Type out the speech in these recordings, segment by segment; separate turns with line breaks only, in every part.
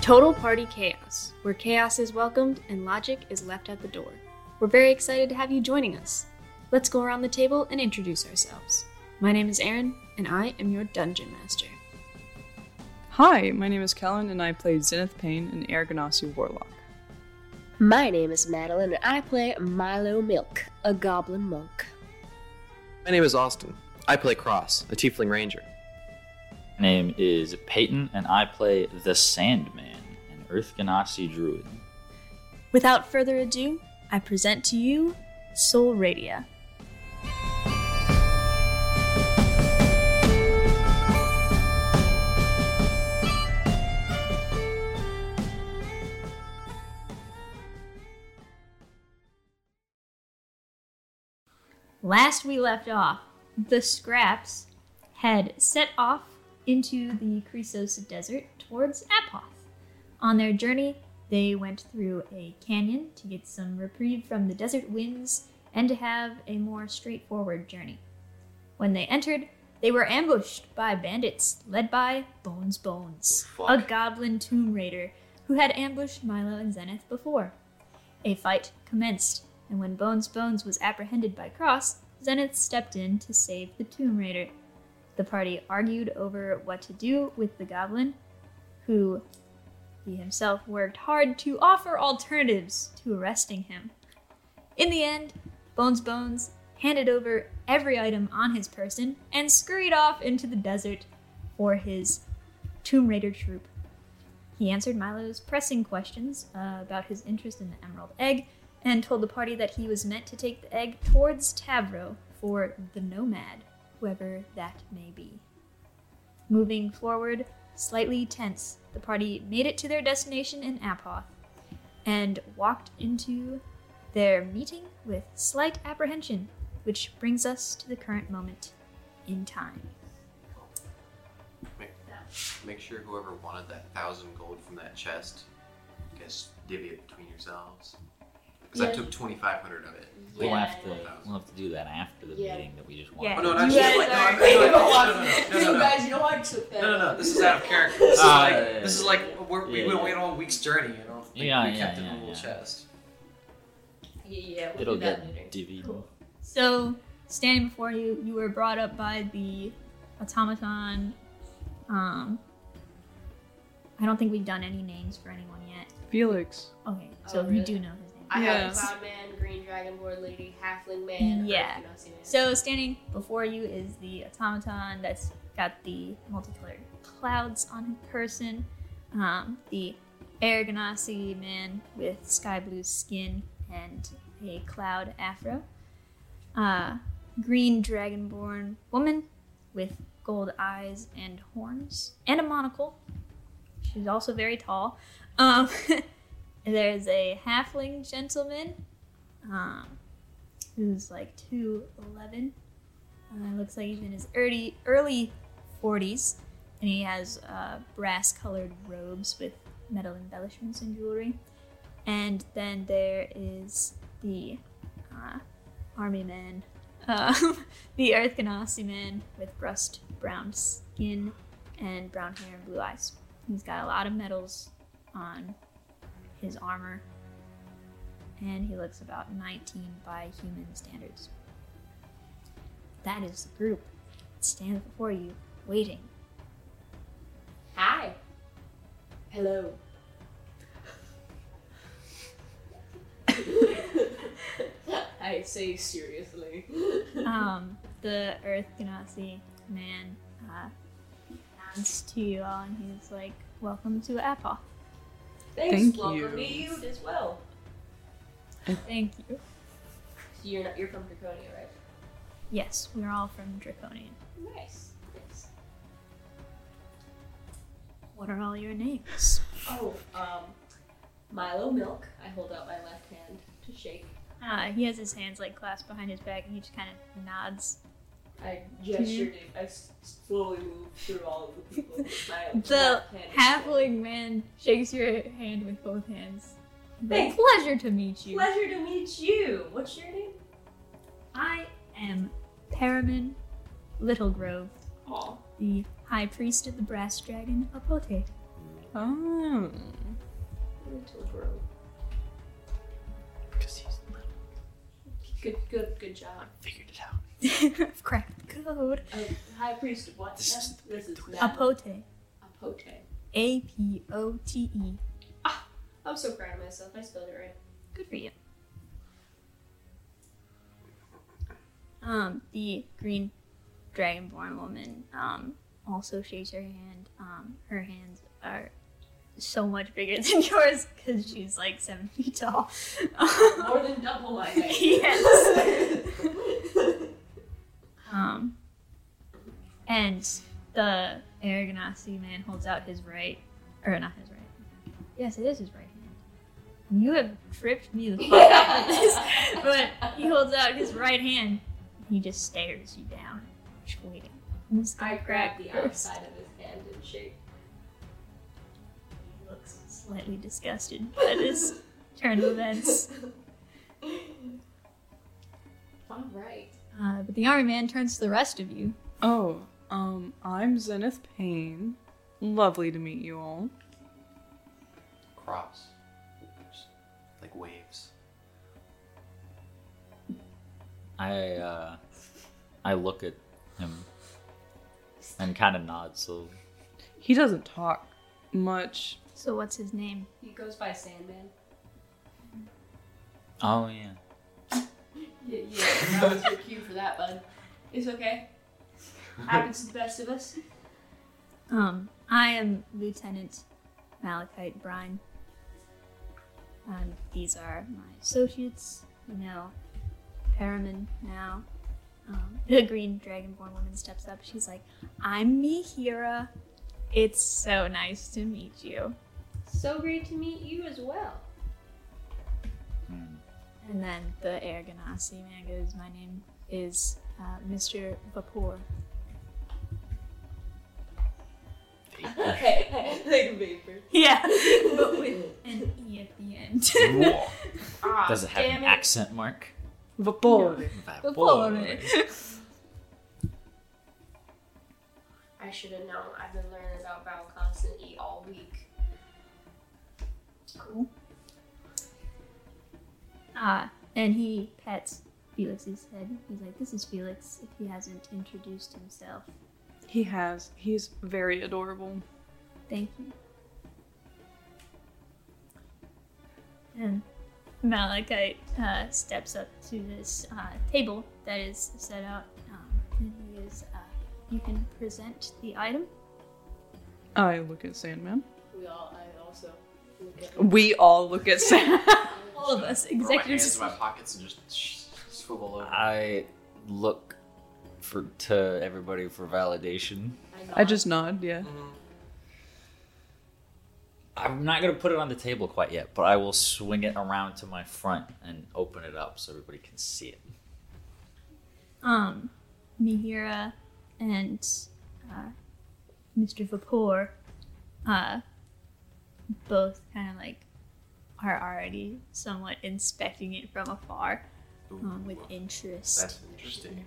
Total Party Chaos, where chaos is welcomed and logic is left at the door. We're very excited to have you joining us. Let's go around the table and introduce ourselves. My name is Aaron, and I am your dungeon master.
Hi, my name is Kellen, and I play Zenith Payne, an Air Ganassi warlock.
My name is Madeline, and I play Milo Milk, a goblin monk.
My name is Austin. I play Cross, a Tiefling Ranger.
My name is Peyton, and I play the Sandman, an Earth Ganassi druid.
Without further ado, I present to you Soul Radia. Last we left off, the scraps had set off into the Chrysos Desert towards Apoth. On their journey, they went through a canyon to get some reprieve from the desert winds and to have a more straightforward journey. When they entered, they were ambushed by bandits led by Bones Bones,
Oh,
a
fuck.
goblin tomb raider who had ambushed Milo and Zenith before. A fight commenced, and when Bones Bones was apprehended by Cross, Zenith stepped in to save the tomb raider. The party argued over what to do with the goblin, who he himself worked hard to offer alternatives to arresting him. In the end, Bones Bones handed over every item on his person and scurried off into the desert for his Tomb Raider troop. He answered Milo's pressing questions uh, about his interest in the Emerald Egg and told the party that he was meant to take the egg towards Tavro for the Nomad, whoever that may be. Moving forward, slightly tense, the party made it to their destination in Apoth and walked into their meeting with slight apprehension, which brings us to the current moment in time.
Make, make sure whoever wanted that thousand gold from that chest, you guys divvy it between yourselves. Because I
Yeah.
took 2,500 of it.
We'll
Yeah.
have to we'll have to do that after the
Yeah.
meeting that we just
Yeah.
won.
Oh, no, not
You
you.
guys
Wait, no,
are-
no, no, no, no, no, no,
You
no.
guys, you know I took that.
No, no, no. This is out of character. This is
Uh,
like this is like we're, we
yeah,
went
yeah.
wait all week's journey. I don't think
Yeah,
we
yeah,
kept it
yeah,
in a little
yeah.
chest.
Yeah, yeah, we'll
It'll
do that later.
get divvied.
Cool.
So, standing before you, you were brought up by the automaton. Um, I don't think we've done any names for anyone yet.
Felix.
Okay, so
Oh, really?
you do know his name.
I have
Yes.
Cloud Man, Green Dragonborn Lady, Halfling Man,
Yeah.
Earth Genasi Man.
So standing before you is the automaton that's got the multicolored clouds on his person, um, the Air Ganassi man with sky blue skin and a cloud afro, uh, green dragonborn woman with gold eyes and horns and a monocle. She's also very tall. Um, there's a halfling gentleman. Um, who's like 211. Uh, looks like he's in his early, early 40s, and he has uh, brass colored robes with metal embellishments and jewelry. And then there is the uh, army man, um, the Earth Ganassi man with rust brown skin and brown hair and blue eyes. He's got a lot of medals on his armor and he looks about 19 by human standards. That is the group that stands before you, waiting.
Hi. Hello. I say seriously.
Um, the Earth Ganassi man uh, nods to you all, and he's like, "Welcome to Apoth.
Thanks,
Thank
welcome
you.
to you as well.
Thank you."
So you're not, you're from Draconia, right?
Yes, we're all from Draconian.
Nice. Yes.
What are all your names?
Oh, um, Milo Milk. I hold out my left hand to shake.
Uh, he has his hands like clasped behind his back, and he just kind of nods.
I gestured it. I s- slowly moved through all of the people. with My
The
left hand extended.
halfling man shakes your hand with both hands.
Thanks.
Pleasure to meet you.
Pleasure to meet you. What's your name?
I am Paramin Littlegrove,
Aw.
the High Priest of the Brass Dragon Apote.
Oh.
little bro.
Because he's little.
Good, good, good job.
Figured it out.
I've cracked the code.
Uh, High Priest of what?
This is-
This is Madeline.
Apote.
Apote.
A P O T E.
I'm so proud of myself. I spelled it right.
Good for you. Um, the green dragonborn woman um, also shakes her hand. Um, her hands are so much bigger than yours because she's like seven feet tall. Um,
More than double my height.
yes. um, and the Aragonasi man holds out his right, or not his right. Yes, it is his right hand. You have tripped me the fuck out with this. But he holds out his right hand. and He just stares you down, just waiting. I'm just gonna
I grab the
first.
outside of his hand and shake.
He looks slightly disgusted by this turn of events.
All right.
Uh, but the army man turns to the rest of you.
Oh, um, I'm Zenith Payne. Lovely to meet you all.
Cross. Just Like waves.
I uh, I look at him and kind of nod. So
He doesn't talk much.
So what's his name?
He goes by Sandman.
oh yeah,
Yeah, yeah. That was your cue for that, bud. It's okay. Happens to the best of us.
Um, I am Lieutenant Malachite Brine. And these are my associates, you know, Paramin now. Um, the green dragonborn woman steps up. She's like, I'm Mihira. It's so nice to meet you.
So great to meet you as well.
Hmm.
And then the Aragonasi man goes, My name is uh, Mr. Vapor.
like vapor.
Yeah, but with an E at the end.
Ah,
does it have
damn
an accent mark?
Vapor.
Vapor.
I should have known. I've been learning about vowel constant E all week.
Cool. Ah, and he pets Felix's head. He's like, "This is Felix. If he hasn't introduced himself,
He has. He's very adorable.
thank you." And Malachite uh, steps up to this uh, table that is set out, um, and he is. Uh, you can present the item.
I look at Sandman.
We all, I also look at
We all look at Sandman.
All of us,
Throw my hands
executives.
in my pockets and just sh- swivel over.
I look for to everybody for validation.
I just nod, yeah.
I'm not gonna put it on the table quite yet, but I will swing it around to my front and open it up so everybody can see it.
um, Mihira and uh, Mr. Vapor, uh, both kind of like are already somewhat inspecting it from afar um, with interest.
That's interesting.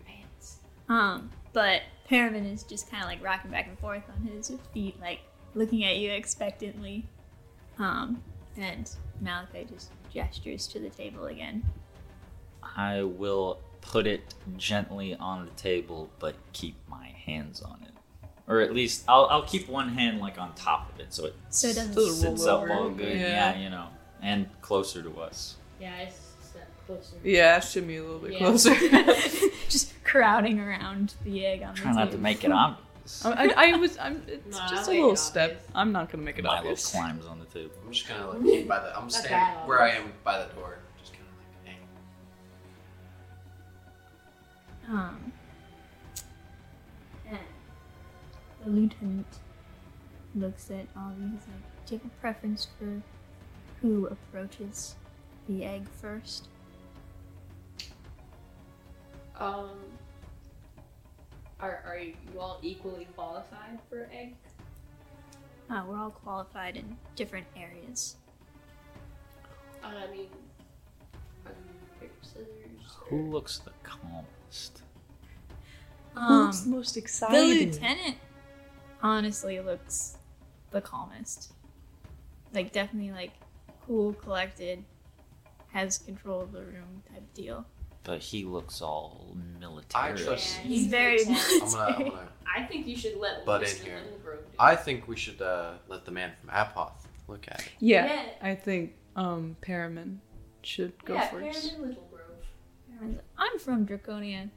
Um, but Paramin is just kind of like rocking back and forth on his feet, like looking at you expectantly. Um, and Malachi just gestures to the table again.
I will put it gently on the table, but keep my hands on it, or at least I'll, I'll keep one hand like on top of it so it
So it doesn't
Still
sits
roll
up
over.
all good.
Yeah.
Yeah. you know, and closer to us.
Yeah, it's, it's not closer.
Yeah, shimmy a little bit
Yeah.
closer. I,
just crowding around the egg on the
Try not to
table.
make it obvious.
I, I was. I'm, it's
Nah,
just a
make
little
it
step.
obvious.
I'm not gonna make it
Milo
obvious.
climbs on the table.
I'm just kind of like keep by the. I'm standing
bad.
where I am by the door. Just kind of like, hey.
Um, and the lieutenant looks at all of you. He's like, "Do you have a preference for who approaches the egg first?
Um, are, are you all equally qualified for egg?
Uh, we're all qualified in different areas.
Uh, I mean, are you paper scissors? or-
Who looks the calmest?
Um,
Who's most
the
excited?
lieutenant honestly looks the calmest. Like definitely like cool, collected, has control of the room type deal.
But he looks all military.
I trust.
Yeah.
He's very
I'm
I'm gonna, I'm gonna.
I think you should let
Butt in
Winston
here.
Lindbergh do it.
I think we should uh, let the man from Appoth look at it.
Yeah,
Yeah.
I think um Paramin should go
yeah,
first.
Paramin Littlegrove.
Everyone's like, I'm from Draconia.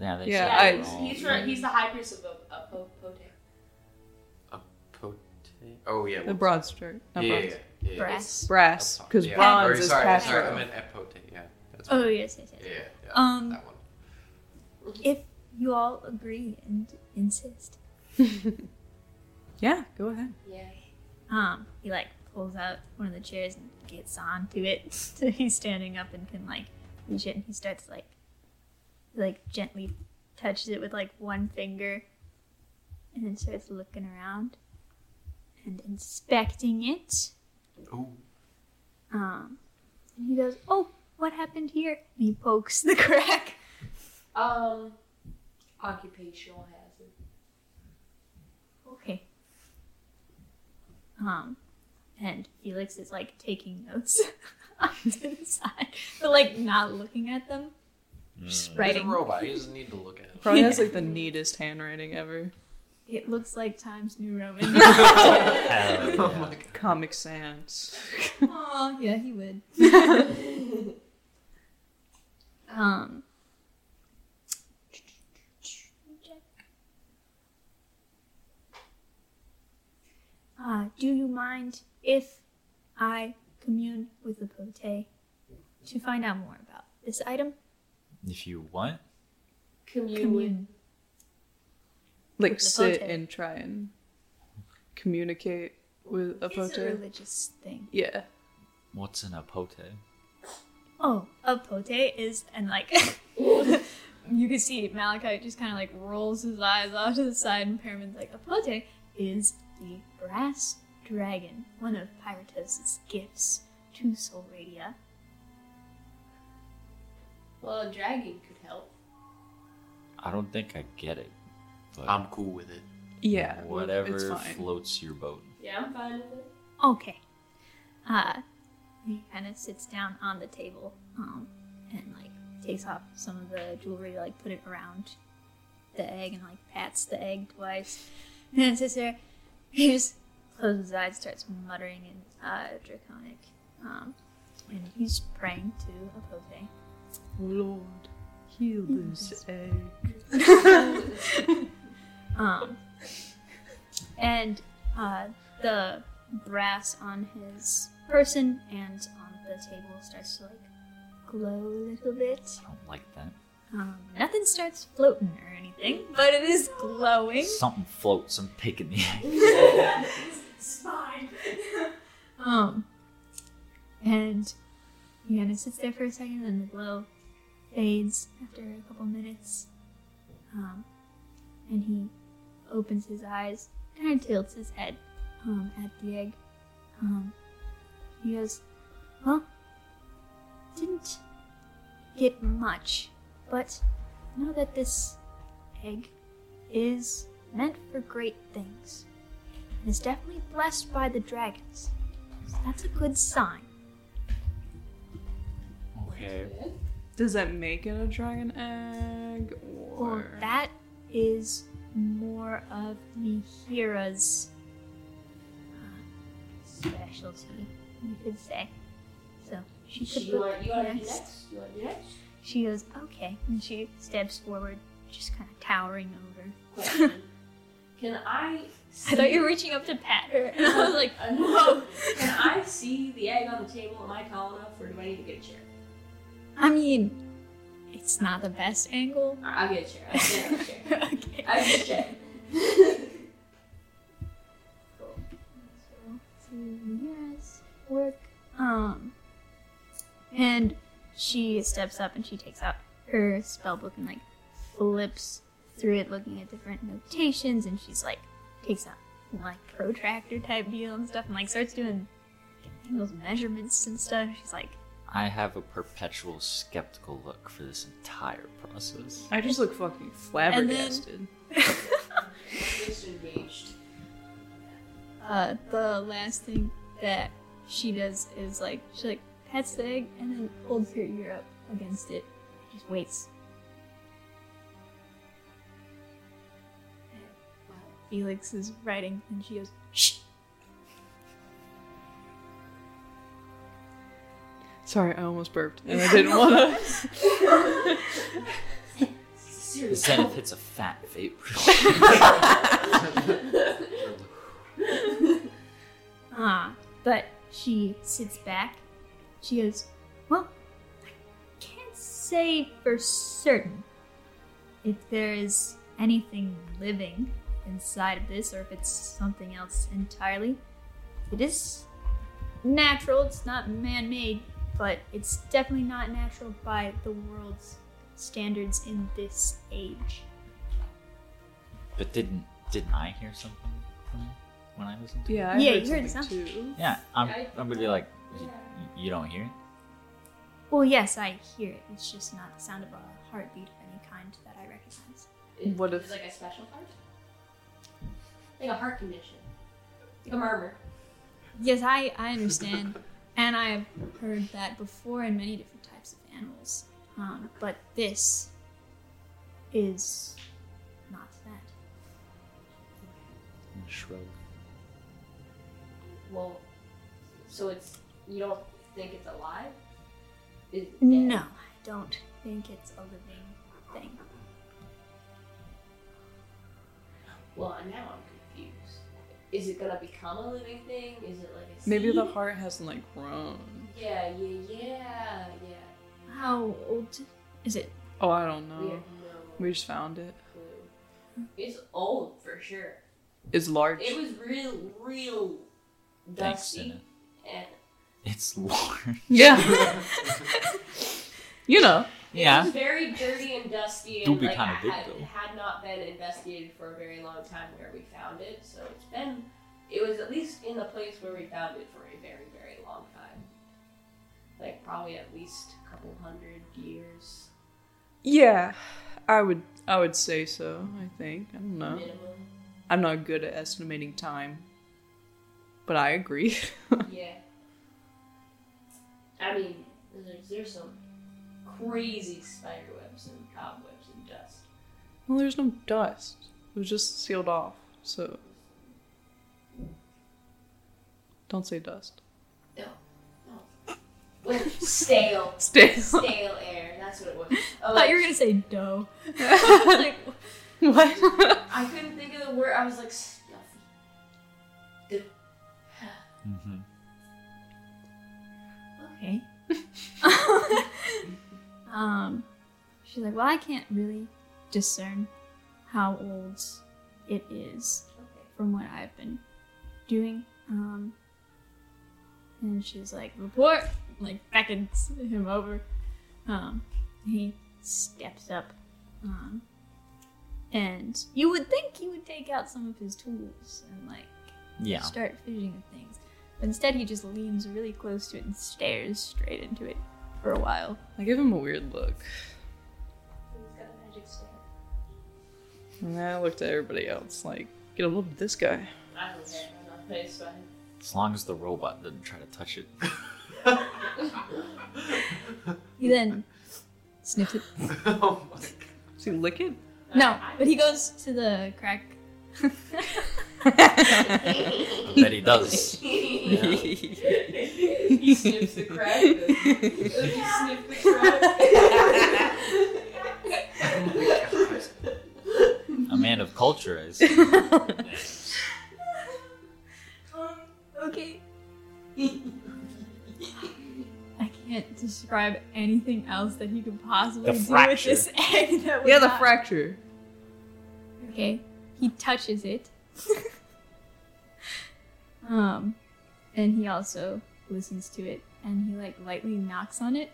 Yeah,
Yeah,
they should
Yeah,
I-
be
he's,
all-
he's, right- he's the high priest of a, a po- Pote.
Pote. Oh yeah.
The
what-
bronze turd. Not
yeah, yeah,
bronze.
yeah, yeah, yeah.
Brass.
Brass, because
Yeah.
bronze
Or,
is
sorry,
Patrick.
sorry, I meant Epote. Yeah. That's
Oh
right.
yes, yes, yes.
yeah, yeah, yeah.
Um,
that one.
If you all agree and insist,
yeah, go ahead.
Yeah.
um, he like pulls out one of the chairs and gets onto it. so he's standing up and can like reach it, and he starts like, like gently touches it with like one finger, and then starts looking around and inspecting it.
Ooh.
Um, and he goes, "Oh, what happened here?" And he pokes the crack.
Um, occupational hazard.
Okay. Um, and Felix is like taking notes on the side, but like not looking at them, just
He's a
writing.
robot. He doesn't need to look at it.
Probably has like the neatest handwriting ever.
It looks like Times New Roman.
Hell yeah.
oh my god.
Comic Sans.
Oh, yeah, he would. um. Uh, do you mind if I commune with the Pote to find out more about this item?
If you want,
Commune.
Commune.
Like
With the
sit
pote.
and try and communicate with a
It's a
pote.
religious thing.
Yeah.
what's an apote?
Oh, a pote is and like you can see Malachi just kind of like rolls his eyes off to the side, and Perriman's like, a pote is the brass dragon, one of Pyrotos' gifts to Solradia.
Well, a dragon could help.
I don't think I get it. But
I'm cool with it.
Yeah.
whatever
Uh, It's fine.
floats your boat.
Yeah, I'm fine with it.
Okay. Uh, he kind of sits down on the table, um, and like takes off some of the jewelry, like put it around the egg, and like pats the egg twice, and then sits there. He just closes his eyes, starts muttering in uh, draconic, um, and he's praying to
Lord, heal this egg.
Apote. um, and uh, the brass on his person and on the table starts to like glow a little bit.
I don't like that.
Um, nothing starts floating or anything, but it is glowing.
Something floats. I'm taking the egg.
It's fine.
Um, and he kind of sits there for a second, and the glow fades after a couple minutes. Um, and he opens his eyes, kind of tilts his head um, at the egg. Um, he goes, "Well, didn't get much, but know that this egg is meant for great things, and is definitely blessed by the dragons." That's a good sign.
Okay.
Does that make it a dragon egg? Or
Well, that is more of Mihira's uh, specialty, you could say. So she could.
You want, you want to do
Yes.
next? You want to do next?
She goes, okay, and she steps forward, just kind of towering over.
Question. Can I see...
I thought you were reaching up to pat her, and I was like,
Uh,
whoa.
Can I see the egg on the table? Am I tall enough, or do I need to get a chair?
I mean, it's not the best angle.
All right, I'll get a chair. I'll get a chair.
okay.
I'll get a chair.
to Mira's work. Um, and she steps up and she takes out her spell book and like flips through it, looking at different notations. And she's like, takes out like protractor type deal and stuff, and like starts doing those measurements and stuff. She's like,
I have a perpetual skeptical look for this entire process.
I just look fucking flabbergasted.
Disengaged.
uh, the last thing that she does is like she like pets the egg and then holds her ear up against it. and Just waits. uh, Felix is writing and she goes, Shh.
Sorry, I almost burped and I didn't want to.
The
Seriously.
zenith hits a fat vapor.
Ah, but she sits back. She goes, Well, I can't say for certain if there is anything living inside of this or if it's something else entirely. It is natural, it's not man made, but it's definitely not natural by the world's standards in this age.
but didn't didn't I hear something from when I listened to it?
Yeah, I
Yeah,
heard
you heard the
something too.
Yeah, I'm,
I-
I'm gonna be like, you, you don't hear it?
Well, yes, I hear it. It's just not the sound of a heartbeat of any kind that I recognize.
It-
What if-
it's like a special heart? Like a heart condition. Like a murmur.
Yes, I, I understand. and I've heard that before in many different types of animals. Um, but this is not that.
And Shrug.
Well, so it's you don't think it's alive? Is it
No, I don't think it's a living thing.
Well, now I'm confused. Is it gonna become a living thing? Is it like a
Maybe the
seed?
heart hasn't like grown.
Yeah, yeah, yeah, yeah.
How old is it?
Oh, I don't
We
know.
have no
We just found it.
clue. It's old for sure.
It's large.
It was real, real
Thanks,
dusty.
Zenith.
And
It's large.
Yeah. you know.
It
Yeah.
was very dirty and dusty,
Do
and
be
like,
kinda big,
had,
though.
had not been investigated for a very long time where we found it. So it's been, it was at least in the place where we found it for a very, very long time. Like probably at least a couple hundred years
Yeah, I would. I would say so. I think. I don't know.
minimum.
I'm not good at estimating time, but I agree.
Yeah. I mean, there's, there's some crazy spider webs and cobwebs and dust.
well, there's no dust. It was just sealed off. So don't say dust.
No, no. Well, stale,
Stay.
stale air. That's what it was.
I
Oh,
thought you were going to say dough.
what?
I couldn't think of the word. I was like stuffy. Duh.
Mm-hmm.
okay. um, she's like, well, I can't really discern how old it is
Okay.
from what I've been doing. Um, and she's like, report, like beckons him over. Um, he steps up. Um, and you would think he would take out some of his tools and like
Yeah.
start fidgeting with things. But instead, he just leans really close to it and stares straight into it for a while.
I give him a weird look,
He's got a magic stare.
and I looked at everybody else like, get a load of this guy.
I don't care. I'm not faced by him.
As long as the robot doesn't try to touch it.
He then sniffs it.
oh my god.
Does he lick it?
No, but he goes to the crack.
Bet he does.
he sniffs the crack. He sniffs the crack.
A man of culture is.
um, okay. I can't describe anything else that he could possibly
The
do
fracture.
with this egg. That would
Yeah, the
not-
fracture.
Okay. He touches it. um, and he also listens to it, and he like lightly knocks on it.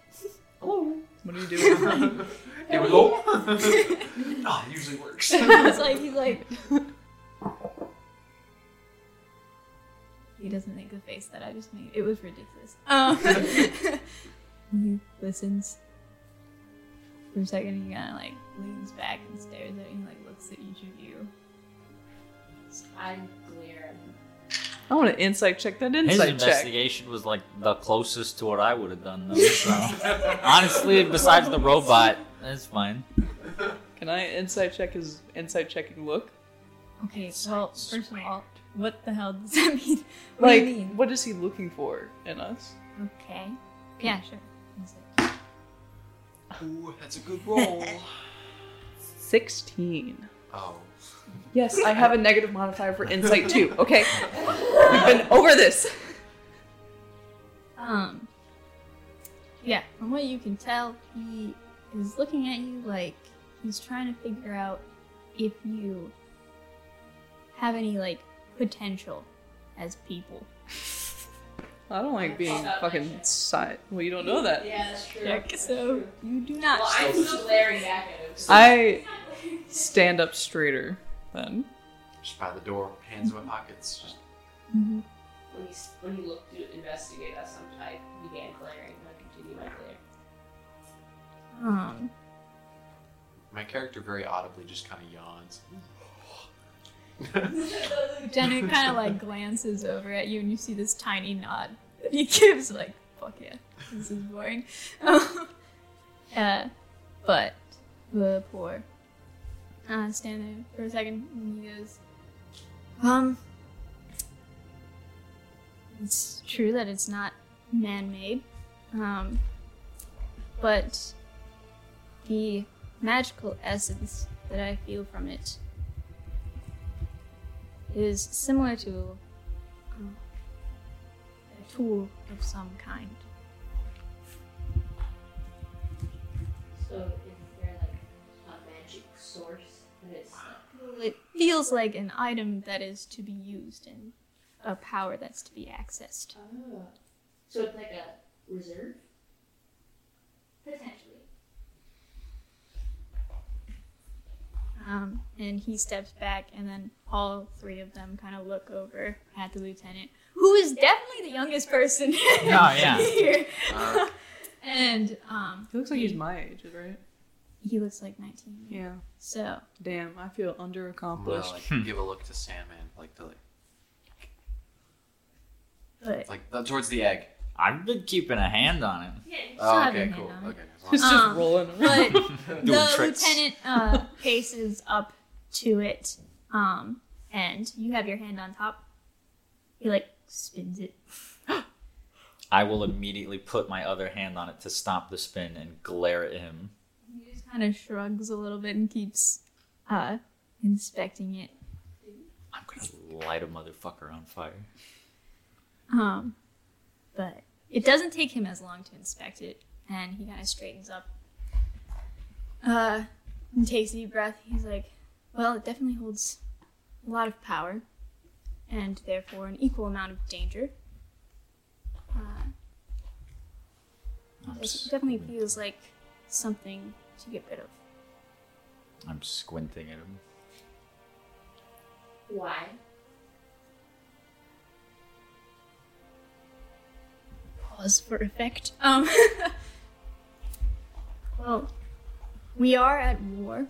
What do you do?
Here we go. Ah, it usually works.
it's like he's like. He doesn't make the face that I just made. It was ridiculous. Um, he listens for a second. He kind of like leans back and stares at you. He like looks at each of you.
I'm glaring.
I want to insight check that
His
insight check.
investigation was like the closest to what I would have done, though. So. Honestly, besides the robot, that's fine.
Can I insight check his insight checking look?
Okay, well, first of all, what the hell does that mean? What
Like,
do you mean?
what is he looking for in us?
Okay. Yeah, sure. He's like,
Ooh, that's a good roll.
16.
oh.
Yes, I have a negative modifier for insight too. Okay. We've been over this.
Um. Yeah, from what you can tell, he is looking at you like he's trying to figure out if you have any like potential as people.
I don't like being fucking side. Well, you don't know that.
Yeah, that's true.
Check,
That's
so
true.
you do not.
Well, I'm still glaring back at him. so-
I stand up straighter then.
Just by the door, hands in my pockets. Just
Mhm.
when he s- when he looked to investigate us, I'm, I began glaring. and I continue my glare.
Um.
my character very audibly just kind of yawns.
Jenna kind of like glances over at you, and you see this tiny nod that he gives, like "fuck yeah, this is boring." uh, but the poor uh, stand there for a second, and he goes, "Um, it's true that it's not man-made, um, but the magical essence that I feel from it." is similar to um, a tool of some kind.
So is there like a magic source that it's
It feels like an item that is to be used and a power that's to be accessed.
Oh. So it's like a reserve?
Potentially. Um, and he steps back, and then all three of them kind of look over at the lieutenant, who is definitely the youngest person oh,
yeah.
here.
Uh,
and um,
He looks like he's my age, right?
he looks like 19.
Yeah.
So
Damn, I feel
I'm gonna
underaccomplished.
like give a look to Sandman, like to like,
But
like uh, towards the egg.
I've been keeping a hand on it.
still
Oh,
have
okay,
your
cool.
hand on it.
Okay. as long
He's
as-
just
Um,
rolling around.
but
Doing
the
tricks.
lieutenant uh, paces up to it, um, and you have your hand on top. He like spins it.
I will immediately put my other hand on it to stop the spin and glare at him.
He just kind of shrugs a little bit and keeps uh, inspecting it.
I'm gonna light a motherfucker on fire.
Um, but it doesn't take him as long to inspect it, and he kind of straightens up. Uh, and takes a deep breath. He's like, "Well, it definitely holds a lot of power, and therefore an equal amount of danger." Uh,
I'm,
It
s-
definitely feels like something to get rid of.
I'm squinting at him.
Why?
Pause for effect. Um. well, we are at war,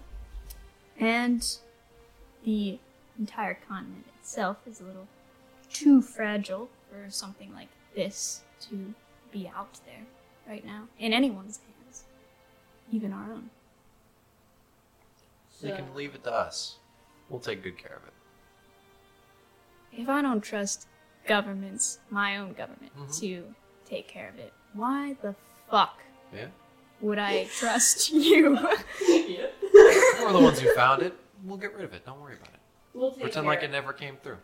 and the entire continent itself is a little too fragile for something like this to be out there right now in anyone's hands, even our own.
So
You can leave it to us. We'll take good care of it.
If I don't trust governments, my own government,
Mhm.
to take care of it, why the fuck
Yeah.
would I trust you?
We're the ones who found it. We'll get rid of it. Don't worry about it.
we'll take
Pretend
care Mm-hmm.
like it
of
never came through,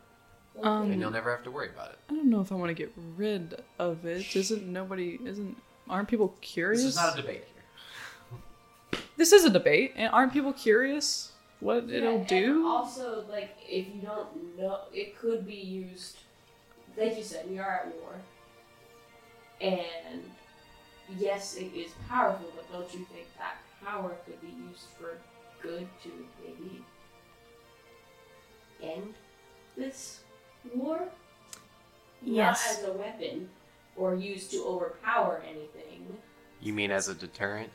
We'll
Um,
take-
and you'll never have to worry about it.
I don't know if I want to get rid of it. Isn't nobody? Isn't? Aren't people curious?
This is not a debate here.
This is a debate, and aren't people curious what
Yeah,
it'll
and
do?
Also, like if you don't know, it could be used. Like you said, we are at war, and yes, it is powerful. But don't you think that power could be used for good to maybe end this war?
Yes.
Not as a weapon or used to overpower anything.
You mean as a deterrent?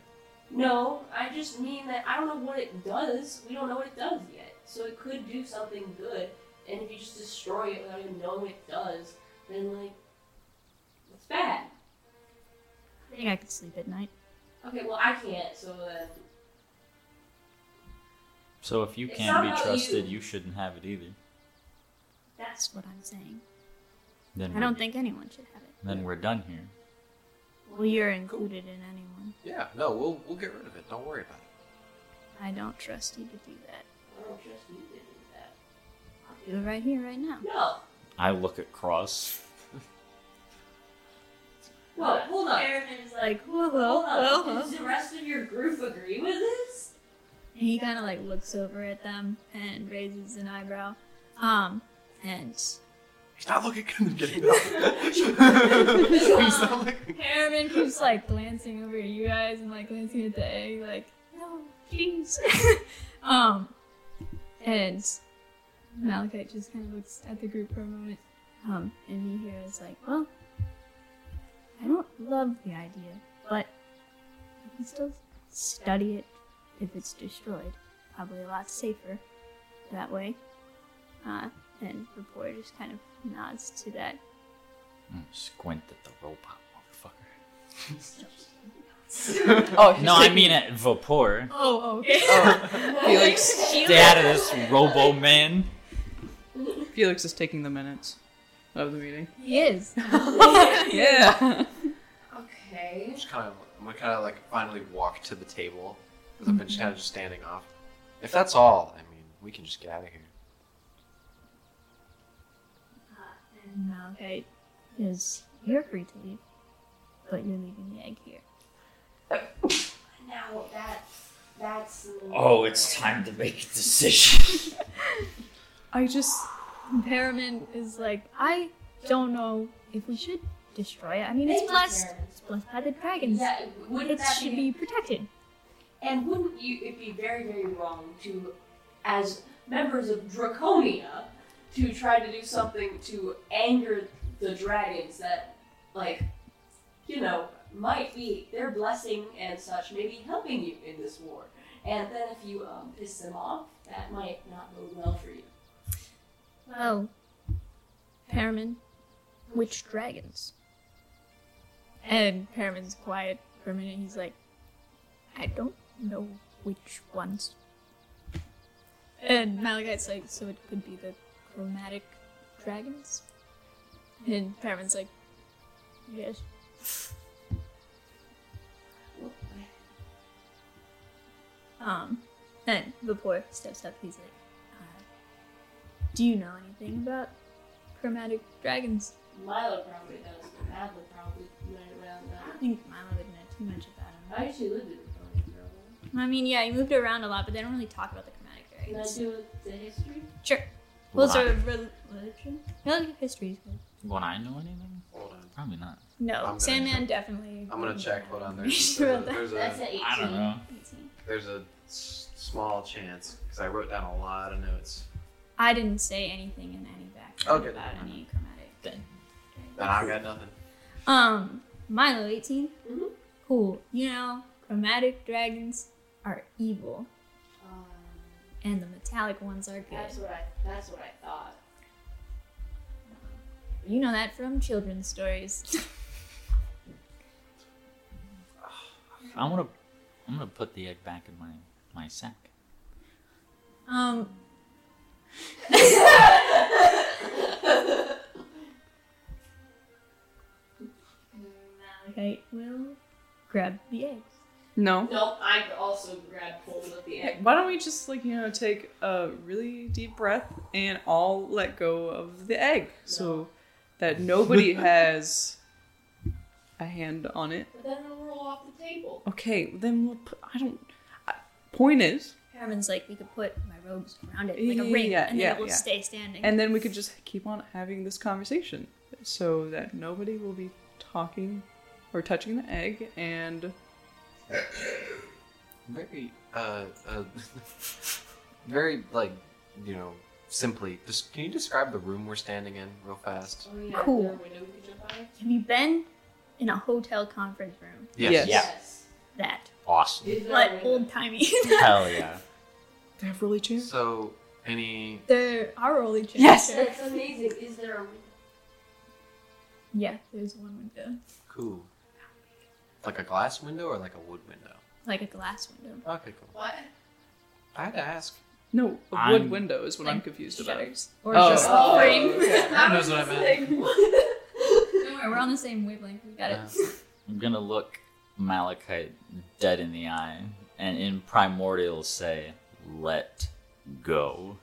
No, I just mean that I don't know what it does. We don't know what it does yet. So it could do something good and if you just destroy it without even knowing it does, then like it's bad.
I think I could sleep at night.
Okay, well I can't, so uh, then
So if you
It's
can't
not
be
about
trusted,
you.
you. shouldn't have it either.
That's what I'm saying.
Then
I
we're,
don't think anyone should have it.
then we're done here.
Well, you're included in anyone.
Yeah, no, we'll we'll get rid of it. Don't worry about it.
I don't trust you to do that.
I don't trust you to do that.
I'll do it right here, right now.
No.
I look at Cross.
Whoa, hold on.
is like, whoa,
Hold
whoa,
on.
whoa.
Does the rest of your group agree with this?
And he kind of like looks over at them and raises an eyebrow. Um, and
He's not looking good. Getting up. He's not looking.
Um, Harriman keeps like glancing over at you guys and like glancing at the egg, like, no, please. um, and Malachite just kind of looks at the group for a moment. Um, and he hears like, well, I don't love the idea, but I can still study it if it's destroyed. Probably a lot safer that way. Uh, and Rapport just kind of nods to that
Mm, Squint at the robot, motherfucker.
Oh,
No, I mean at Vapor.
Oh, okay.
Felix.
Stay out of this, Robo Man.
Felix is taking the minutes of the meeting.
he is.
Yeah.
Okay.
Just kind of, I'm gonna kind of like finally walk to the table because I've
Mm-hmm.
been just kind of just standing off. If that's all, I mean, we can just get out of here.
And Malachite is, you're free to leave, but you're leaving the egg here.
Now that's that's.
Oh, it's time to make a decision.
I just.
Paramin is like, I don't know if we should destroy it. I mean,
Thank
it's
you,
blessed.
Karen.
It's blessed by the dragons.
Yeah, wouldn't
It
that
should be protected.
And wouldn't you? It'd be very, very wrong to, as members of Draconia, to try to do something to anger the dragons that, like, you know, might be their blessing and such, maybe helping you in this war. And then if you um, piss them off, that might not go well for you.
Well, Paramin, Oh. which dragons? And Paramin's quiet for a minute. He's like, I don't know which ones. And Malachite's like, so it could be the chromatic dragons? And Paramin's like, yes. Um, and Vapor steps up. He's like, uh, do you know anything about chromatic dragons?
Milo probably does, but Madla probably went around
I
that.
think Milo would know too much about
I actually lived in Draconia for a
them. I mean, yeah, you moved around a lot, but they don't really talk about the chromatic
while. Can I
dragons.
do the history?
Sure. Well, it's
Why?
a rel- religion? Religion history. is good.
Would I know anything?
Hold on.
Probably not.
No,
gonna
Sandman
check.
definitely.
I'm gonna check. Hold on. There's,
Sure,
there's, a, there's,
That's
a,
an 18.
Uh, I don't know.
there's a s- small chance because I wrote down a lot of notes.
I didn't say anything in any background
Okay.
about any chromatic.
Then
Nah, I got nothing.
Um, Milo, 18?
Mm-hmm.
Mhm.
Cool. You know, chromatic dragons are evil,
Um,
and the metallic ones are good.
That's what I. That's what I thought.
You know that from children's stories.
I'm gonna I'm gonna put the egg back in my my sack.
Um. Malachite will grab the eggs.
No.
No, I also grabbed hold of the egg.
Why don't we just, like, you know, take a really deep breath and all let go of the egg so that nobody has a hand on it?
But then it'll roll off the table.
Okay, then we'll put. I don't. I, point is,
Harriman's like, we could put my robes around it like a ring,
Yeah,
and then
yeah,
it will
yeah.
stay standing.
and then we could just keep on having this conversation so that nobody will be talking or touching the egg and
Very, uh, uh, very like, you know, simply. Just can you describe the room we're standing in real fast?
Oh, yeah,
Cool.
is there a window we can jump out of?
Have you been in a hotel conference room?
Yes.
Yeah.
That,
Awesome.
Is there a
but
window?
old timey.
Hell yeah.
Beverly chairs.
So any?
There are only chairs.
Yes!
there.
That's amazing. Is there a window?
Yeah, there's one window,
Cool. Like a glass window or like a wood window?
like a glass window.
Okay, cool.
What?
I had to ask.
No, a wood
I'm-
window is what I'm
Like
confused about.
Shutters or
Oh.
just
Oh,
the frame.
okay. That knows what I meant.
Don't worry, we're on the same wavelength. We got it.
I'm gonna look Malachite dead in the eye, and in primordial say, "Let go."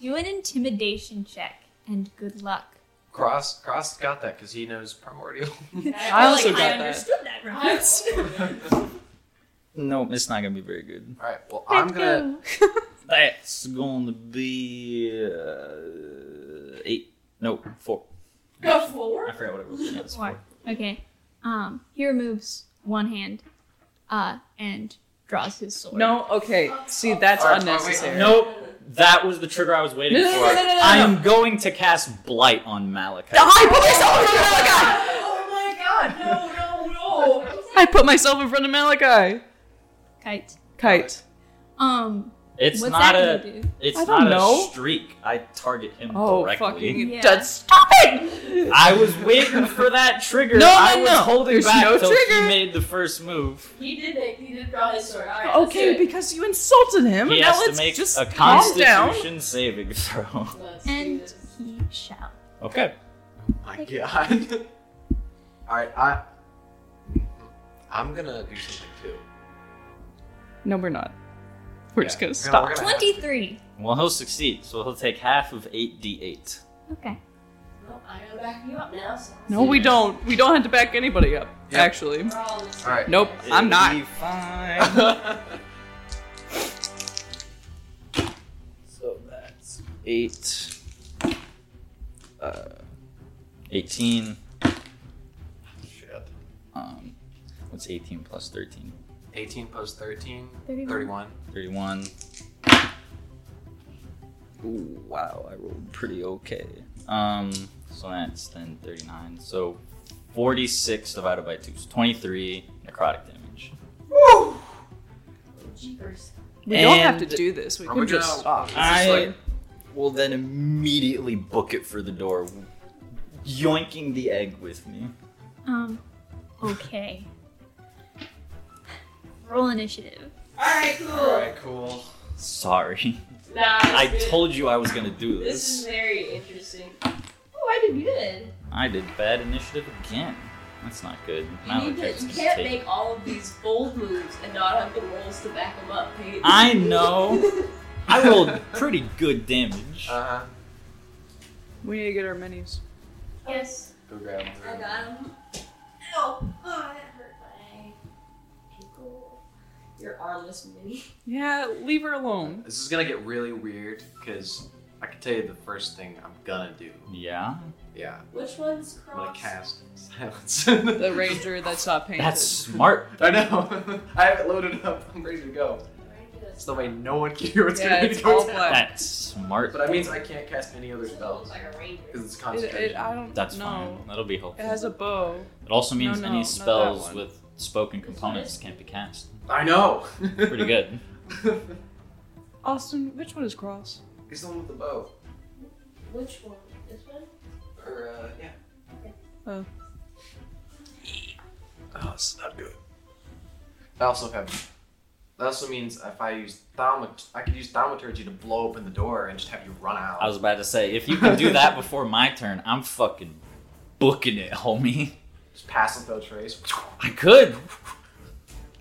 Do an intimidation check and good luck.
Cross, Cross got that because he knows primordial.
I also got
I
that.
understood that, reference.
Nope, it's not gonna be very good.
All right. Well, I'm gonna.
That's gonna be uh, eight. Nope, four.
Go forward.
I forgot what it was. Yeah, it's four.
Okay. Um, he removes one hand, uh, and draws his sword.
No, okay. See, that's
Alright,
unnecessary.
Nope, that was the trigger I was waiting
No, no,
for.
no, no, no, no, no.
I am going to cast blight on Malachite.
I put myself in front of Malachi!
Oh my god, no, no, no.
I put myself in front of Malachi.
Kite.
Kite.
Um,
It's
what's
not
that
a.
gonna do?
It's
I don't
not a
know.
streak. I target him
Oh,
directly.
fucking
Yeah.
dud- Stop it!
I was waiting for that trigger.
No, no,
I was
no.
holding
There's
back
no
till
trigger.
he made the first move.
He did make, he did draw his sword. Alright,
Okay, because you insulted him.
he
now
has to
let's
make
just
a
calm down.
Constitution saving throw.
let's do
And
this.
he shall.
Okay.
My God. All right. I. I'm gonna do something too.
No, we're not. We're just
Yeah.
gonna
No,
stop.
we're gonna have to.
Twenty-three.
Well, he'll succeed, so he'll take half of eight d8.
Okay.
Well, I gotta back you up now, so.
No, we don't. We don't have to back anybody up.
Yeah.
Actually,
We're all in this
All right.
nope. I'm not.
It'll be fine. so that's eight. Uh, eighteen.
Shit.
Um, what's eighteen plus thirteen?
18 plus 13.
31.
31.
31. Ooh, wow, I rolled pretty okay. Um, so that's then 39. So 46 divided by 2 is 23 necrotic damage.
Oh, jeepers.
We don't have to
And-
do this. We
Are
can
we
just
gonna-
stop.
I will then immediately book it for the door, yoinking the egg with me.
Um. Okay. Roll initiative.
Alright, cool.
cool.
Sorry.
Nah,
I
this is-
told you I was gonna do
This is
this.
very interesting. Oh, I did good.
I did bad initiative again. That's not good.
You, need to,
Malachite's
you
gonna
can't
take-
make all of these bold moves and not have the rolls to back them up. Pete.
I know. I rolled pretty good damage.
Uh huh.
We need to get our menus.
yes,
Go grab
I
them.
got him. Ow! Oh, that hurt my ankle. Your armless mini.
Yeah, leave her alone.
This is gonna get really weird because I can tell you the first thing I'm gonna do.
Yeah.
Yeah,
Which one's
I'm gonna
crossed?
cast silence.
The ranger that's not painted.
That's smart.
I know. I have it loaded up. I'm ready to go. It's the way no one can hear what's
Yeah,
going
it's
to go
all
down.
black.
That's smart.
But that means I can't cast any other
This one looks
spells
like a ranger.
because it's
It,
concentration.
it, I don't
That's
know.
fine. That'll be helpful.
It has a bow.
It also means
Uh, No, no,
any
not that
spells
one.
with spoken components can't be cast.
I know.
Pretty good.
Austin, which one is cross?
He's the one with the bow.
Which one? This one?
Or uh, yeah.
Oh.
Oh, it's not good. I also have. That also means if I use thaumat, I could use thaumaturgy to blow open the door and just have you run out.
I was about to say, if you can do that before my turn, I'm fucking booking it, homie.
Just pass without trace.
I could.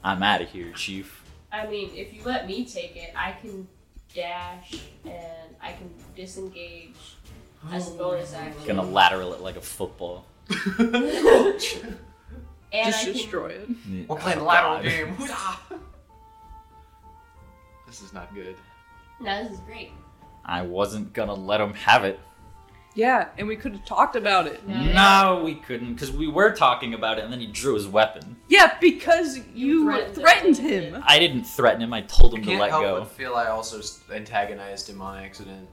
I'm out of here, chief.
I mean, if you let me take it, I can dash and I can disengage as a bonus
Oh.
action.
Gonna lateral it like a football.
and
Just
I
destroy it.
We're playing
Oh,
lateral
God.
game. Hoorah! this is not good.
Can... No, this is great.
I wasn't gonna let him have it.
Yeah, and we could have talked about it.
No.
No, we couldn't, because we were talking about it, and then he drew his weapon.
Yeah, because you
threatened
threatened,
him.
him.
I didn't threaten him. I told
I
him to
can't
let
help
go.
but feel I also s- antagonized him on accident.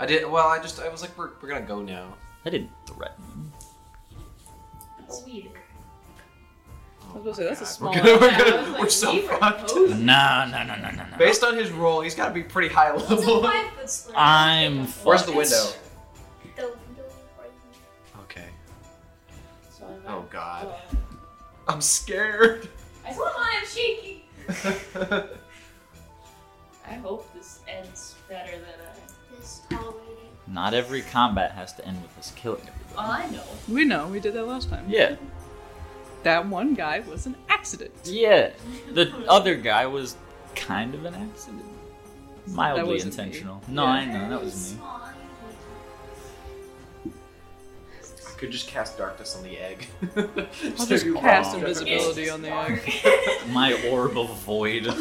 I did. Well, I just I was like, we're, we're gonna go now.
I didn't threaten him.
It's weird.
was gonna say, that's a small
We're, gonna, we're,
Yeah, I was
gonna,
like,
we're so
we were
fucked.
close.
No, no, no, no, no, no.
Based on his roll, he's got to be pretty high
It's a
level.
five foot square.
I'm
Where's the
fucked.
window?
The window right there.
Okay.
So I'm
Oh
not-
God,
oh.
I'm scared.
I hope,
I'm shaking.
I hope this ends better than I.
This tall lady.
Not every combat has to end with us killing everybody.
Well, Oh, I know.
We know, we did that last time.
Yeah.
That one guy was an accident.
Yeah. The other guy was kind of an accident. Mildly
wasn't me.
intentional. No,
Yeah.
I know, that was me.
Small.
Could just cast darkness on the egg.
I'll just
do
cast
wrong.
invisibility on the egg.
My orb of void.
I'm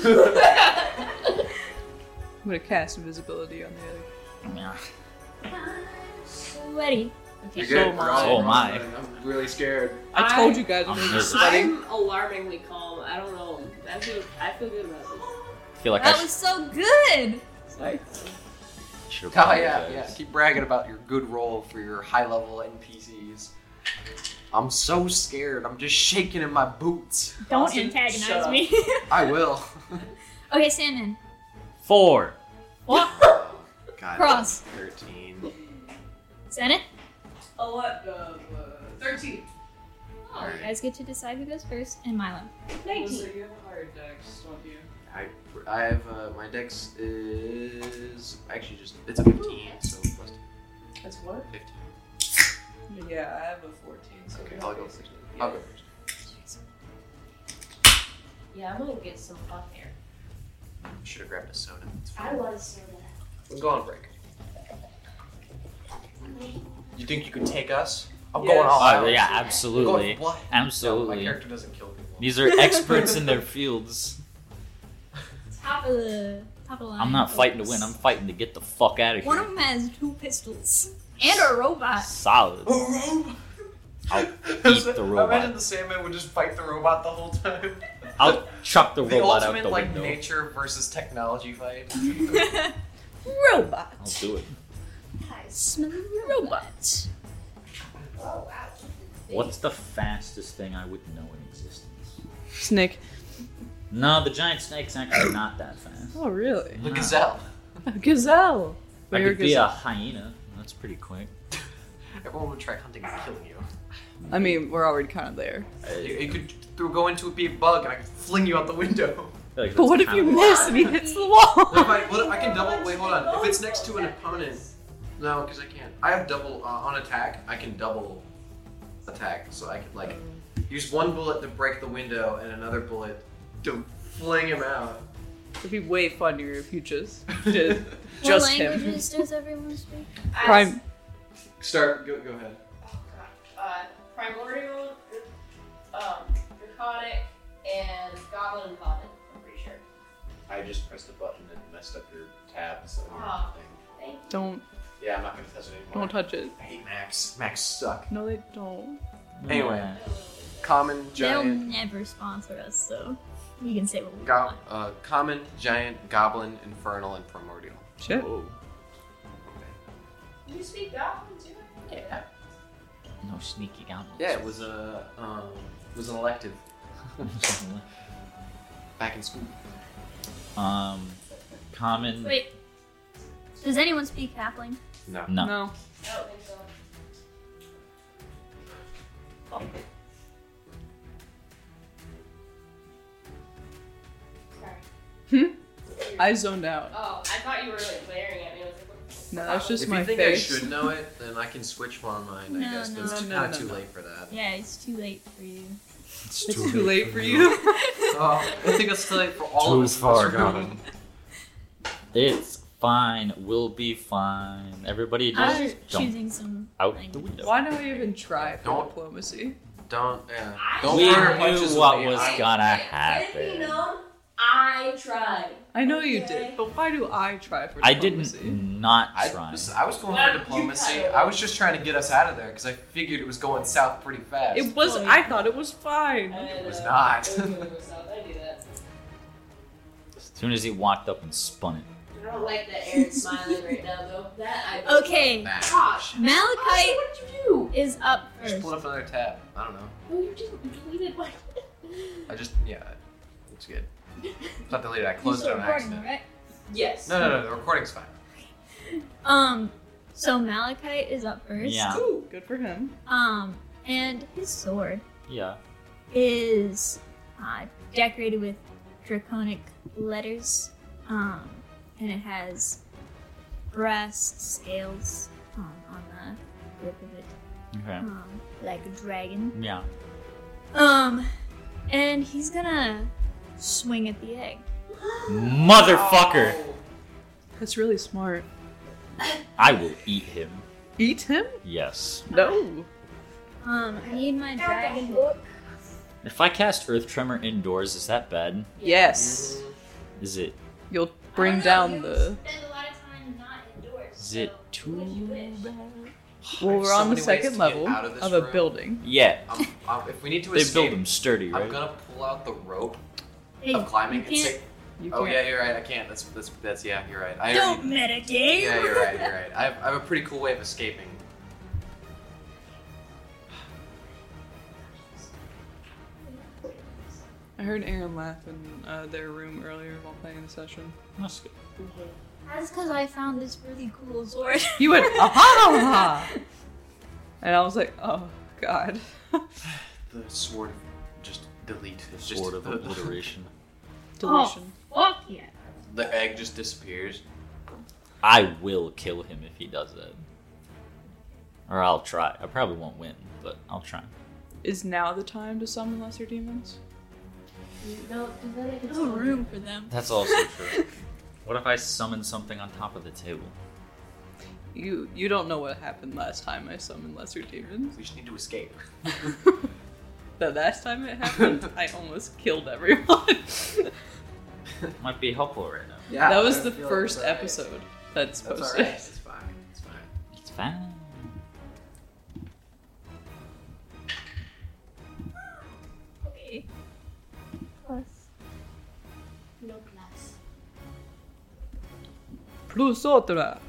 gonna cast invisibility on the egg.
I'm sweaty.
You're
So
good. We're all-
Oh, my.
I'm really scared.
I told you guys I'm
I'm
gonna be
nervous.
sweating.
I'm alarmingly calm. I don't know. I feel, I feel good about this.
I feel like
That
I
was so good.
Sorry.
should
Oh yeah, yeah. Keep bragging about your good role for your high level NPCs. I'm so scared. I'm just shaking in my boots.
Don't
Austin, shut
antagonize
up.
me.
I will.
okay, Sandman.
Four.
God,
Cross.
Thirteen.
Is that it?
Oh, what? Uh, Thirteen.
Oh, you guys get to decide who goes first, and Milo.
Nineteen. you have a higher dex, don't you?
I, I have uh, my dex is actually just it's a fifteen, so plus
That's what?
fifteen.
Yeah, I have a 14. So
Okay, I'll go first. I'll go first.
Yeah, I'm gonna get some hot air.
Should have grabbed a soda. It's fine.
I want to see
We'll go on break. You think you can take us? I'm
Yes.
going all out.
Oh, yeah,
I'm going
absolutely.
for blood. No, my
Absolutely.
character doesn't kill people.
These are experts in their fields.
Top of the top of the line.
I'm not fighting to win, I'm fighting to get the fuck out of
One of
here.
them has two pistols and a robot.
Solid.
Oh,
I'll
robot!
beat the robot.
Imagine the Sandman would just fight the robot the whole time.
I'll chuck the
the
robot
ultimate
out the
like
window.
nature versus technology fight.
Robot.
I'll do it.
I smell a robot.
What's the fastest thing I would know in existence?
Snake.
No, the giant snake's actually not that fast.
Oh, really?
the gazelle.
Gazelle.
I
Rare
could be a hyena. That's pretty quick.
Everyone would try hunting and killing you.
I mean, we're already kind of there.
You, you could th- go into it, be a bug, and I could fling you out the window.
But what if you miss and he hits the wall?
If I, what, I can double. Wait, hold on. If it's next to an opponent, no, because I can't. I have double uh, on attack. I can double attack, so I could like use one bullet to break the window and another bullet to fling him out.
It'd be way funnier if you just did just
what
him.
languages does everyone speak?
Prime.
Start. Go, go ahead.
Uh, primordial, um, draconic, and goblin and vomit. I'm pretty sure.
I just pressed a button and messed up your tabs.
your Ah. Thank you.
Don't
Yeah, I'm not gonna touch it anymore.
don't touch it.
I hate Max. Max suck.
No, they don't.
Anyway. Common giant.
They'll never sponsor us, so we can say what we
Go-
want.
uh, common, giant, goblin, infernal, and primordial.
Shit.
You speak goblin too?
Yeah.
No sneaky goblins.
Yeah, it was a um, it was an elective back in school.
um, common.
Wait, does anyone speak halfling?
No.
No.
No.
I don't think so. Sorry.
I zoned out.
Oh, I thought you were like glaring at me. I was like, what the fuck?
No, that's just
if
my
you think
face.
I should know it, then I can switch my mind.
No,
I guess, but
no,
it's
no,
kind
no,
of too
no.
late for that.
Yeah, it's too late for you.
It's
It's too late for you.
Oh, I think it's too late for all of us. in this room.
It's fine. We'll be fine. Everybody
I
just
was
jump
choosing some.
out the
languages.
window.
Why not even try for
Don't-
diplomacy?
Don't. Yeah.
I-
Don't
We
fire
knew
punches with
what
me.
was
I-
gonna
Let it be
happen.
known, I tried.
I know you
Okay.
did, but why do I try for
I
diplomacy?
didn't not
I,
try.
listen, I was going
Well,
for
you
diplomacy.
kinda-
I was just trying to get us out of there because I figured it was going south pretty fast.
It was. I thought it was fine.
It
was not.
uh, I do that.
As soon as he walked up and spun it.
I don't like that Aaron's smiling right now, though. That I.
Okay,
Nah,
Gosh.
shit.
Malachite,
Malachite
what did you do?
is up
Just
first.
pull up another tab. I don't know.
No, you just deleted my.
I just yeah, it's good. It's not deleted. I closed it
still
on
recording,
accident.
right?
Yes.
No, no, no. The recording's fine.
Um, so Malachite is up first.
Yeah.
Ooh, good for him.
Um, and his sword
Yeah.
is uh, decorated with draconic letters, um, and it has brass scales um, on the grip of it,
Okay.
um, like a dragon.
Yeah.
Um, and he's gonna swing at the egg.
Motherfucker!
That's really smart.
I will eat him.
Eat him?
Yes.
No.
Um, I need my dragon book.
If I cast Earth Tremor indoors, is that bad?
Yes.
Is it
You'll bring down the.
Spend a lot of time not indoors.
is it too bad?
Well, we're
so
on the
many ways to
second
get
level
out of this
of a
room.
building.
Yeah.
I'm, I'm, if we need to
They
escape,
build them sturdy,
I'm
right?
gonna pull out the rope of climbing and say,
You
"Oh
can't-
yeah, you're right. I can't. That's that's that's yeah. You're right. I
Don't
already-
metagame.
Yeah, you're right. You're right. I have, I have a pretty cool way of escaping.
I heard Aaron laugh in uh, their room earlier while playing the session.
That's good.
That's because I found this really cool sword.
You went aha ha ha, and I was like, oh god.
The sword, just delete.
The
Just
sword of
the-
obliteration.
Deletion.
Fuck yeah.
The egg just disappears.
I will kill him if he does it. Or I'll try. I probably won't win, but I'll try.
Is now the time to summon lesser demons?
No, because then I can
No room for them.
That's also true. What if I summon something on top of the table?
You you don't know what happened last time I summoned lesser demons.
We just need to escape.
The last time it happened, I almost killed everyone.
Might be helpful right now.
Yeah.
that was the first episode that's
That's
posted.
alright. It's fine. It's fine.
It's fine.
Okay. Plus.
No plus.
Plus otra.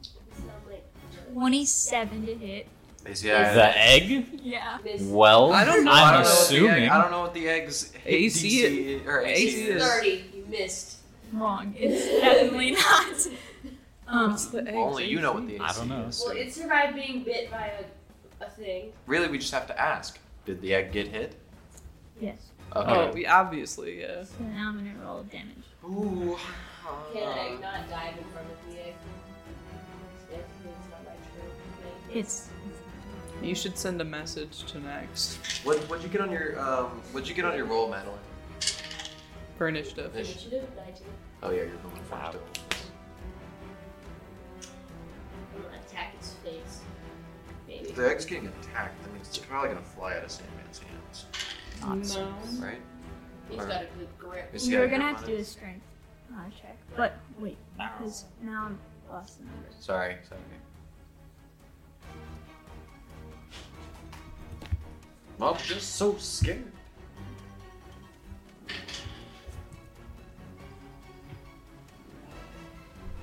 It's not like
27 to hit.
It's- yeah.
The egg?
Yeah.
this.
Well,
I don't know.
I
I'm
don't know what the egg-
assuming.
I don't know what the egg's
AC
DC or AC,
AC
is.
Thirty. You missed.
Wrong. It's definitely not. Um,
What's the egg?
Only you know what the AC
I don't know.
is.
Well,
so-
it survived being bit by a, a thing.
Really, we just have to ask. Did the egg get hit?
yes.
Oh, we obviously yeah.
So now I'm gonna roll damage.
Oh.
Ooh. Uh,
Can I not dive in front of the egg? It's it's not my true name.
It's.
You should send a message to Nax
What what'd you get on your um what'd you get on your roll, Madeline?
for initiative.
Initiative 19.
Oh yeah, you're the one from
Wow.
I'm gonna attack its face. Maybe.
If the egg's getting attacked, that means it's probably gonna fly out of Sandman's hands,
No.
right?
He's got a good grip.
It's
You're
gotta
gonna have
go
to
on
do
it.
a strength uh, check. But wait, because now I'm lost the numbers.
Sorry, sorry. Well, I'm just so scared.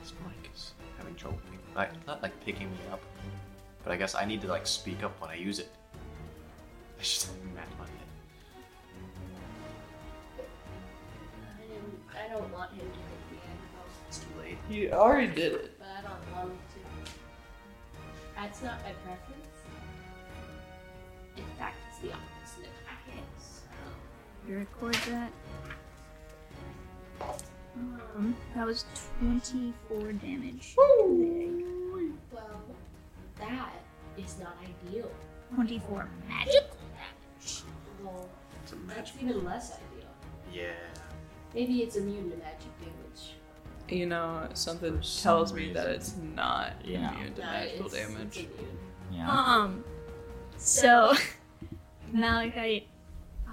This mic is having trouble picking, like, not like picking me up, but I guess I need to like speak up when I use it. I should have mapped my head.
I, didn't, I don't want him to hit the egg,
It's too late.
You already did it.
but I don't want him to. That's not my preference. In fact, it's the opposite. Yes.
You record that. Um, that was 24 damage.
Well, that is not ideal.
24 magic.
Well,
It's a
that's
magic.
even less ideal.
Yeah.
Maybe it's immune to magic damage.
You know, something
For some
tells me
reason.
that it's not
Yeah.
immune to
No,
magical
it's-
damage.
It's immune.
Yeah.
Um, so Malachite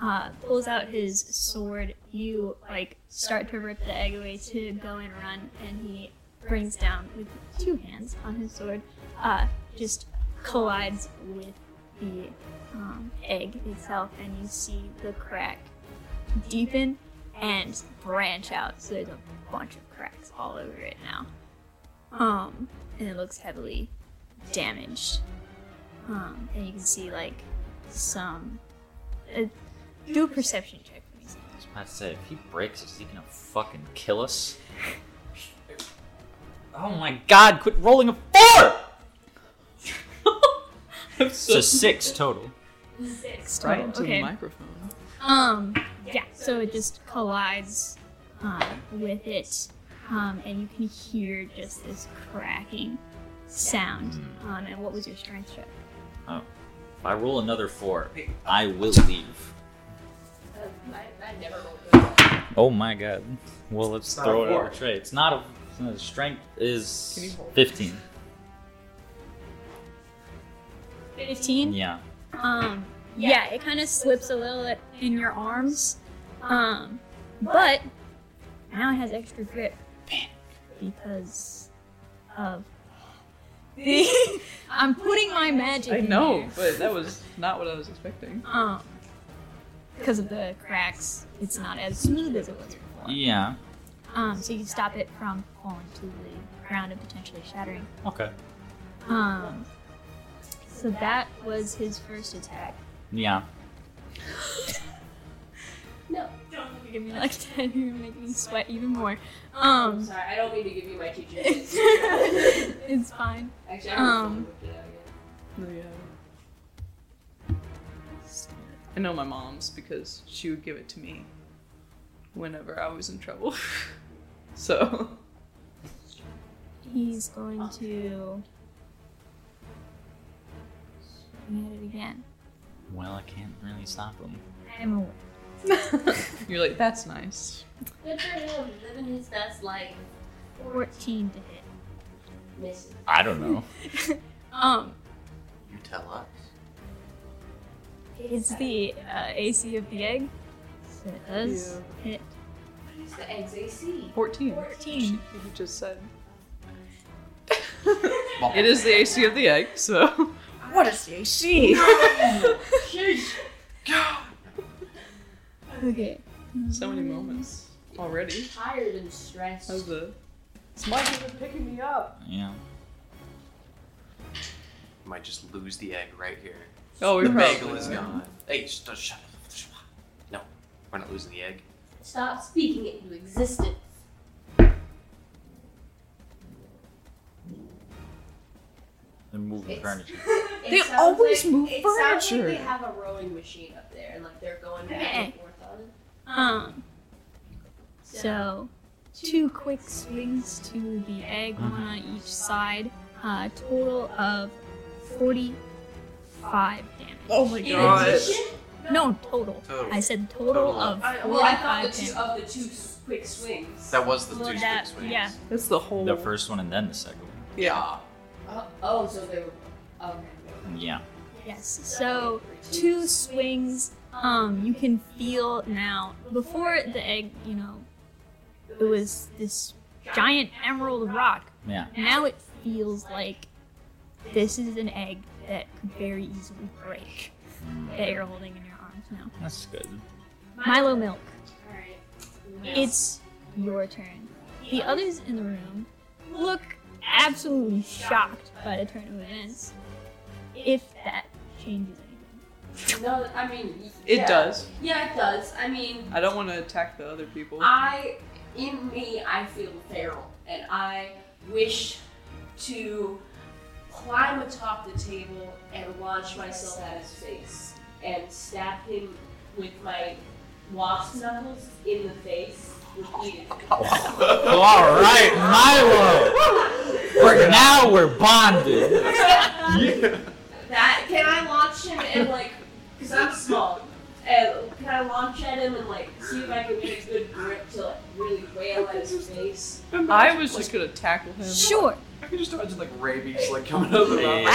uh, pulls out his sword. You like start to rip the egg away to go and run, and he brings down with two hands on his sword. Uh, just collides with the um, egg itself, and you see the crack deepen and branch out. So there's a bunch of cracks all over it now. Um, and it looks heavily damaged. Um, and you can see like some. It, Do a perception check for me.
I was about to say, if he breaks us, is he gonna fucking kill us? Oh my god, quit rolling a four! it's a six total.
Six
Right
total.
into
okay.
the microphone.
Um, yeah, so it just collides um, with it, um, and you can hear just this cracking sound. Um, and what was your strength check?
If I roll another four, I will leave.
Uh, I, I never rolled good.
Oh my god. Well, let's
It's not throw a it four. over
tray. It's not a. It's not a strength
Can you
is
hold
15.
15?
Yeah.
Um, yeah, it kind of slips a little i- in your arms. Um, but now it has extra grip because of the. I'm putting my magic.
I
in
know,
there.
but that was not what I was expecting.
Um, because of the cracks, it's not as smooth as it was before.
Yeah.
Um, so you can stop it from falling to the ground and potentially shattering.
Okay.
Um, so that was his first attack.
Yeah.
No,
You're giving me like ten. You're making me sweat even more.
I'm
Um,
sorry. I don't mean to give you my teacher.
it's fine.
Actually, I don't
Um,
looked it up yet.
Oh,
No, you haven't. I know my mom's because she would give it to me whenever I was in trouble. so
He's going to. Swing at it again.
Well, I can't really stop him.
I'm aware.
you're like, that's nice.
Good for him, living his best life.
14 to hit.
Missing.
I don't know.
Um,
You tell us.
it's the uh, AC of the egg. So it does hit.
What is the eggs AC?
14.
14.
She you just said. it is the AC of the egg, so. What is the AC?
Okay.
so many moments already
Tired and stressed.
of the.
Yeah.
Might just lose the egg right here.
Oh, we
the
probably
bagel is gone. Hey, just, just shut up. No, we're not losing the egg.
Stop speaking it into existence.
They're moving
It's-
furniture.
It
They
sounds
always
like-
move
it sounds like
furniture.
they have a rowing machine up there, and like they're going back and forth on it.
Um, so two quick swings to the egg, one on each side. Uh, total of 45 damage.
Oh my
In
god.
addition-
No, total.
Total.
I said total,
Total.
of
I,
45
well, I thought the
damage.
two, of the two s- quick swings.
That was the
Well,
two
that-
swings.
yeah.
That's the whole.
The first one and then the second one.
Yeah.
Oh, oh, so they were. Okay.
Yeah.
Yes. So two swings. Um, you can feel now. Before the egg, you know, it was this giant emerald rock.
Yeah.
Now it feels like this is an egg that could very easily break that you're holding in your arms now.
That's good.
Milo Milk,
Alright.
it's your turn. The others in the room look absolutely shocked by the turn of events. If that changes anything.
No, I mean. y-
It
yeah.
does.
Yeah, it does. I mean,
I don't want to attack the other people.
I, in me, I feel feral, and I wish to climb atop the table and launch myself at his face and stab him with my wasp knuckles in the face repeatedly.
All right, Milo. We're, now we're bonded.
That can I launch him and like, cause I'm small. And can I launch at him and like see if I can get a good grip to like really wail at his face?
I was just gonna tackle him.
Sure.
I can just imagine like rabies like coming out of the mouth.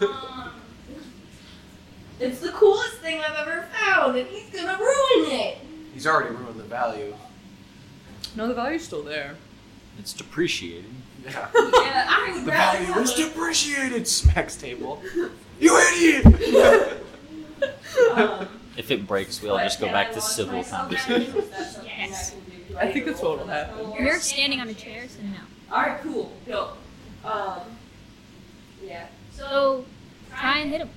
Um, It's the coolest thing I've ever found, and he's gonna ruin it.
He's already ruined the value.
No, the value's still there.
It's depreciated.
Yeah.
Yeah, I would
The
rather
value
have
is
a-
depreciated. Smacks table. You idiot!
um,
If it breaks, we all
but
just go
can
back
I
to
launch
civil
myself at
conversation.
him? Is that something
Yes.
can do? Do
I
need
think
to
that's
roll
what will
for that?
happen.
You're standing on a chair, so no.
All right, cool. Go. Um, yeah.
So try and hit him.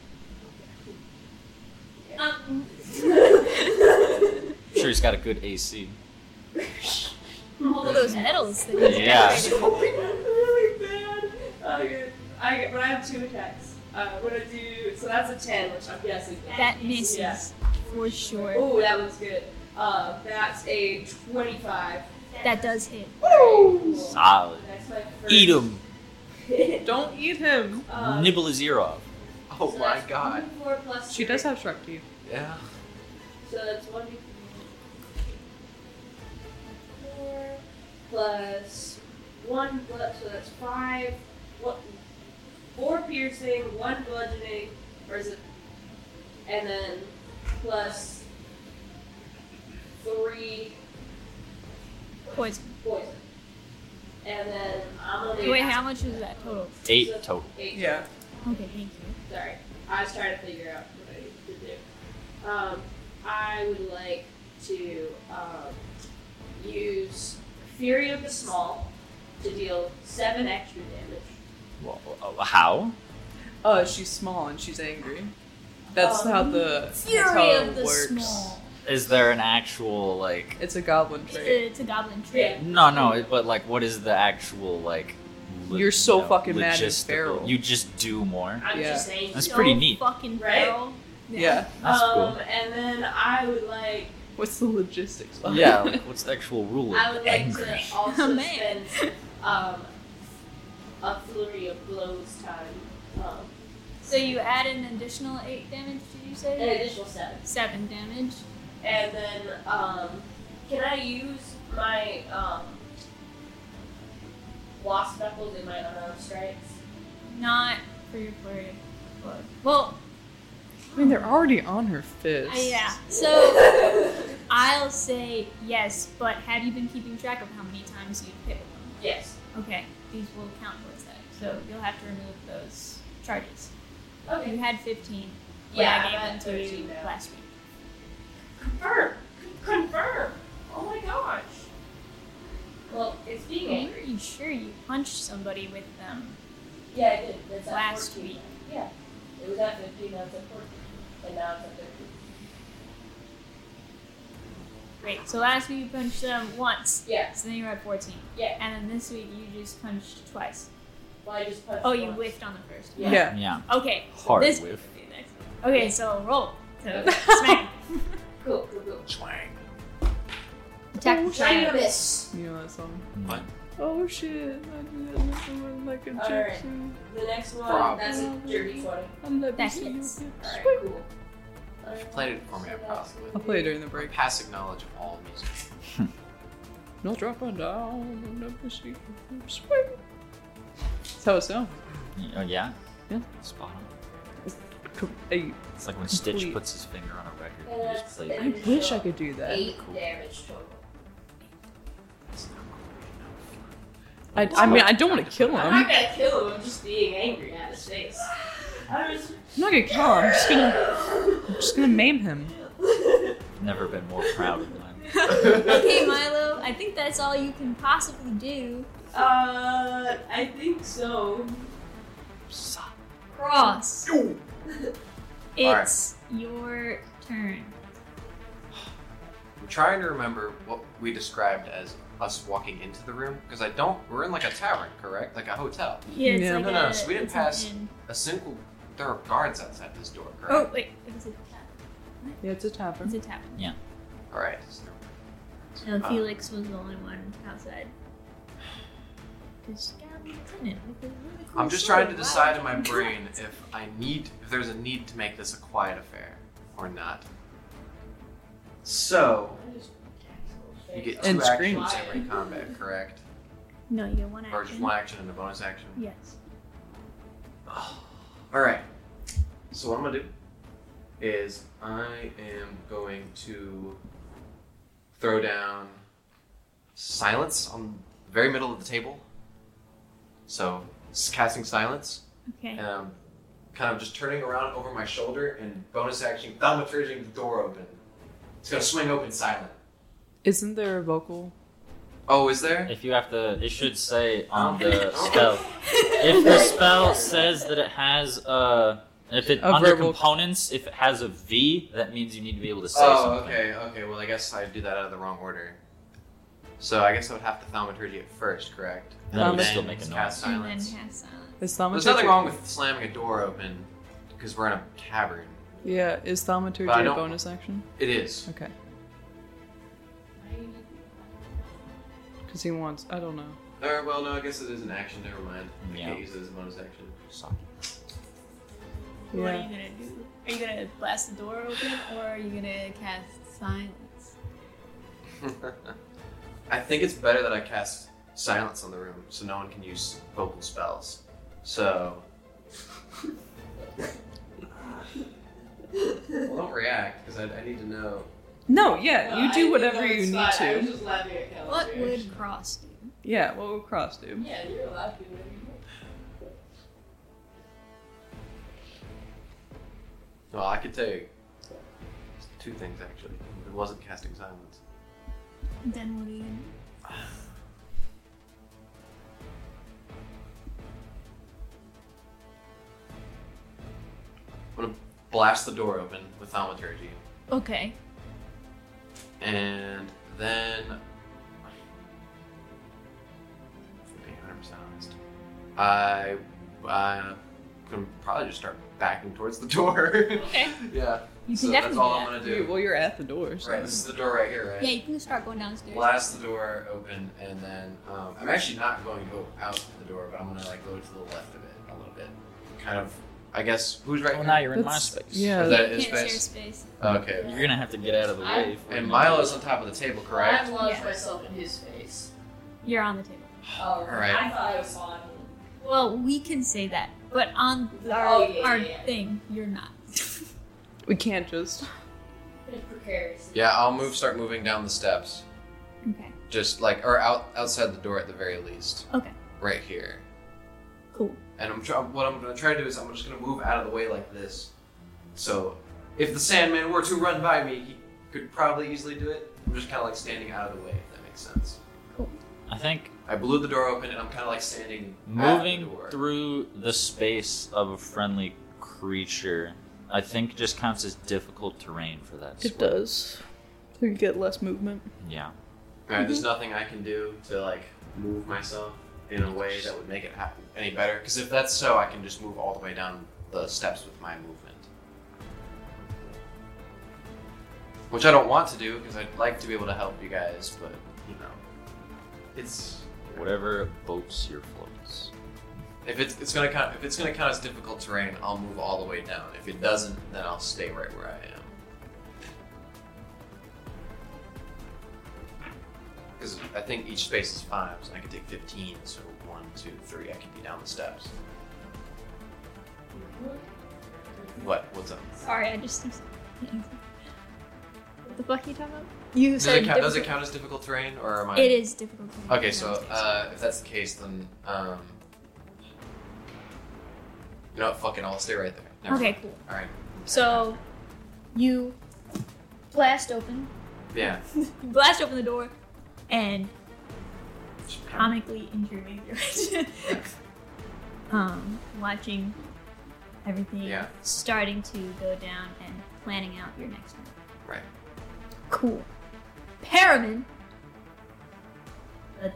I'm sure he's got a good AC.
All those medals. That he's
Yeah.
really bad. I get, I get, but I have two attacks. Uh, what I do, so that's a 10, which I'm guessing.
That misses
Yeah.
for sure.
Oh, that one's good. Uh, that's a 25.
That does hit.
Woo!
Solid.
That's my first.
Eat him.
Don't eat him.
Uh,
Nibble his ear off.
Oh
so
my
that's
god.
1d4 plus
She
three.
does have shark teeth.
Yeah.
So that's one d four plus one blood, so that's five. What? Four piercing, one bludgeoning, or is it? And then plus three
Poison.
poison. And then I'm gonna
Wait, how much is that total?
Eight total.
Eight.
Yeah.
Okay, thank you.
Sorry, I was trying to figure out what I could do. Um, I would like to um, use Fury of the Small to deal seven extra damage.
Well, uh, how?
Uh, she's small and she's angry. That's
Um,
how the that's
Fury
how it
of the
works.
small.
Is there an actual like?
It's a goblin
It's
trait.
a, it's a goblin trait.
No, no. it- But like, what is the actual like? lo-
You're so
you know,
fucking mad at
logistical-
Feral.
You just do more.
I'm
Yeah.
just saying.
That's
So
pretty neat.
Fucking
Right?
feral.
Yeah.
That's
um,
cool.
and then I would like,
What's the logistics? of it?
Yeah. Like, what's the actual rule?
I
Of
would
angry.
like to also
Oh, Man.
spend um, a flurry of blows time. Um,
So you add an additional eight damage. Did you
an
say?
additional seven.
Seven damage.
And then, um, can I use my um, wasp knuckles in my unarmed strikes?
Not for your flurry. of blows. Well,
I mean, they're already on her fist.
uh, yeah. So I'll say yes, but have you been keeping track of how many times you've hit with them?
yes.
Okay, these will count towards that. So you'll have to remove those charges. You
Okay.
had 15. when
Yeah,
I
I'm
gave
at
them to
13
you
now.
last week.
Confirm. Confirm. Oh my gosh. Well, it's being
I'm
angry.
pretty sure you punched somebody with them.
Yeah, I did. That's at
Last
14
week.
now. Yeah. It was at 15, now it's at 14. And now it's at 13.
Great. So last week you punched them once.
Yeah.
So then you were at 14.
Yeah.
And then this week you just punched twice.
Well, I just punched
Oh, you
once.
whiffed on the first.
Yeah.
Yeah.
Yeah.
Okay. so
Hard
this
whiff.
would be next. Okay, so roll. So smack.
Cool, cool, cool.
Swang.
Attack.
Trying to miss.
You know that song?
What?
Oh shit! I do that with someone like a
All right.
Jackson.
The next one,
Prob.
that's a dirty 20.
I'm not
That
busy,
hits.
okay.
Alright, cool.
She played it for me, I promise.
I'll play it during the
Very
break.
passive knowledge of all music.
No drop on down. I'm not busy, swing. That's how it sounds.
Oh yeah.
Yeah.
Spot on.
I,
It's like when Stitch
Complete.
puts his finger on a record
And
and
that's
just plays
it.
it.
I wish I could do that.
Eight damage total.
It's not great enough.
I, I mean, I don't want to kill him.
I'm
I'm
not gonna kill him, I'm just being angry at his face. I was
not gonna kill him. I'm just gonna, I'm just gonna maim him.
Never been more proud of mine.
okay, Milo, I think that's all you can possibly do.
uh I think so.
Cross. It's your turn.
I'm trying to remember what we described as us walking into the room because I don't. We're in like a tavern, correct? Like a hotel.
Yeah, it's
Yeah.
like
No, no,
a,
so we didn't
it's an
pass-
inn.
A single. There are guards outside this door,
Oh
correct?
wait, it was a tavern.
Yeah, it's a
It's
tavern.
a tavern. Oh.
All right. so-
No,
Ah.
Felix was the only one outside. This guy lieutenant with a really cool
I'm just
sword.
trying to
Wow.
decide in my brain if I need, if there's a need to make this a quiet affair or not. So
I just
you get two
And
actions
screams.
every combat, correct?
No, you get one
Or just
action.
one action and a bonus action.
Yes.
All right. So what I'm gonna do is I am going to throw down silence on the very middle of the table. So s- casting silence,
Okay.
and I'm kind of just turning around over my shoulder and bonus action thaumaturging the door open. It's gonna swing open silent.
Isn't there a vocal?
Oh, is there?
If you have to, it should say
Oh.
on the spell. If the spell says that it has uh, If it
A
under
verbal-
components, if it has a V, that means you need to be able to say
Oh,
something.
okay, okay. Well, I guess I do that out of the wrong order. So I guess I would have to thaumaturgy it first, correct?
Then
it would
Um,
Then
still make a
cast
noise.
And then
silence.
cast silence.
Is thaumaturgy-
There's nothing wrong with slamming a door open because we're in a tavern.
Yeah, is thaumaturgy
But I
a
don't-
bonus action?
It is.
Okay, because he wants. I don't know.
Or, well, no, I guess it is an action. Never mind. I
Yeah.
can't use it as a bonus action.
What are
Yeah.
you gonna do? Are you gonna blast the door open or are you gonna cast silence?
I think it's better that I cast silence on the room so no one can use vocal spells. So. well, don't react because I, I need to know.
No, yeah,
No,
you
I
do
think
whatever
that's
you need
fine. I was
to.
just laughing at Kelly's
What
reaction.
would Cross do?
Yeah, what would Cross do?
Yeah, you're allowed to do whatever you want.
Well, I could take two things actually. It wasn't casting silence.
Then what are you gonna do?
I'm gonna blast the door open with thaumaturgy,
Okay.
and then. To be 100% honest, I. I'm gonna probably just start backing towards the door.
Okay.
yeah.
You can
so
definitely
that's all I'm
do
gonna
You-
do.
well, you're at the door. So.
Right, this is the door right here,
that.
right?
Yeah, you can start going downstairs.
Blast the door open, and then um, I'm actually not going to go out the door, but I'm gonna like go to the left of it a little bit, kind of. I guess who's right
Well,
here?
now you're in my
That's-
space.
yeah.
Or
You
that is
can't share
space?
space.
Okay.
You're gonna have to get out of the
I-
way. if we're
And
gonna-
Milo's on top of the table, correct?
I've launched
Yeah.
myself in his face.
You're on the table.
Oh,
Alright.
I thought I was on.
Well, we can say that, but on our,
Oh, yeah,
our
yeah, yeah.
thing, you're not.
We can't just.
It's precarious.
Yeah, I'll move. Start moving down the steps,
okay.
just like or out outside the door at the very least.
Okay.
Right here.
Cool.
And I'm try- what I'm gonna try to do is I'm just gonna move out of the way like this. So, if the Sandman were to run by me, he could probably easily do it. I'm just kind of like standing out of the way, if that makes sense.
I think
I blew the door open, and I'm kind of like standing at
moving
the door.
through the space of a friendly creature, I think just counts as difficult terrain for that.
It
spell.
does. So you get less movement.
Yeah.
All right, there's nothing I can do to like move myself in a way that would make it happen any better. Because if that's so, I can just move all the way down the steps with my movement, which I don't want to do because I'd like to be able to help you guys, but you know, it's
Whatever boats your floats.
If it's, it's gonna count, if it's gonna count as difficult terrain, I'll move all the way down. If it doesn't, then I'll stay right where I am. Because I think each space is five, so I can take fifteen. So one, two, three. I can be down the steps. What? What's up?
Sorry, I just. what the fuck are you talking about? You
Does
said
it, count, does it
difficult-
count as difficult terrain, or am I?
It is difficult. to
Okay,
pronounce
so
it.
uh, if that's the case, then um, you know, what, fuck it, I'll stay right there. Never
okay,
mind.
cool.
All right.
So, you blast open,
Yeah.
you blast open the door, and comically injure me. um, watching everything
Yeah.
starting to go down and planning out your next move.
Right.
Cool. Paramin. The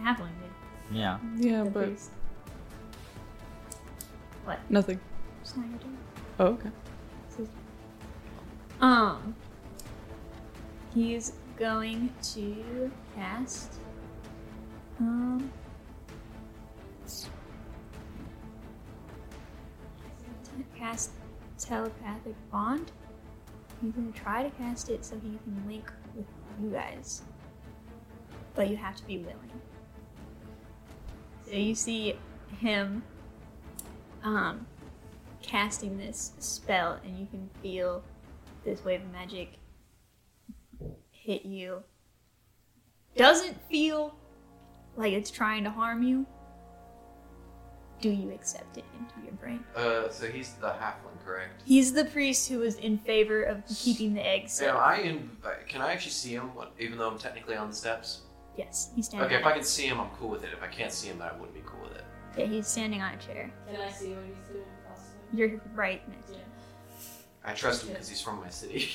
halfling. the-
Yeah.
Yeah,
the
but
priest. What?
nothing.
It's not your turn.
Oh, okay.
Um, he's going to cast. Um, cast telepathic bond. He's gonna try to cast it so he can link with you guys, but you have to be willing. So you see him. Um, casting this spell, and you can feel this wave of magic hit you doesn't feel like it's trying to harm you, do you accept it into your brain?
Uh, so he's the halfling, correct?
He's the priest who was in favor of keeping the eggs.
Sam, I in, uh, can I actually see him, what, even though I'm technically on the steps?
Yes, he's
Mm-hmm.
standing.
Okay,
on
if I can see him, I'm cool with it. If I can't see him, then I wouldn't be cool with it.
Yeah, he's standing on a chair.
Can I see what he's doing? Crossing?
You're right next to
Yeah.
him.
I trust him because he's from my city.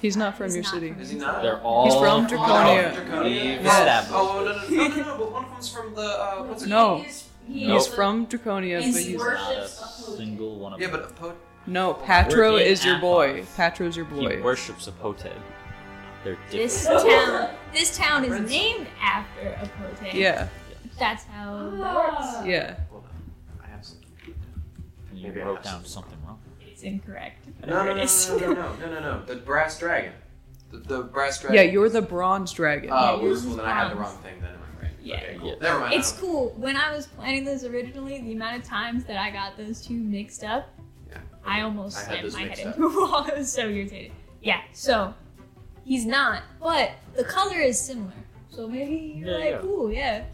He's not from
He's
your
not
city.
from-
Is he not?
They're all
from Draconia.
Oh, Draconia.
We've
Yes.
established
Oh no
this.
no, no no no! But one of them's from the uh, what's it?
No.
He is, he
Nope.
He's
is the-
from Draconia,
Is
but
he
he's
worth-
Not a
Worships Apote.
single one of
Yeah,
them.
but a po-
no. Patro
We're in
is your boy.
Athos.
Patro's your
He
boy.
worships Apote. They're
This
different.
town, this town is
Prince.
named after Apote.
Yeah,
That's how that
Ah.
works.
yeah.
Hold on, I have some.
And you
Maybe I
wrote
have
down
something
something wrong.
It's incorrect.
No
whatever
no no
it is.
no no no no no no! The brass dragon. The, the brass dragon.
Yeah, you're the bronze dragon.
Oh,
Yeah,
well,
yours
well,
is
then I had the
bronze.
wrong thing then in my brain.
Yeah.
Okay, cool.
Yeah.
Never mind.
It's cool. When I was planning this originally, the amount of times that I got those two mixed up,
Yeah.
I almost
I had
slammed
those
my head
mixed
into the wall. I was so irritated. Yeah, so he's not, but the color is similar. So maybe you're
Yeah,
like,
yeah.
cool, yeah.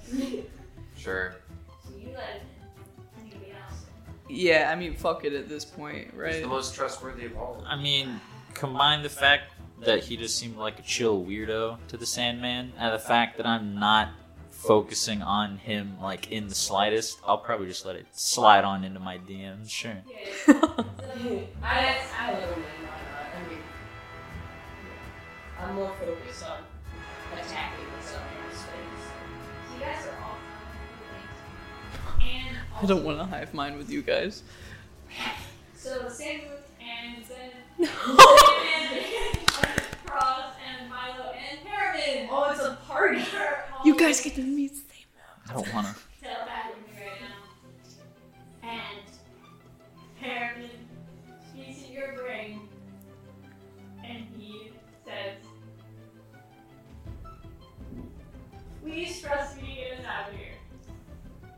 Sure.
So you let him in. Anybody else?
Yeah, I mean, fuck it at this point,
He's
right?
the most trustworthy of all. of them.
I mean, combine the fact that he just seemed like a chill weirdo to the Sandman, and the fact that I'm not focusing on him like in the slightest, I'll probably just let it slide on into my DMs. Sure.
Yeah, yeah. I, I don't really mind that. I mean, I'm more focused on attacking the sun in space. So you guys are all and
I don't want to hive mind with you guys.
So Samuel and then Cross and Milo and Harriman. Oh, it's a party.
You guys get to meet.
I don't want to.
tell that with me right now. And Harriman speaks in your brain, and he says, "Please trust me, it is out here."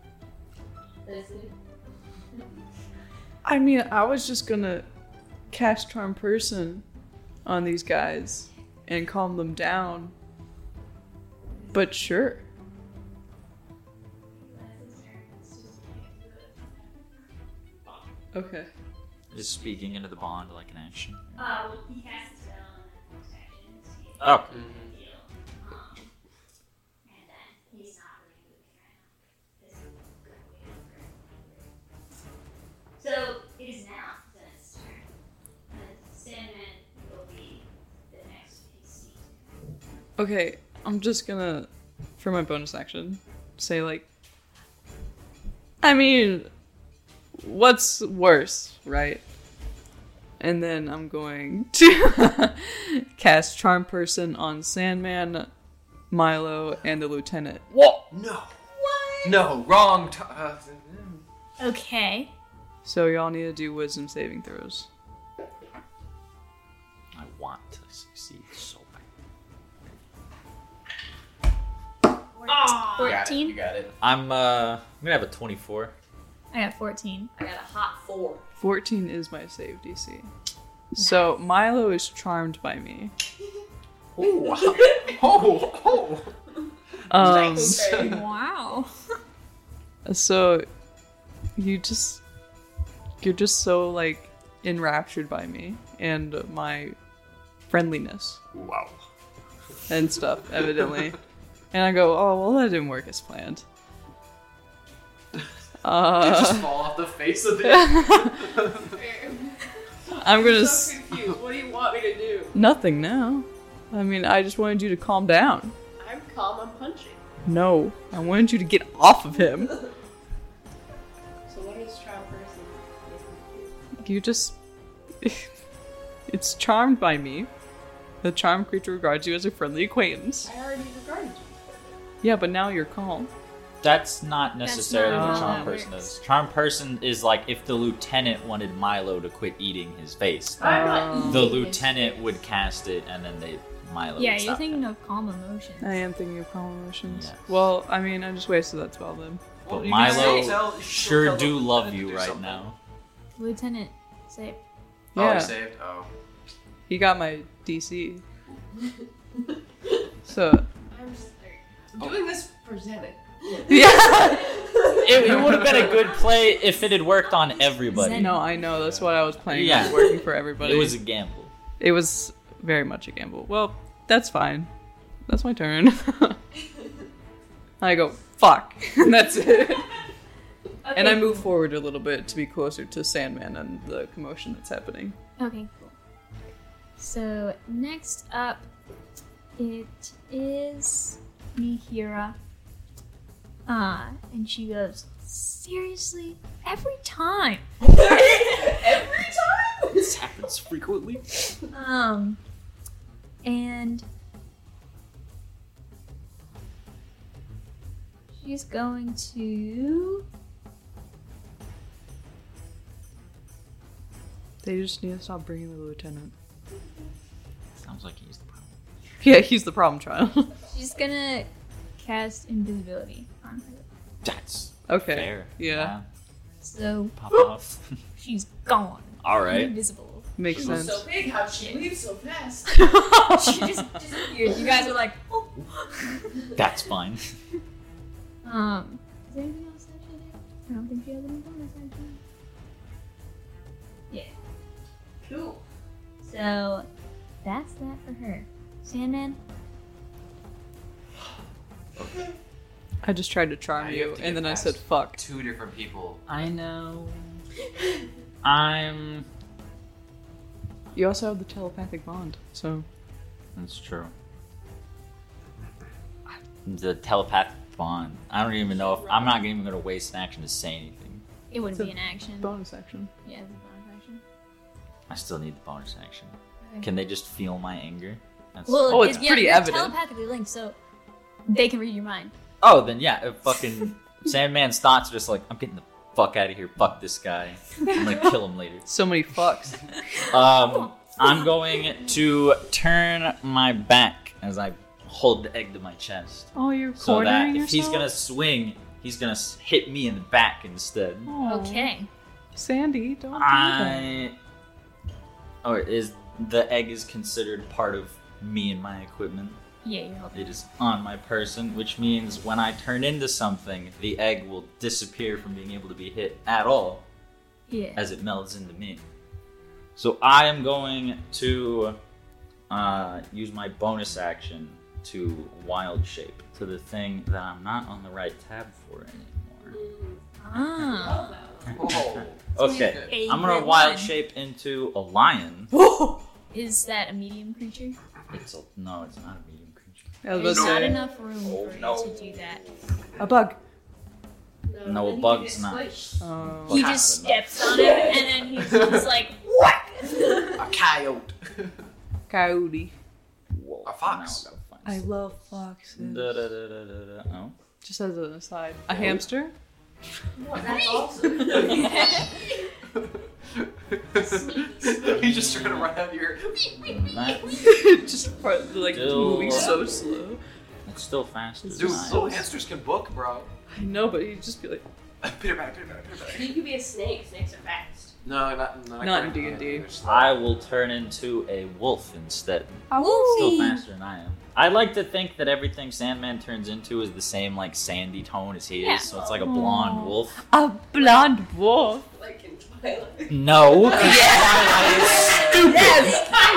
Listen.
I mean, I was just gonna cast charm person on these guys and calm them down. But sure. Okay.
Just speaking into the bond like an action.
Uh, well, he has to spell on the section to see if
Oh,
Mhm.
he can heal. Um, and then he's not really moving right now. This is a good way to work. So it is now Zen's turn. And Sandman will be the next PC.
Okay, I'm just gonna, for my bonus action, say like, I mean, what's worse, right? And then I'm going to cast Charm Person on Sandman, Milo, and the Lieutenant.
What? No. What? No, wrong. T- uh,
Okay.
So y'all need to do Wisdom saving throws.
I want to succeed so bad.
14?
You got it.
I'm uh, I'm gonna have a 24.
I got 14.
I got a hot four.
14 is my save DC. So Milo is charmed by me.
Oh, wow. oh, oh.
Um,
wow.
So you just you're just so like enraptured by me and my friendliness
Wow.
and stuff, evidently. and I go, oh well, that didn't work as planned.
just
Uh,
fall off the face of it.
I'm gonna s-
confused. What do you want me to do?
nothing now. I mean, I just wanted you to calm down.
I'm calm. I'm punching.
No, I wanted you to get off of him.
So what is trial person?
You just. it's charmed by me. The charmed creature regards you as a friendly acquaintance.
I already regarded you.
Yeah, but now you're calm.
That's not
That's
necessarily
not
what
how
charm
that
person
works.
is. Charm person is like if the lieutenant wanted Milo to quit eating his face,
Oh,
I'm not
Um,
the
eating this.
lieutenant would cast it, and then they Milo.
Yeah,
would
you're
stop
thinking
that.
of calm emotions.
I am thinking of calm emotions.
Yes.
Well, I mean, I just wasted that spell then.
But
you can still tell- you
Milo
can still
sure
tell the
do love
lieutenant to
you
do
right
something.
now.
Lieutenant, say,
Oh,
Yeah.
he saved. Oh.
He got my DC. so.
I'm just like, doing this presented.
Yeah!
It, would have been a good play if it had worked on everybody.
no, I know. That's what I was planning
Yeah.
on working for everybody.
It was a gamble.
It was very much a gamble. Well, that's fine. That's my turn. I go, fuck. And that's it.
Okay,
And I move forward a little bit to be closer to Sandman and the commotion that's happening.
Okay, cool. So next up, it is Mihira. Uh, and she goes, Seriously? Every time?
Every time?
This happens frequently.
Um, and she's going to.
They just need to stop bringing the lieutenant.
Sounds like he's the problem.
Yeah, he's the problem child.
She's gonna cast invisibility on her.
That's
okay.
fair.
Yeah.
So
Pop off.
she's gone.
All right.
Invisible.
Makes
She was
sense.
so big, how'd she leave so fast?
She just disappears. You guys are like, oh.
That's fine.
Um, is there anything else actually? I don't think she has any bonus action.
Cool.
So that's that for her. Sandman,
I just tried to charm
Now you
you,
have to
and
get
then I
past-
said fuck.
Two different people.
I know. I'm.
You also have the telepathic bond, so
That's true. The telepathic bond. I don't even know if I'm not even going to waste an action to say anything.
it wouldn't
So-
be an action.
bonus action.
yeah, it's a bonus action.
I still need the bonus action.
Okay.
Can they just feel my anger? That's
Oh, it's pretty
you're
evident.
telepathically linked, so they can read your mind.
Oh, then yeah, if fucking Sandman's thoughts are just like, I'm getting the fuck out of here. Fuck this guy. I'm gonna kill him later.
So many fucks.
Um, I'm going to turn my back as I hold the egg to my chest,
oh, you're cornering
so that if
yourself.
he's gonna swing, he's gonna s- hit me in the back instead.
Aw.
Okay.
Oh. Sandy, don't do that.
I. Or is the egg is considered part of me and my equipment?
Yeah, you're helping.
It is on my person, which means when I turn into something, the egg will disappear from being able to be hit at all
Yeah.
as it melds into me. So I am going to uh, use my bonus action to wild shape to the thing that I'm not on the right tab for anymore.
Mm.
Ah.
Oh,
Oh.
Okay,
A
I'm gonna
red
wild
one.
shape into a lion.
Is that a medium creature?
It's a, no, it's not a medium creature.
I was
There's
about
not
to say,
enough room
Oh,
for
no.
you to do that.
a bug.
no,
No,
then he
bug's
gets
not.
squished.
Oh.
He
Well,
just
not enough.
steps on it, and then he's just like, what?
A coyote.
coyote.
Whoa,
A fox.
now I gotta
I
find
love foxes.
some- Da-da-da-da-da-da. Oh.
Just as an aside, a hamster.
Well, that's awesome.
you just turned around out your.
Mm, That-
just part, like
Still-
moving so slow.
That's still fast as
Dude,
mine.
little hamsters can book, bro.
I know, but you just be like,
Pitter patter, pitter patter, pitter patter.
you could be a snake. Snakes are fast.
No, not not,
Not in
Korean,
D&D.
uh, they're slow.
I will turn into a wolf instead. Still
Wolfie.
faster than I am. I like to think that everything Sandman turns into is the same like sandy tone as he
Yeah.
is, so it's like a blonde
Aw.
wolf.
a blonde wolf.
Like in Twilight.
No, 'cause Twilight is stupid.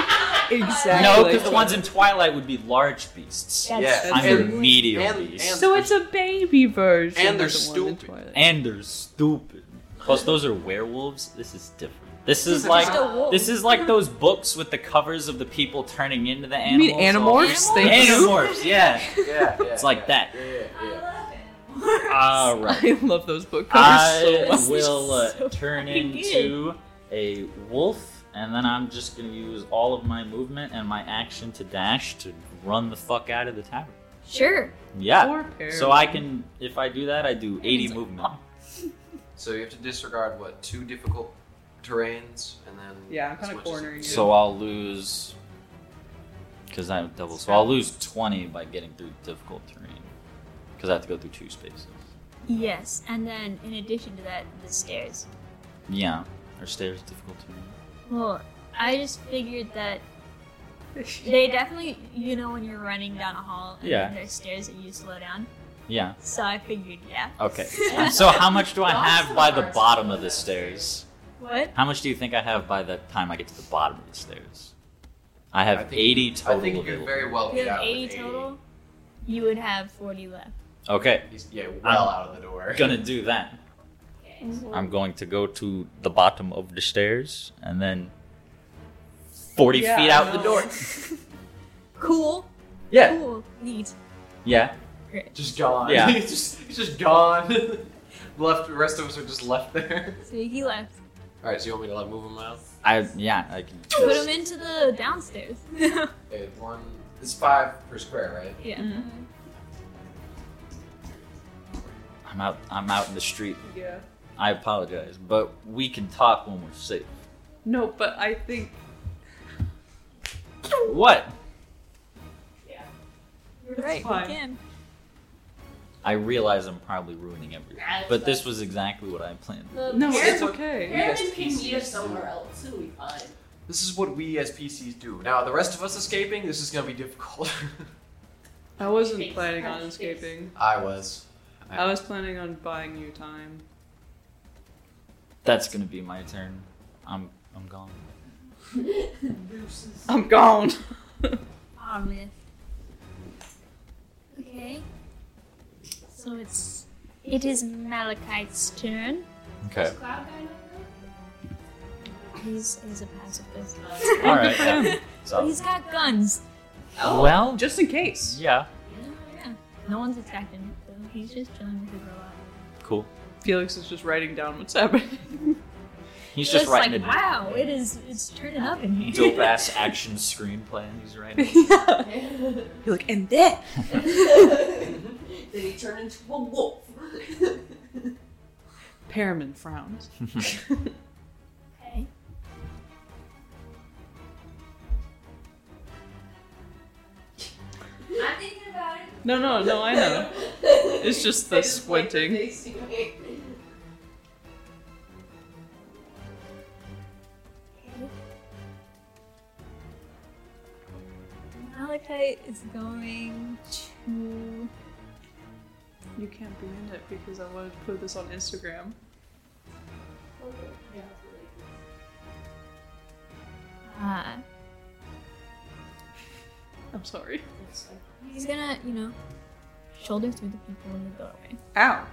Exactly.
No, because the ones in Twilight would be large beasts.
Yeah,
I'm
and-
a medium
and-
beast,
and-
So it's a baby version.
And they're
of the one in
stupid.
Twilight.
and they're stupid. Plus, those are werewolves. This is different. This is like
Just a wolf.
This is like those books with the covers of the people turning into the
You
animals.
mean animorphs?
Animorphs?
Thank you.
Animorphs, yeah.
yeah, yeah,
It's like
yeah,
that.
Yeah, yeah, yeah.
All right.
I love those book covers so
I
much.
will uh,
So
turn
fucking good.
into a wolf, and then I'm just gonna use all of my movement and my action to dash to run the fuck out of the tavern.
Sure.
Yeah.
Or pair.
So I can, if I do that, I do 80
It's like-
movement.
So you have to disregard what two difficult terrains, and then
Yeah, I'm
as
kinda
much as-
cornering you.
So I'll lose, because I have double. So I'll lose 20 by getting through difficult terrain, because I have to go through two spaces.
Yes, and then in addition to that, the stairs.
Yeah. Or stairs difficult terrain.
Well, I just figured that they definitely, you know, when you're running down a hall and
Yeah.
there's stairs that you slow down.
Yeah.
So I figured, yeah.
Okay. so how much do I have by the bottom of the stairs?
What?
How much do you think I have by the time I get to the bottom of the stairs? I have
I think-
80 total
I think you could
available.
very well
If you
get
have
out
80
with
total, you would have 40 left.
Okay,
He's yeah, well
I'm
out of the door.
gonna do that.
days.
I'm going to go to the bottom of the stairs and then 40
Yeah,
feet
I
out the
know.
door.
Cool.
Yeah.
Cool. Neat.
Yeah.
Just gone.
Yeah.
he's just he's just gone. left. The rest of us are just left there.
So he left.
All right. So you want me to like move him out?
I yeah, I can
Put him into the downstairs. yeah.
Okay, one. It's five per square, right?
I'm out I'm out in the street.
Yeah.
I apologize, but we can talk when we're safe.
No, but I think
What?
You're right.
fine.
We can.
I realize I'm probably ruining everything,
Nah, it's
but this
fine.
was exactly what I planned.
The
no, it's
parents-
okay.
Parents can
Yes,
meet us
please.
somewhere else. It'll be fine.
This is what we as PCs do. Now the rest of us escaping, this is gonna be difficult.
I wasn't planning on escaping.
I was.
I was planning on buying you time.
That's gonna be my turn. I'm I'm gone.
Deuces.
I'm gone.
Arm lift. Okay. So it's it is Malachite's turn.
Okay.
Cloud guy number?
He's he's a pacifist.
All right.
But
So,
he's got guns.
well,
Just in case.
yeah.
Yeah. No one's attacked him though. He's just chilling with his robot.
Cool.
Felix is just writing down what's happening.
He's just writing
like,
a
wow, it is it's turning up in here.
dope ass action screenplay. and He's writing.
yeah.
Did
You're like, and then
he turn into a wolf?
Perriman frowns.
Okay.
I'm thinking about it.
No, no, no, I know.
it's
just the squinting.
Malachite is going to
You can't be in it because I wanted to put this on Instagram.
uh
I'm sorry.
he's gonna, you know, shoulder through the people in the doorway.
Ow.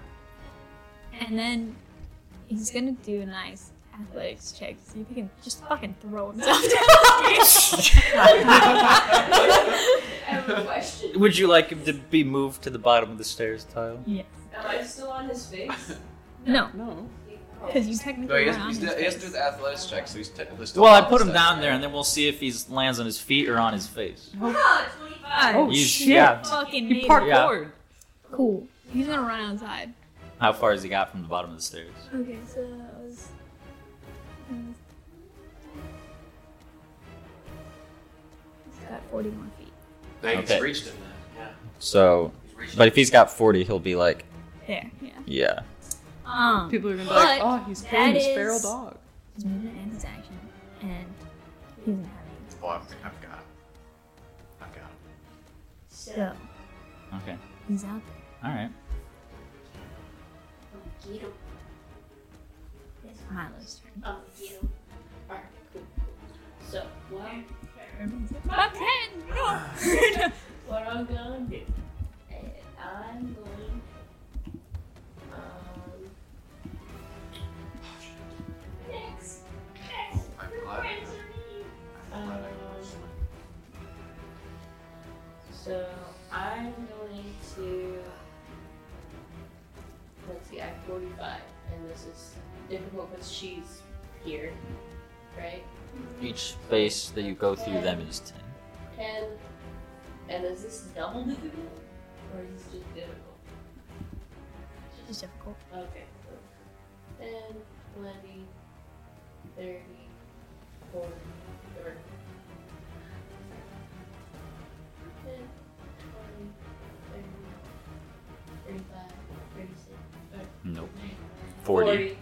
And then he's gonna do a nice athletics check to see if he can just fucking throw himself down.
I have a question.
Would you like him to be moved to the bottom of the stairs, Tile?
yes.
Am I still on his face?
No,
No.
because you
No,
technically
he
were
has,
on
he's
his
de- he has to
face.
do the athletics check, so he's technically still.
Well, I
on
put
the
him
side.
down there, and then we'll see if he lands on his feet or on his face.
Ah, 25.
Oh,
You-
shit.
yeah.
Fucking
You
made it.
parkoured.
Cool. He's gonna run outside.
How far has he got from the bottom of the stairs?
Okay, so that was. He's got 40 more feet.
They
Okay.
just reached him. Then.
So,
Yeah. He's reached
but
him.
if he's got forty, he'll be like,
There, yeah.
yeah.
Um,
People are gonna be like,
But
oh, he's
that
killing his feral
is-
dog.
He's moving to end his action, and he's not having it.
Oh, I've, I've got him. I've got him.
So,
Okay.
he's out
All right.
Get him.
there. It's Milo's turn.
Oh, get him. Alright, cool. So, what?
Everyone's like, "Top 10! No!"
what I'm gonna do is I'm going um next next
I'm glad. I'm glad I reached him.
so I'm going to let's see, I have 45, and this is difficult because she's here, right?
Each space that you go through them is ten.
10. And is this double difficult? Or is this just difficult?
It's difficult.
Okay. 10, 20, 30, 40, 30. 10, 20, 30, 35, 36,
Nope.
40,
Forty.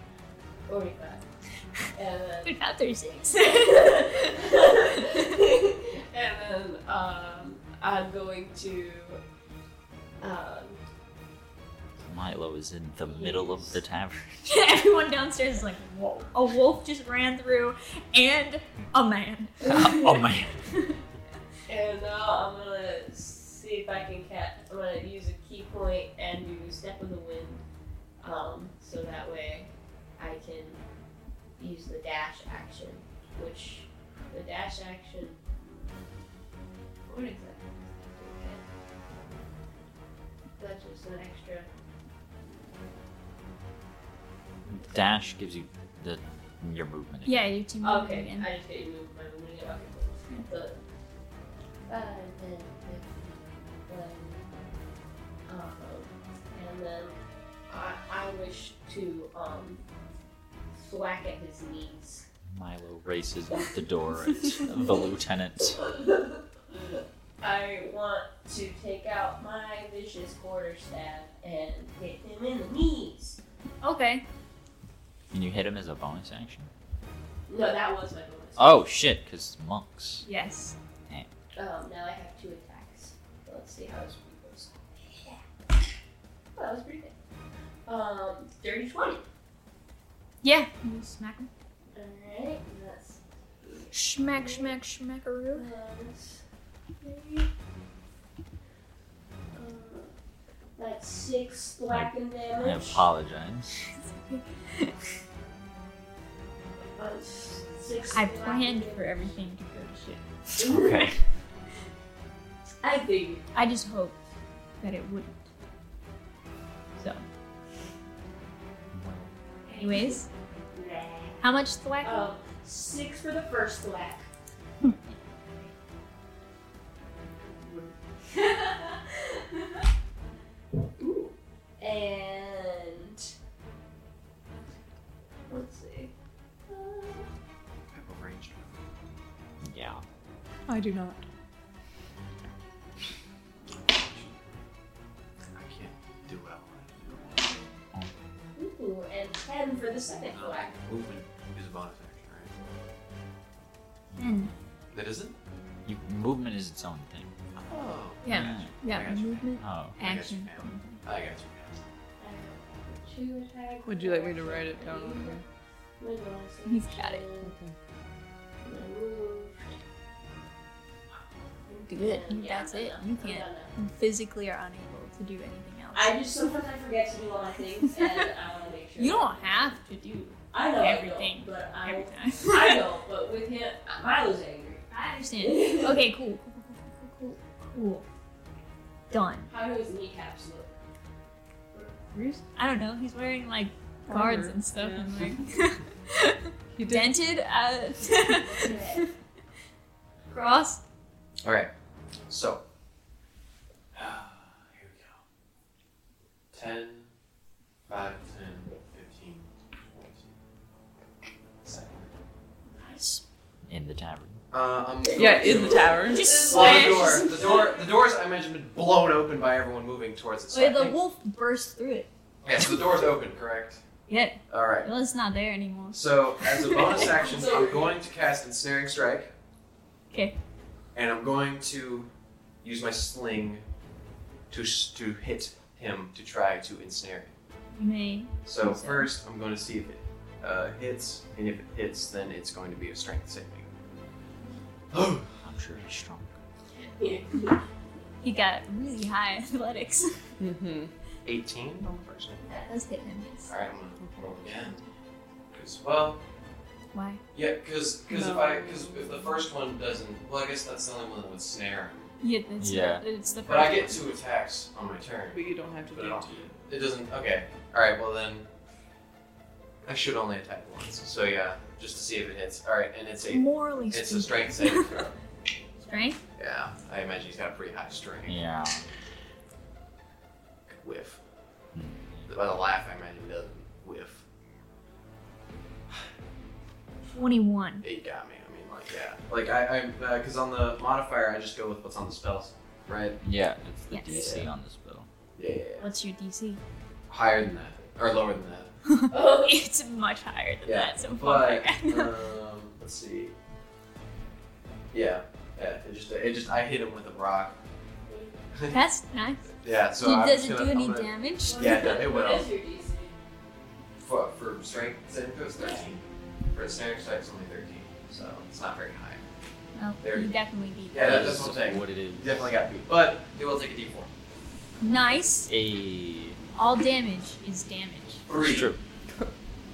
45. And then
Dude, not 36.
and then um, I'm going to. Um,
Milo is in the middle of the tavern.
Everyone downstairs is like, whoa. A wolf just ran through, and a man.
oh man.
and now I'm gonna see if I can catch. I'm gonna use a key point and do step of the wind. Um, so that way I can use the dash action, which the dash action. What exactly? is that? That's just an extra.
Dash gives you the your movement.
Yeah, you two move
Okay,
again.
I just get you move my movement again. Okay, cool. The uh, five, ten, fifteen, one, um, and then I, I wish to um, thwack at his knees.
Milo races out the door at the lieutenant.
I want to take out my vicious quarterstaff and hit him in the knees.
Okay.
And you hit him as a bonus action?
No, that was my bonus.
Oh shit, because monks.
Yes.
Um, now I have two attacks. So let's see how this one goes. Yeah. Well, that was pretty good. Um, dirty 20.
Yeah. You smack him.
Alright, and that's.
Smack, smack, smackaroo.
That's. three. Um, That's six blackened
I
damage.
apologize.
That's six
I
blackened
planned for
damage.
everything to go to shit.
Okay.
I figured.
I just hoped that it wouldn't. So, anyways, how much thwack?
Um, six for the first black. Ooh. And let's see. Uh,
Yeah.
I do not.
I can't do what I want to do.
ooh, and ten for the second black.
Movement is a bonus action,
Hmm.
right? That isn't?
You, movement is its own thing.
Oh.
Yeah.
I
Yeah.
got you.
Movement,
Oh.
I got you,
action.
ma'am. I got you.
Two attack.
Would you like me to write it down on here?
My bonus
He's got it.
action,
Okay.
my move.
Good.
And yeah,
That's
I'm
it.
done now.
You
I'm
can't-
done now.
You physically are unable to do anything else.
I just sometimes I forget to do all my things, and I want to make sure.
you don't have to do
I know
everything
I don't, but I
every
I
time.
know, but with him, Milo's angry.
I understand. Okay. Cool. Cool. Cool. Cool. cool. Done.
How do his kneecaps look?
I don't know. He's wearing like guards and stuff
Yeah.
and like
He did.
dented. Uh, cross.
Alright. So. Here we go. 10, 5, 10, 15, 20. Second.
In the tavern.
Uh, I'm going
Yeah, in
to-
the tavern.
Just
Well,
smash.
the door, the door, the doors I mentioned had been blown open by everyone moving towards it. so I
Wait, the
think-
wolf burst through it.
Yeah, so the door's open, correct?
Yeah.
All right.
Well, it's not there anymore.
So as a bonus action, I'm going to cast ensnaring strike.
Okay.
And I'm going to use my sling to s- to hit him to try to ensnare him.
You may.
So
Okay.
first, I'm going to see if it uh, hits, and if it hits, then it's going to be a strength saving.
I'm sure he's strong.
He got really high athletics.
Mm-hmm.
18 on the Oh, first one.
That does hit him. Yes.
All right, I'm gonna roll again. Cause well,
Why?
yeah, cause 'cause if
No.
I cause if the first one doesn't, well, I guess that's the only one that would snare. him.
Yeah. It's,
Yeah.
It's the first.
But I get two attacks on my turn.
But you don't have to
But
do
I
it.
don't. It doesn't. Okay. All right. Well then, I should only attack once. So yeah, just to see if it hits. All right, and it's a
Morally
it's
speaking.
a strength saving throw.
Strength.
Yeah, I imagine he's got a pretty high strength.
Yeah.
Whiff. By the laugh, I imagine he doesn't whiff.
Twenty-one.
It got me. I mean, like yeah, like I I'm because on the modifier I just go with what's on the spells, right?
Yeah. It's the
Yes.
DC on the spell.
Yeah.
What's your DC?
Higher than that or lower than that.
Oh,
it's much higher than
Yeah,
that. So
But
far.
um, let's see. Yeah, yeah. It just, it just, I hit him with a rock.
That's nice.
Yeah. So
Dude,
I'm
does
just
it
gonna,
do any
I'm gonna-
damage?
Yeah, no, it
What
will.
is your DC?
For, for strength, saving throw is thirteen. For a standard strike, it's only thirteen, so it's not very high.
Well,
There.
you definitely beat
Yeah,
that.
that- that's what I'm saying.
What it is.
You definitely got beat, but it will take a D4.
Nice.
A.
All damage is damage.
It's true.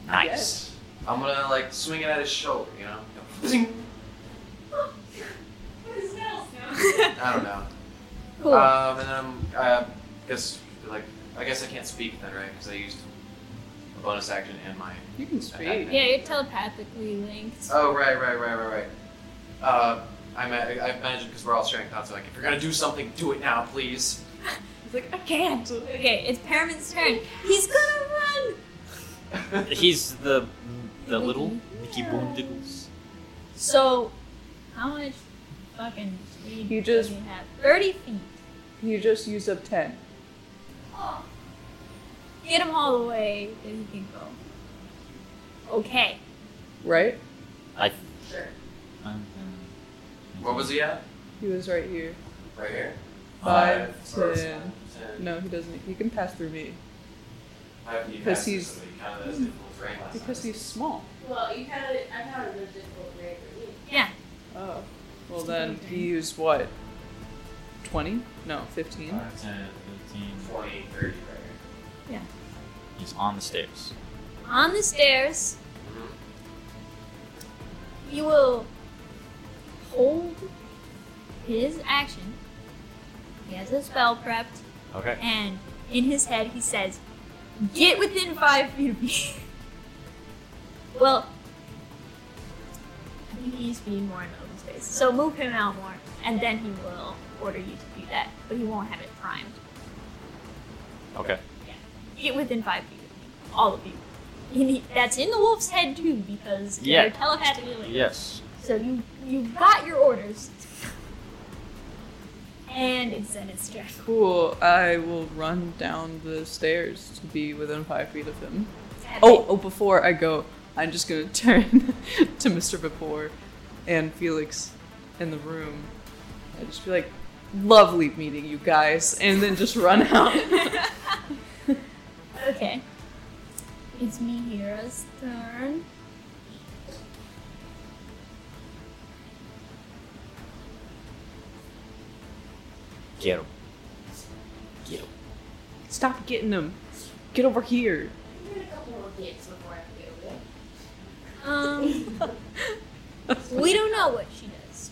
Nice.
I'm gonna like swing it at his shoulder, you know? Zing.
What is that sound?
I don't know.
Cool.
Um, and then I'm, I guess like I guess I can't speak then, right? Because I used a bonus action and my.
You can
speak.
yeah, you're telepathically linked.
Oh right, right, right, right, right. Uh, I, ma- I imagine because we're all sharing thoughts. Like, if you're gonna do something, do it now, please.
He's like, I can't.
Okay, it's Paramount's turn. He's gonna run.
He's the the little Mickey Boondiggles.
So, how much fucking speed
You
does
just-
he have? Thirty feet.
You just used up ten.
Get him all the way that he can go. Okay.
Right?
I.
Sure.
I'm-
What was he at?
He was right here.
Right here.
Five,
or-
ten.
ten.
No, he doesn't. He can pass through me
Five, he
Because
passes,
he's-
so he kinda does the little drain last
because
time.
he's small.
Well, you had it. I found it was difficult grade for me.
Yeah.
Oh. Well, then he used what? 20? No, 15?
Five,
10, 15.
20, 30 right here.
He's on the stairs.
On the stairs,
Mhm.
you will hold his action. He has a spell prepped,
Okay.
and in his head he says, "Get within five feet of me." well, I think he needs to be more in open space, so move him out more, and then he will order you to do that. But he won't have it primed.
Okay.
Get within five feet of me, all of you. And he- that's in the wolf's head too, because
Yeah.
they're telepathically linked.
Yes.
So you you got your orders. And it's in its turn.
Cool. I will run down the stairs to be within five feet of him. Oh, oh, before I go, I'm just going to turn to Mr. Vapor and Felix in the room. I just be like, lovely meeting you guys, and then just run out.
Okay. It's Mihira's turn.
Get him. Get him.
Stop getting him. Get over here.
I had a couple more hits before I could get over there.
Um, we don't know what she does.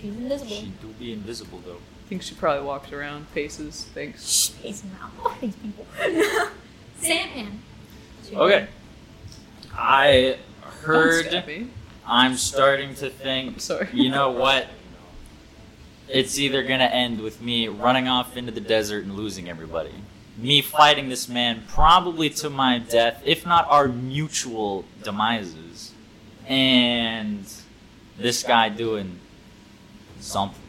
She's invisible.
She do be invisible though.
I think she probably walked around, paces, thanks.
Shh, it's not all these people. Sandman.
Okay. I
Don't stab
heard.
me.
I'm starting to think.
I'm sorry.
You know what? It's either gonna end with me running off into the desert and losing everybody, me fighting this man probably to my death, if not our mutual demises, and this guy doing something.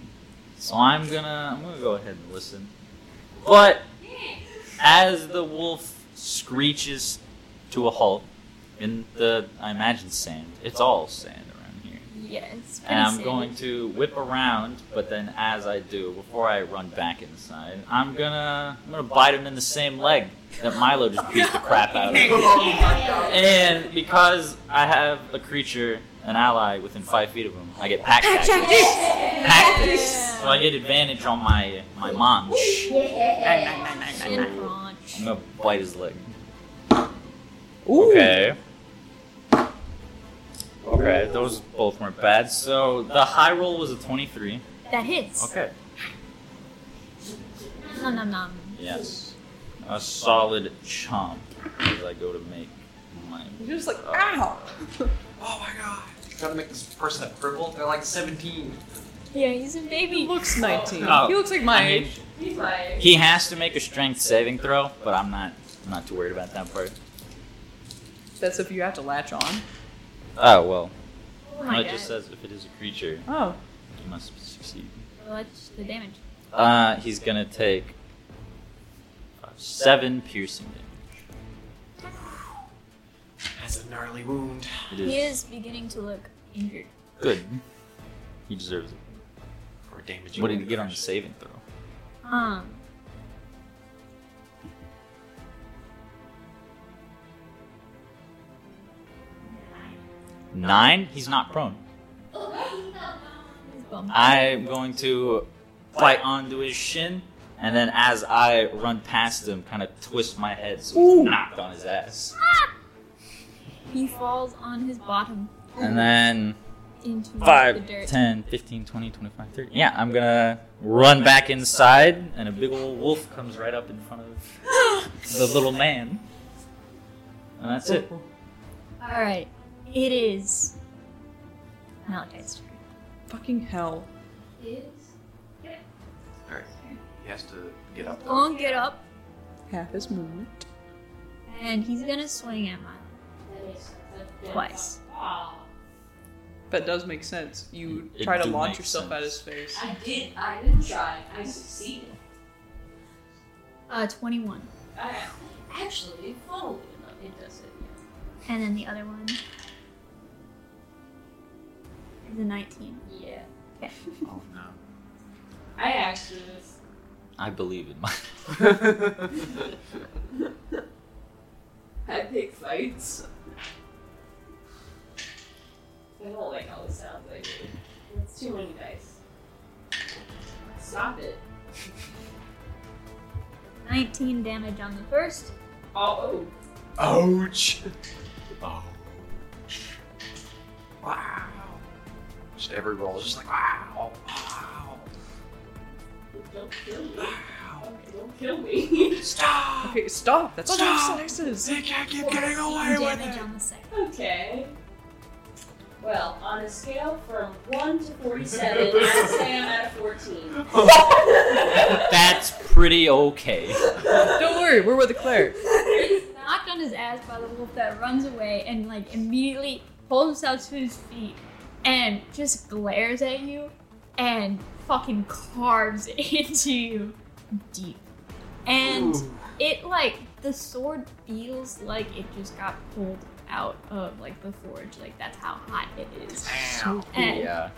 So I'm gonna I'm gonna go ahead and listen. But as the wolf screeches to a halt in the I imagine sand. It's all sand around here.
Yeah, it's pretty
And I'm
sad.
going to whip around, but then as I do, before I run back inside, I'm gonna I'm gonna bite him in the same leg that Milo just beat the crap out of.
Oh my god.
And because I have a creature, an ally within five feet of him, I get pack
Pack
tactics.
tactics!
Tactics. So I get advantage on my my munch.
Shin crunch.
I'm gonna bite his leg.
Ooh.
Okay. Okay, those both weren't bad. So the high roll was a 23.
That hits.
Okay.
Nom nom nom.
Yes. A solid chomp as I go to make my.
You're just like, ow!
Oh my god. Trying to make this person a cripple? They're like 17.
Yeah, he's a baby.
He looks 19.
Oh.
He looks like my
I mean,
age.
He's my.
He has to make a strength saving throw, but I'm not. I'm not too worried about that part.
That's if you have to latch on.
Oh well.
Oh
No,
my
it just
god.
says if it is a creature,
Oh.
you must succeed.
What's the damage?
Uh, he's gonna take seven piercing damage.
That's a gnarly wound.
It
He is beginning to look injured.
Good. He deserves it.
Or damaging.
What did he get on the saving throw?
Um.
Nine? He's not prone.
he's bummed.
I'm going to bite onto his shin, and then as I run past him, kind of twist my head so he's knocked on his ass.
He falls on his bottom
And then
into the
5,
dirt.
10, 15, 20, 25, 30. Yeah, I'm gonna run back inside, and a big old wolf comes right up in front of the little man. And that's it.
All right, it is Malachi's turn.
Fucking hell.
He has to get up. Though.
Won't get up,
Half his movement.
and he's gonna swing at Milo twice.
That does make sense. You
It
try to
do
launch
make
yourself at his
sense.
face.
I did. I didn't try. I succeeded.
Uh, 21.
I actually, funnily enough, it does it.
And then the other one is a 19.
Yeah.
Oh no.
I actually was.
I believe in my.
I pick fights. I don't like how this sounds like it. It's too many dice. Stop it.
19 damage on the first.
Oh,
Ouch. Ouch. Wow. Just every roll is just like wow, wow,
oh, don't kill me.
wow.
Okay, don't kill me.
Stop!
Okay, stop. That's
Stop!
not what slices.
They can't keep getting
14
away
damage
with it.
on the second.
okay. Well, on a scale from 1 to 47, I'd say I'm at a 14.
That's pretty okay.
Don't worry, we're with Claire.
He's knocked on his ass by the wolf that runs away and like immediately pulls himself to his feet and just glares at you and fucking carves into you deep. And it like the sword feels like it just got pulled out of like the forge. Like that's how hot it is. And
Yeah.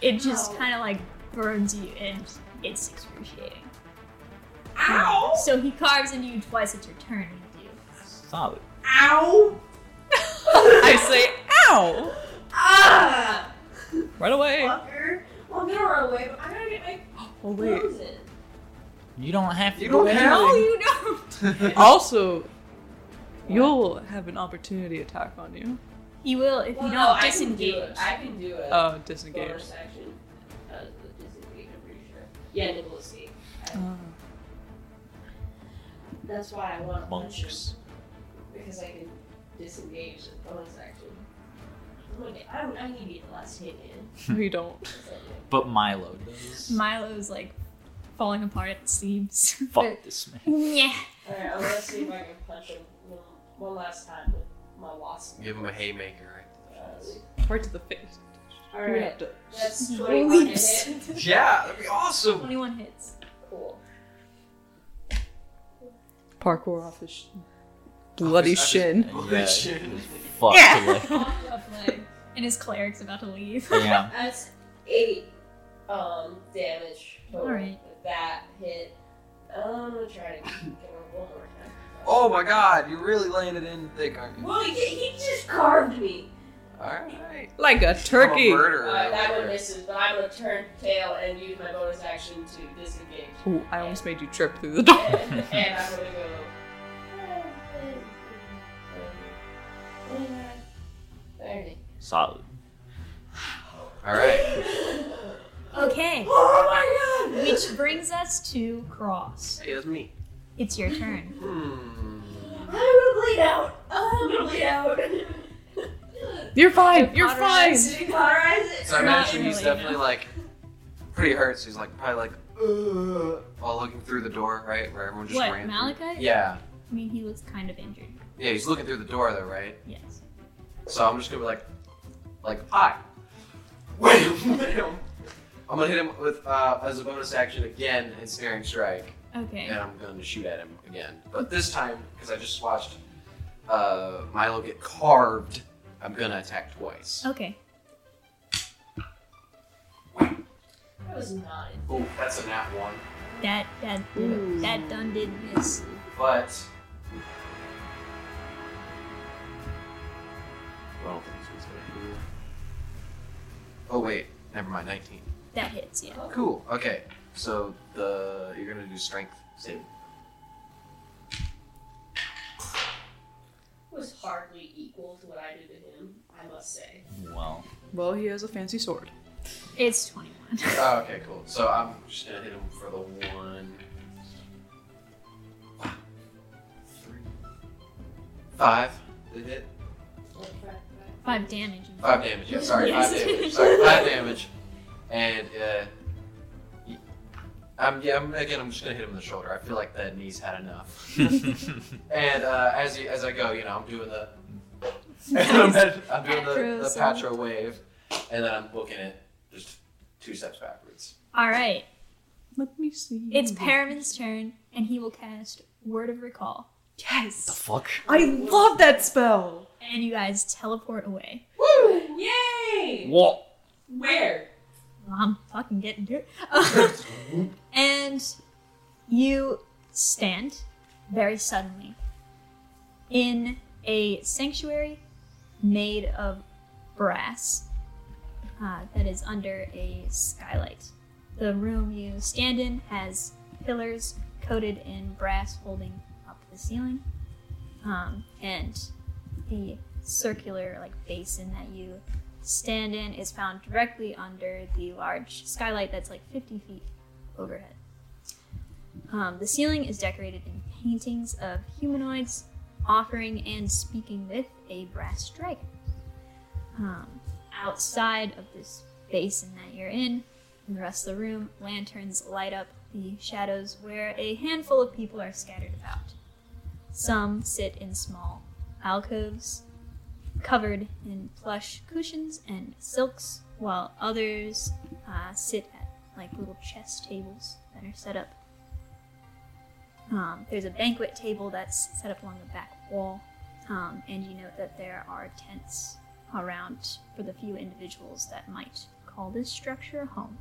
it just
Ow.
kind of like burns you and it's excruciating.
Ow!
So he carves into you twice. It's your turn. With you.
Solid.
Ow!
I say, ow!
Ah!
Right away.
Fucker. Well, I'm gonna run away, but I'm gonna get my
Oh, wait.
clothes in.
You don't have to.
You don't
do
have-
No,
Really?
you don't.
Also, you'll have an opportunity attack on you.
He will if
Well,
you
no,
don't
I can do
disengage.
it. I can do it.
Oh, disengage.
bonus action. Uh, disengage, I'm pretty sure. Yeah, nibble escape.
Oh.
That's why I want to punch him,
Monks.
because I can disengage with bonus action. I'm gonna get- I, don't- I need to get the last hit in.
No, you don't.
That's it.
But Milo does.
Milo's like falling apart at the seams.
Fuck this man.
yeah.
Alright, I'm gonna see if I can punch him one, one last time with my wasp. Uh,
Give him a haymaker,
Right to the face. You
Alright,
have to-
that's 21 to
Leaps.
hit.
right? Yeah, that'd be awesome.
21 hits.
Cool.
Parkour off his sh- bloody
Off his-
shin.
Yeah.
shit.
Fuck. like-
and his cleric's about to leave.
yeah.
That's eight um damage total
Alright.
with that hit. Um, I'm gonna try to get him one more time.
Oh my god, you're really laying it in thick, aren't you?
Well, he, he just carved me.
Alright.
Like a turkey.
I'm a murderer.
Uh, that one misses, but I'm gonna turn tail and use my bonus action to disengage.
Ooh, I almost made you trip through the door.
and, and I'm gonna go. Thirty.
Solid.
Alright.
Okay.
Oh my god!
Which brings us to Cross.
Hey, that's me.
It's your turn.
Hmm.
I'm gonna bleed out. Oh, I'm gonna bleed out.
You're fine. You're fine.
Cauterize.
Should we cauterize it?
So I
Or
Not
not?
imagine he's
really,
definitely like pretty hurt. So he's like probably like Ugh, while looking through the door, right, where everyone just
What,
ran. through.
Malachi?
Yeah,
I mean, he looks kind of injured.
yeah, he's looking through the door though, right?
Yes.
So I'm just gonna be like, like hi, wham, wham. I'm gonna hit him with uh, as a bonus action again and snaring strike,
Okay.
and I'm going to shoot at him again. But this time, because I just watched uh, Milo get carved, I'm gonna attack twice.
Okay.
That was not it.
Oh, that's a nat one.
That that that done did miss.
But. I don't think this is gonna do. Oh wait, never mind. Nineteen.
That hits, yeah.
Cool. Okay, so the you're gonna do strength save.
was hardly equal to what I invited to him, I must say.
Well,
Well, he has a fancy sword.
It's 21.
Oh, okay, cool. So I'm just gonna hit him for the one. Three. Five. The hit.
What the fuck?
Five damage. in
Five damage. Yeah, sorry, five
Yes.
damage. Sorry, five damage. And uh, y- I'm yeah. I'm, again, I'm just gonna hit him in the shoulder. I feel like that knee's had enough. And uh, as you, as I go, you know, I'm doing the I'm, doing the, the
Patro
patro wave, and then I'm booking it just two steps backwards.
All right.
Let me see.
It's Perriman's turn, and he will cast Word of Recall.
the
Yes!
fuck?
I love that spell!
And you guys teleport away.
Woo! Yay!
What?
Where?
Well, I'm fucking getting to it. and you stand very suddenly in a sanctuary made of brass uh, that is under a skylight. The room you stand in has pillars coated in brass holding up the ceiling, um, and the circular like basin that you stand in is found directly under the large skylight that's like 50 feet overhead. Um, the ceiling is decorated in paintings of humanoids offering and speaking with a brass dragon. Um, outside of this basin that you're in, in the rest of the room, lanterns light up the shadows where a handful of people are scattered about. Some sit in small alcoves, covered in plush cushions and silks, while others uh, sit at like little chess tables that are set up. Um, there's a banquet table that's set up along the back wall, um, and you note that there are tents around for the few individuals that might call this structure home.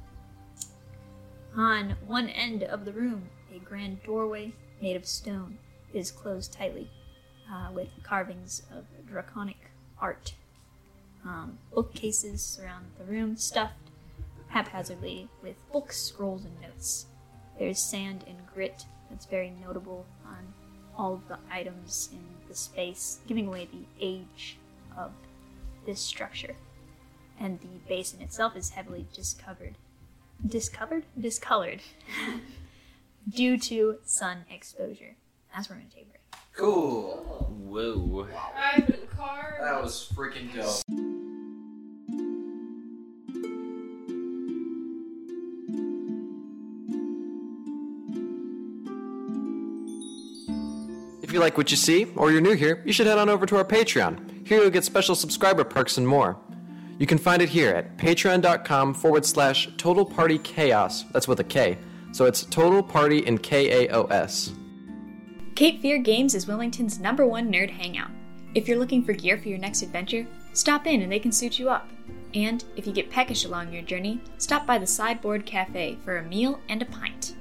On one end of the room, a grand doorway made of stone is closed tightly uh, with carvings of draconic art. Um, bookcases surround the room, stuffed haphazardly with books, scrolls, and notes. There's sand and grit that's very notable on all of the items in the space, giving away the age of this structure. And the basin itself is heavily discovered. Discovered? Discolored. due to sun exposure. That's where we're going to take a break.
Cool.
Whoa.
I've been carved.
That was freaking dope.
If you like what you see, or you're new here, you should head on over to our Patreon. Here you'll get special subscriber perks and more. You can find it here at patreon.com forward slash total party chaos. That's with a K. So it's total party and K A O S.
Cape Fear Games is Wilmington's number one nerd hangout. If you're looking for gear for your next adventure, stop in and they can suit you up. And if you get peckish along your journey, stop by the Sideboard Cafe for a meal and a pint.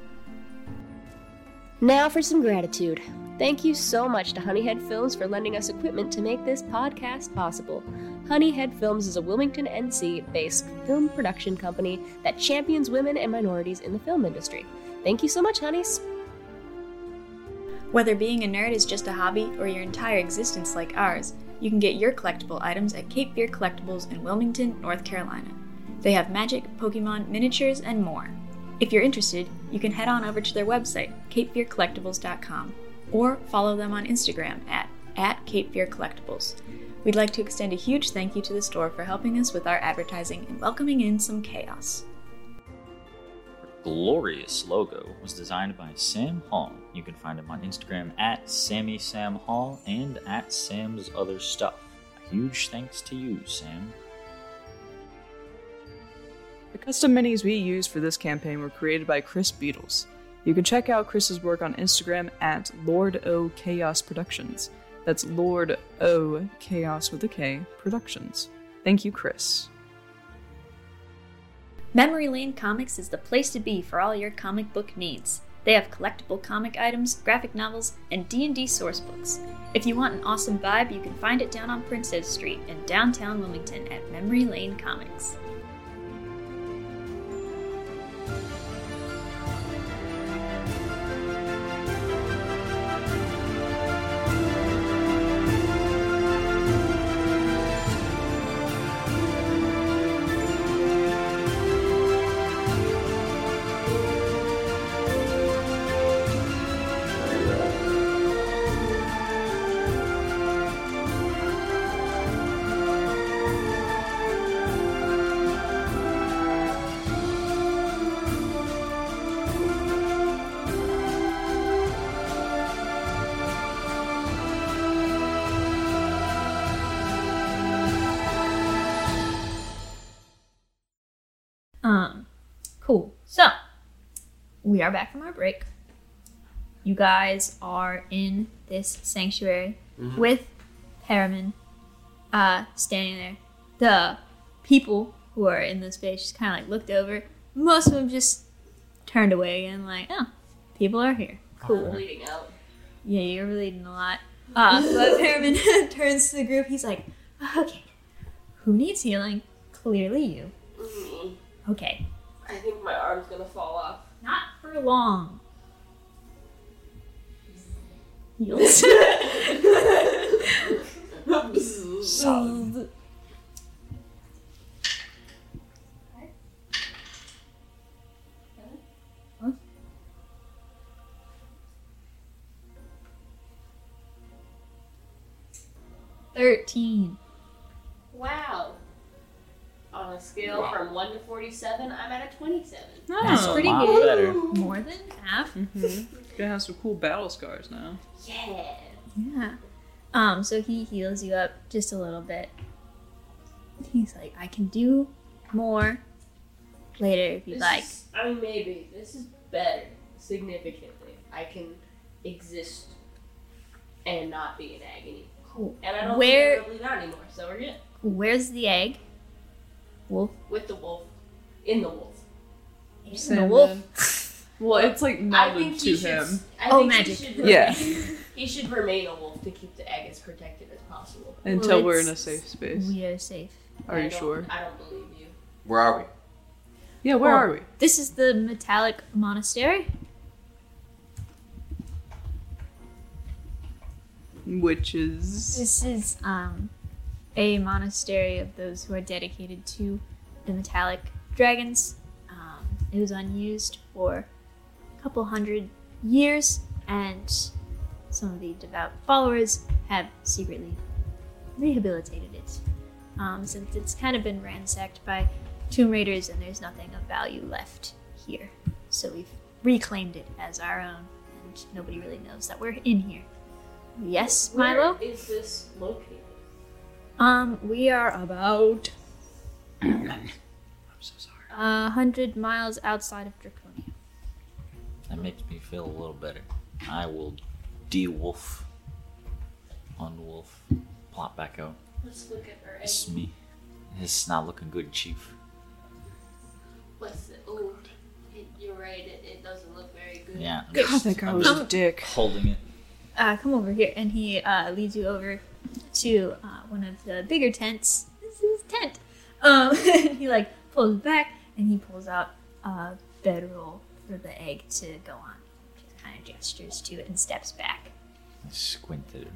Now for some gratitude. Thank you so much to Honeyhead Films for lending us equipment to make this podcast possible. Honeyhead Films is a Wilmington, NC based film production company that champions women and minorities in the film industry. Thank you so much, honeys.
Whether being a nerd is just a hobby or your entire existence like ours, you can get your collectible items at Cape Fear Collectibles in Wilmington, North Carolina. They have magic, Pokemon, miniatures, and more. If you're interested, you can head on over to their website, capefearcollectibles.com, or follow them on Instagram at, at Cape Fear Collectibles. We'd like to extend a huge thank you to the store for helping us with our advertising and welcoming in some chaos.
glorious logo was designed by Sam Hall. You can find him on Instagram at Sammy Sam Hall and at Sam's Other Stuff. A huge thanks to you, Sam.
The custom minis we used for this campaign were created by Chris Beatles. You can check out Chris's work on Instagram at Lord O Chaos Productions. That's Lord O Chaos with a K Productions. Thank you, Chris.
Memory Lane Comics is the place to be for all your comic book needs. They have collectible comic items, graphic novels, and D&D source books. If you want an awesome vibe, you can find it down on Princess Street in downtown Wilmington at Memory Lane Comics.
Um, We are back from our break. You guys are in this sanctuary
Mhm.
with Harriman uh, standing there. The people who are in this space just kind of like looked over. Most of them just turned away and like, oh, people are here. Cool.
bleeding out.
Yeah, you're bleeding a lot. Uh, but Perriman turns to the group. He's like, okay, who needs healing? Clearly you.
Mm,
Okay.
I think my arm's gonna fall off.
Not for long. You'll
Mm-hmm.
Solid.
Thirteen.
wow. On a scale
Wow.
from 1 to 47, I'm at a 27.
No.
That's
pretty
pretty lot
good.
better.
More than half.
Mhm. Gonna have some cool battle scars now.
Yeah.
Yeah. Um, so he heals you up just a little bit. He's like, I can do more later if you
This
like.
is- I mean, maybe. This is better, significantly. I can exist and not be in agony.
Cool.
And I don't
Where-
think I'm gonna bleed out anymore, so we're good.
Where's the egg? Wolf.
With the wolf. In the wolf.
The wolf.
Well, it's like
I
melded
think
to
he
him.
should, I
Oh,
think
magic.
He should,
Yeah.
remain, he should remain a wolf to keep the egg as protected as possible.
Until
Well,
we're in a
it's-
safe space.
We are safe.
Are
I
you
don't-
sure?
I don't believe you.
Where are we?
Yeah, where
Oh.
are we?
This is the metallic monastery.
Witches.
This is um, a monastery of those who are dedicated to the metallic dragons. Um, it was unused for a couple hundred years, and some of the devout followers have secretly rehabilitated it. Um, since it's kind of been ransacked by tomb raiders, and there's nothing of value left here. So we've reclaimed it as our own, and nobody really knows that we're in here. Yes,
Where
Milo?
is this located?
Um, we are about
I'm so sorry.
a hundred miles outside of Draconia.
That makes me feel a little better. I will de-wolf, unwolf, plop back out.
Let's look at her.
It's me. It's not looking good, Chief.
What's the? Oh, it, you're right. It, it doesn't look very good.
Yeah. I'm
God,
just-
that guy
I'm
was a
just
dick.
holding it.
Uh, come over here, and he uh, leads you over to uh, one of the bigger tents. This is his tent. Um, he like pulls it back, and he pulls out a bedroll for the egg to go on. Just kind of gestures to it and steps back.
I squinted.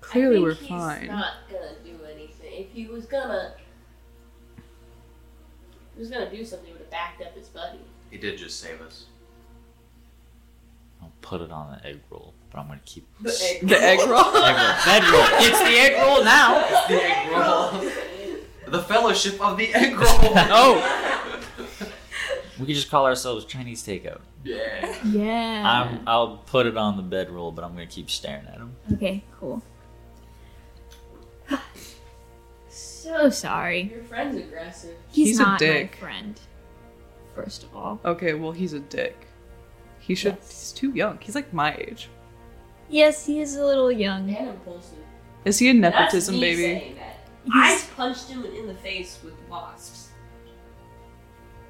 Clearly,
I think
we're
he's
fine.
Not gonna do anything. If he was gonna, if he was gonna do something. he Would have backed up his buddy.
He did just save us.
I'll put it on the egg roll, but I'm gonna keep
The egg.
The egg roll?
egg roll. Bed roll. It's the egg roll now.
The egg roll. the fellowship of the egg roll.
Oh. We could just call ourselves Chinese takeout.
Yeah.
Yeah.
Uh-huh.
I'm, I'll put it on the bedroll, but I'm gonna keep staring at him.
okay. Cool. so sorry.
Your friend's aggressive.
He's,
He's a
not
dick.
my friend. First of all.
Okay, well, he's a dick. He should.
Yes.
He's too young. He's like my age.
Yes, he is a little young.
And impulsive.
Is he a
That's me
nepotism baby?
saying that. I punched him in the face with wasps.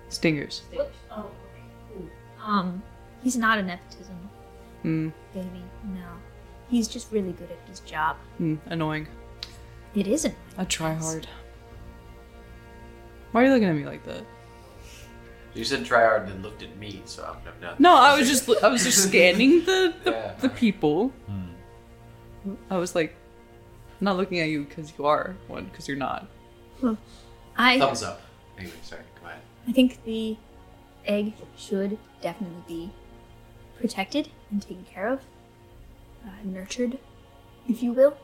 Stingers.
What?
Oh, okay. Ooh.
Um, he's not a nepotism
Mm,
baby. No, he's just really good at his job.
mm, annoying.
It isn't.
I try hard. Why are you looking at me like that?
You said try hard and then looked at me, so I'm I'm not.
No, I was just I was just scanning the the,
Yeah.
the people.
Hmm.
I was like, I'm not looking at you because you are one, because you're not.
I
Thumbs up. Anyway, sorry. Go ahead.
I think the egg should definitely be protected and taken care of, uh, nurtured, if you will.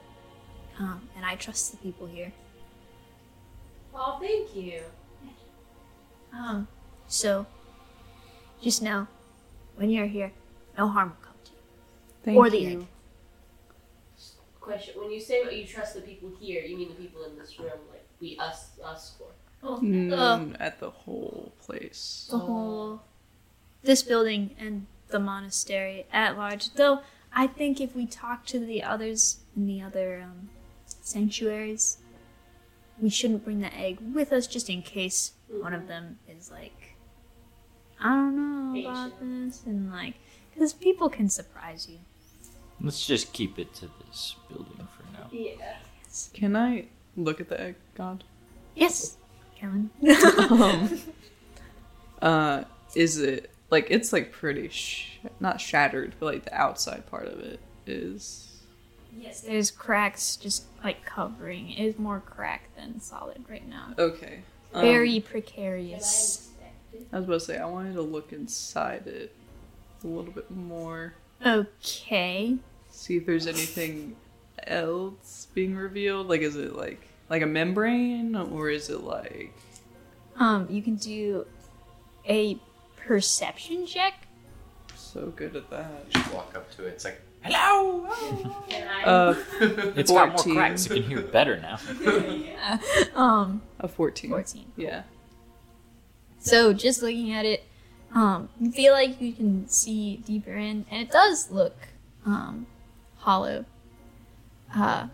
Um, and I trust the people here.
Oh, thank you.
Um, so just know when you're here, no harm will come to you
Thank
or the
you.
egg.
Question: When you say that you trust the people here, you mean the people in this room, like we, us, us four?
Oh,
Mm, at the whole place.
the whole this building and the monastery at large. Though I think if we talk to the others in the other um, sanctuaries, we shouldn't bring the egg with us just in case one of them is like, I don't know about this, and like, because people can surprise you.
Let's just keep it to this building for now.
Yeah.
Can I look at the egg god?
Yes, Kellen.
Um, uh, is it like it's like pretty sh- not shattered, but like the outside part of it is
yes, there's cracks just like covering. It is more crack than solid right now.
okay. Um,
Very precarious.
I was about to say I wanted to look inside it a little bit more,
Okay.
see if there's anything else being revealed. Like, is it like like a membrane, or is it like
Um, you can do a perception check.
so good at that?
Just walk up to it. It's like,
Can I?
Uh,
It's got more
14.
cracks. You can hear better now.
Um,
a fourteen.
14.
Yeah.
So just looking at it, um, you feel like you can see deeper in, and it does look um, hollow. Uh,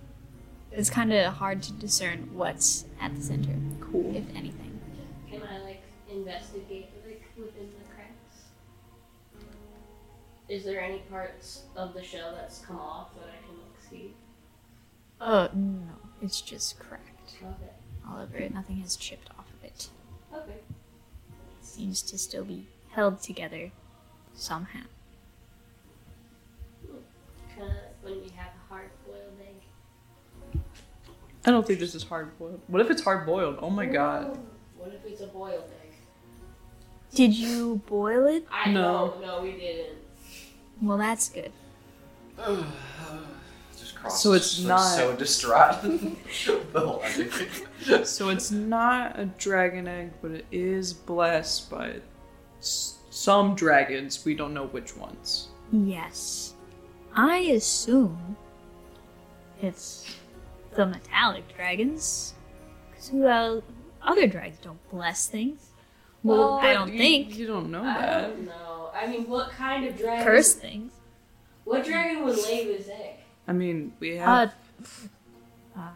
it's kind of hard to discern what's at the center,
Cool.
if anything.
Can I like investigate like within the cracks? Is there any parts of the shell that's come off that I can like see?
Oh no, it's just cracked
Okay.
all over it. Nothing has chipped off of it.
Okay.
It seems to still be held together somehow.
Kind of when you have a hard boiled egg.
I don't think this is hard boiled. What if it's hard boiled? Oh my god.
What if it's a boiled egg?
Did you boil it?
I
No.
know. No, we didn't.
Well, that's good.
just cross.
So it's
just, like,
not-
so distraught. the whole ending.
So it's not a dragon egg, but it is blessed by s- some dragons. We don't know which ones.
Yes. I assume it's the metallic dragons. Because who else? Other dragons don't bless things. Well, I don't
you-
think.
you don't know
I
that.
don't know. I mean, what kind of dragon?
Curse things.
What dragon would lay this egg?
I mean, we have
Uh, uh,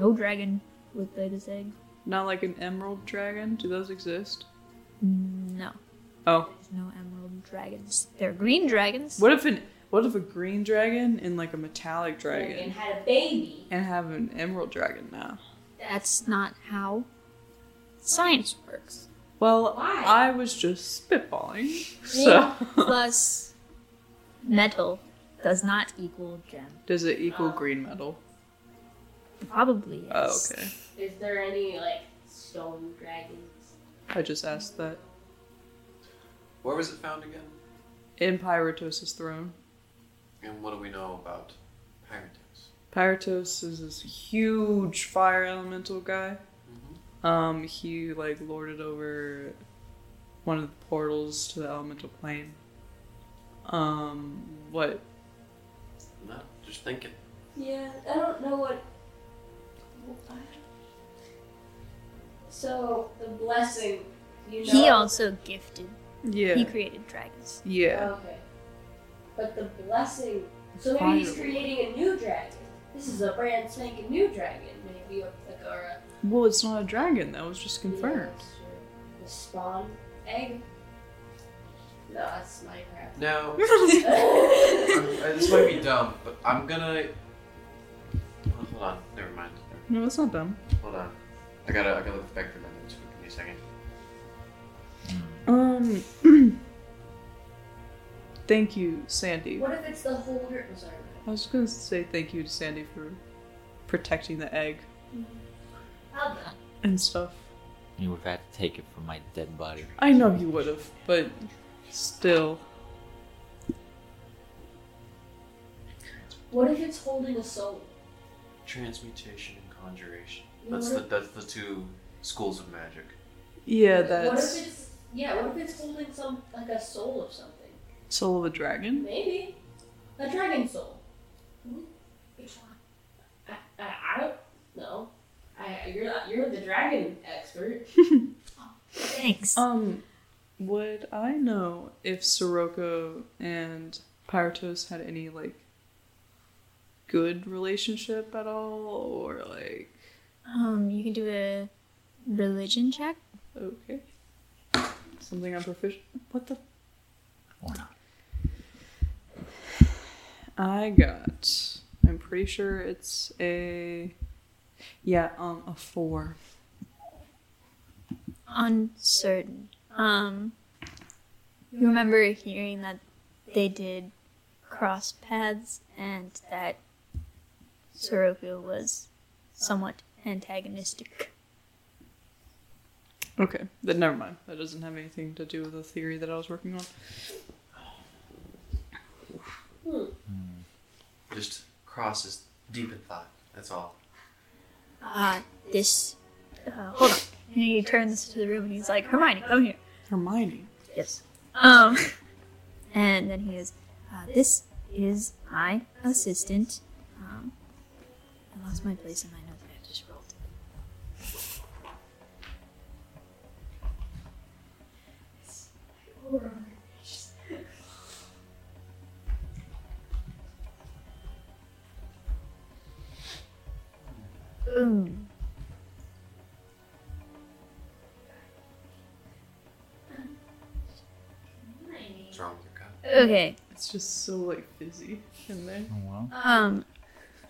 no dragon would lay this egg.
not like an emerald dragon. Do those exist?
No.
Oh,
There's no emerald dragons. They're green dragons.
what if an what if a green dragon and like a metallic
Dragon
dragon
had a baby.
and have an emerald dragon now?
That's not how science works.
Well,
Why?
I was just spitballing. So
Plus, metal does not equal gem.
does it equal green metal?
Probably is.
Oh, okay.
Is there any like stone dragons?
I just asked that.
Where was it found again?
In Pyrotos' throne.
And what do we know about Pyrotos?
Pyrotos is this huge fire elemental guy. Um, he like lorded over one of the portals to the elemental plane. Um, what?
No, just thinking.
Yeah, I don't know what. So the blessing, you know.
He also gifted.
Yeah,
He created dragons.
yeah.
Okay. But the blessing. So maybe he's
Fire.
creating a new dragon. This is a brand spanking new dragon. Maybe a- like or a.
Well, it's not a dragon. That was just confirmed.
The spawn egg. No, that's Minecraft.
Now,
I
I'm- I- this might be dumb, but I'm gonna. Oh, hold on. Never mind.
No, that's not dumb.
Hold on. I gotta. I gotta look back for that. Just Give me a second.
Um, thank you, Sandy.
What if it's the holder? I'm sorry.
I was gonna say thank you to Sandy for protecting the egg
How
and stuff.
You would have had to take it from my dead body.
I know he would have, but still.
What if it's holding a soul?
Transmutation and conjuration. That's the that's the two schools of magic.
Yeah,
What
that's
if it's yeah? What if it's holding some like a soul of something?
Soul of a Dragon.
Maybe a dragon soul. I, I, I don't know. I, you're you're the dragon expert.
Thanks.
Um, Would I know if Sirocco and Pyrotos had any like good relationship at all, or like
Um, you can do a religion check.
okay, something I'm proficient? What the?
Or not.
I got. I'm pretty sure it's a. Yeah, um, a four.
Uncertain. Um, you remember hearing that they did cross paths and that Soroku was somewhat antagonistic.
Okay, then never mind. That doesn't have anything to do with the theory that I was working on.
Just crosses deep in thought. That's all.
Uh, this. Uh, hold on. And he turns to the room and he's like, Hermione, come here.
Hermione.
Yes. Um, and then he is, uh, this is my assistant. Um, I lost my place in my notes. I just rolled. Ooh.
What's wrong with your cup?
Okay.
It's just so like fizzy in there.
Oh, well.
Um,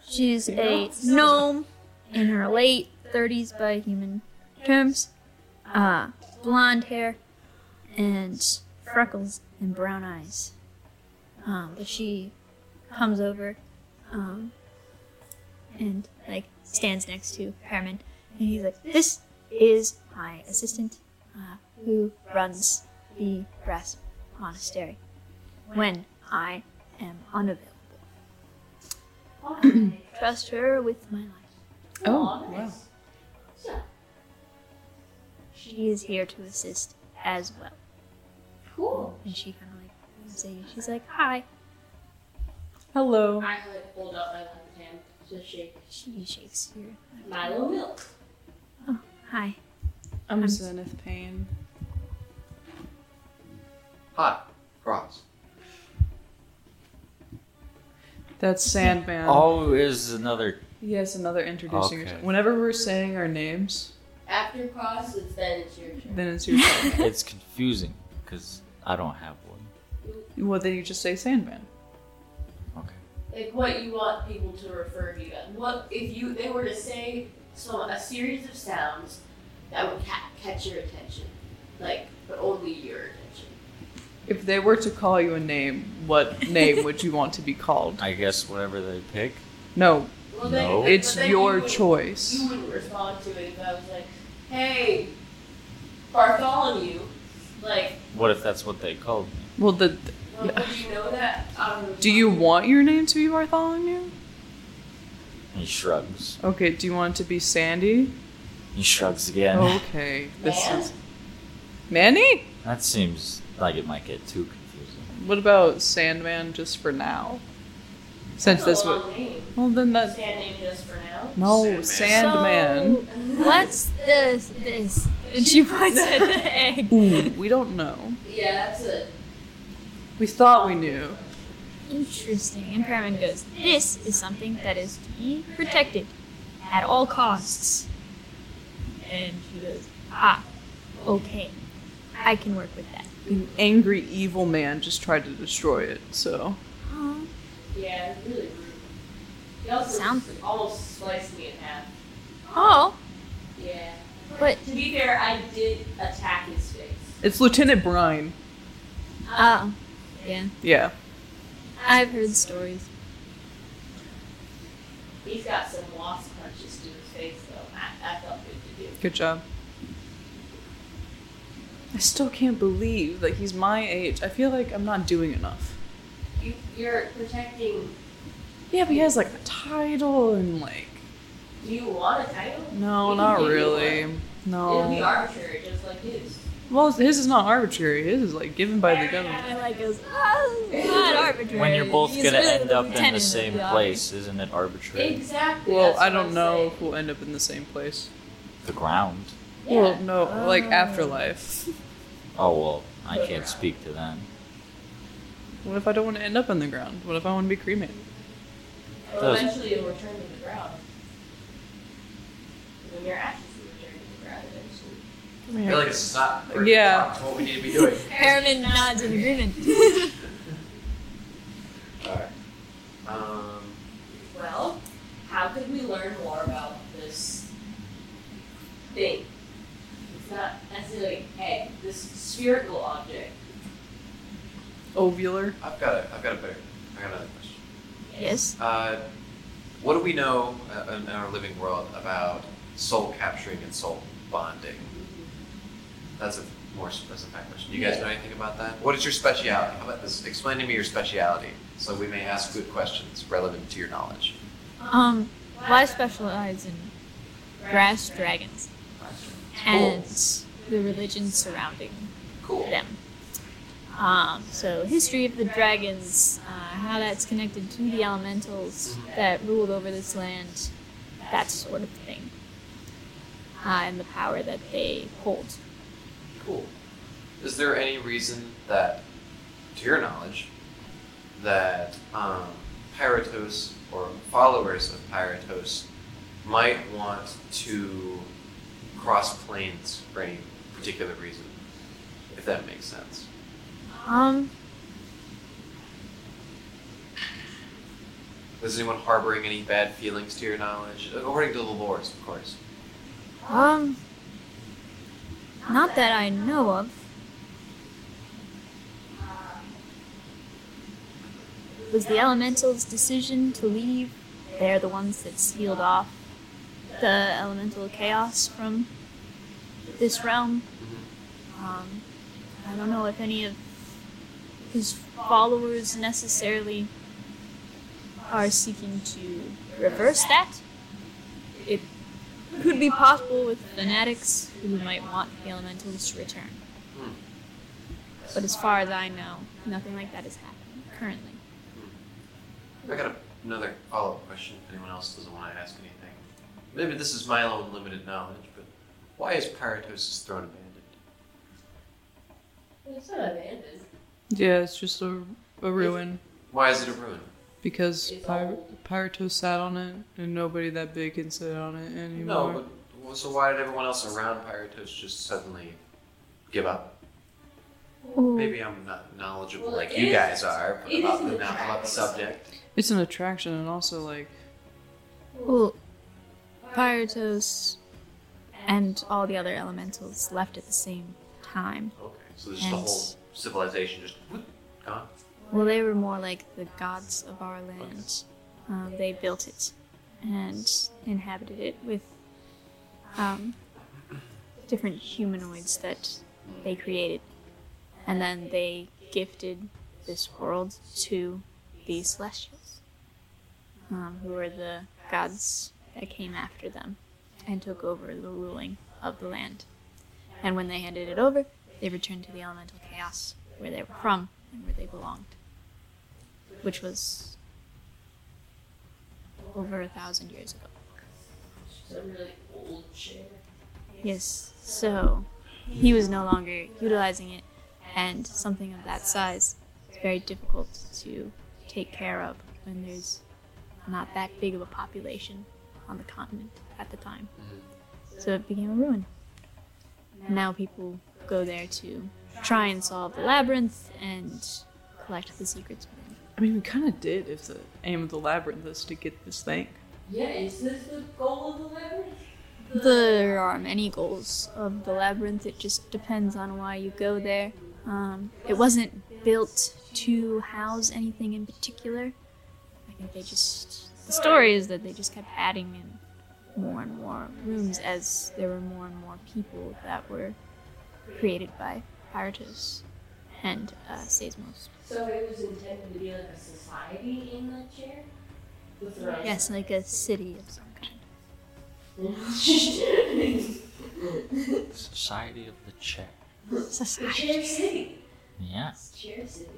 she's a gnome in her late 30s by human terms. Uh, blonde hair and freckles and brown eyes. Um, but she comes over um, and like stands next to Herman, and he's like, "This is my assistant, uh, who runs the brass monastery when I am unavailable." trust her with my life.
Oh, wow.
She is here to assist as well.
Cool.
And she kind of like looks at you. She's like, "Hi."
Hello.
I like hold up my left hand to shake
She shakes your
my little milk.
hi.
I'm
I'm-
Zenith Payne.
Hot. Cross.
That's Sandman.
Oh, is another.
Yes, another introducing.
Okay.
yourself. Whenever we're saying our names,
After cross, it's then it's your turn.
then it's your turn.
It's confusing because I don't have one.
well, then you just say Sandman.
Okay.
like what you want people to refer to you as. What if you they were to say some a series of sounds that would ca- catch your attention, like but only your attention.
If they were to call you a name, what name would you want to be called?
I guess whatever they pick.
No,
Well,
No.
but
it's
then
your
you would,
choice.
You wouldn't respond to it if I was like, "Hey, Bartholomew," like.
What if that's what they called me?
Well, the
Well, would you know that? I don't know.
do you want your name to be Bartholomew?
He shrugs.
Okay. Do you want it to be Sandy?
He shrugs again.
Oh.
Okay. This
Man?
is Manny.
That seems like it might get too confusing.
What about Sandman just for now? Since
That's
this
a
would
long name.
well then that
Stand name just for now.
no Sandman.
So, what's this? This? And she points at the egg.
Ooh, we don't know.
Yeah, that's it.
We thought we knew.
Interesting. And Perman goes, "This is something that is to be protected at all costs." And she goes, "Ah, okay. I can work with that."
An angry evil man just tried to destroy it. So
Oh,
Yeah, it's really rude. He also
Sounds-
almost sliced me in half.
oh,
Yeah.
but
To be fair, I did attack his face.
it's Lieutenant Brine.
oh, yeah.
Yeah.
I've heard stories.
He's got some wasp punches to his face, though. I, I felt good to do.
Good job. I still can't believe that he's my age. I feel like I'm not doing enough.
You, you're protecting.
Yeah, but he has like a title and like
Do you want a title?
no,
You
not
can give
really.
one. It'll be
No.
arbitrary, just like his.
Well, his is not arbitrary. His is like given by the government.
I like goes, oh, it's not arbitrary.
When you're both
He's
gonna
really
end up in the
lieutenant
same
of the
place, isn't it arbitrary?
Exactly.
Well,
that's
I
what
don't
I'm
know
saying.
if we'll end up in the same place.
The ground.
Yeah.
Oh. Well, no, like afterlife.
Oh well, I can't speak to them.
What if I don't want to end up on the ground? What if I want to be cremated?
Those-
Eventually, you'll return to the ground. When your ashes will return to the ground eventually.
Come
I
here.
feel like this is not we're
Yeah.
not what we need to be doing.
Harriman nods in agreement.
Alright. Um,
Well, how could we learn more about this thing? It's not necessarily an egg, this spherical object.
Ovular.
I've got a, I've got a better, I got another question.
yes.
Uh, what do we know uh, in our living world about soul capturing and soul bonding? That's a more specific question. You guys know anything about that? What is your speciality? How about this? Explain to me your speciality, so we may ask good questions relevant to your knowledge.
Um, well, I specialize in grass dragons and the religion surrounding
Cool.
them. Um, so, history of the dragons, uh, how that's connected to the elementals that ruled over this land, that sort of thing, uh, and the power that they hold.
Cool. Is there any reason that, to your knowledge, that um, Pyratos or followers of Pyratos might want to cross planes for any particular reason? If that makes sense.
Um,
Is anyone harboring any bad feelings to your knowledge? According to the lores, of course.
um, not that I know of. It was the elementals' decision to leave. They're the ones that sealed off the elemental chaos from this realm. Um, I don't know if any of his followers necessarily are seeking to reverse that. It could be possible with fanatics who might want the elementals to return.
Hmm.
But as far as I know, nothing like that is happening currently.
I got a, another follow up question if anyone else doesn't want to ask anything. Maybe this is my own limited knowledge, but why is Pyratos' throne abandoned?
It's not abandoned.
Yeah, it's just a, a ruin
Why is it a ruin?
because
It's
Py-
old.
Pyratos sat on it, and nobody that big can sit on it anymore.
No, but well, so why did everyone else around Pyratos just suddenly give up? Maybe I'm not knowledgeable
Well,
like
it
you
is-
guys are, but
it
about
is
the,
an
not about the
attraction.
subject.
It's an attraction, and also like
Well, Pyrotos and all the other elementals left at the same time.
Okay, so there's just a
And-
whole civilization just whoop, gone.
Well, they were more like the gods of our land. Um, they built it and inhabited it with um, different humanoids that they created. And then they gifted this world to the Celestials, um, who were the gods that came after them and took over the ruling of the land. And when they handed it over, they returned to the elemental chaos where they were from and where they belonged, which was over a thousand years ago.
Some really old shit.
Yes, so he was no longer utilizing it, and something of that size is very difficult to take care of when there's not that big of a population on the continent at the time.
Mm-hmm.
So it became a ruin. Now people go there to try and solve the labyrinth and collect the secrets within.
I mean, we kind of did. If the aim of the labyrinth is to get this thing,
Yeah, is this the goal of the labyrinth?
There are many goals of the labyrinth. It just depends on why you go there. Um, it wasn't built to house anything in particular. I think they just. The story is that they just kept adding in more and more rooms as there were more and more people that were created by Pyrotus and uh, Seismos.
So it was intended to be like a society in that chair? The throne.
Yes, like a city of some kind.
the
Society of the Chair.
chair city.
Yeah.
Chair city.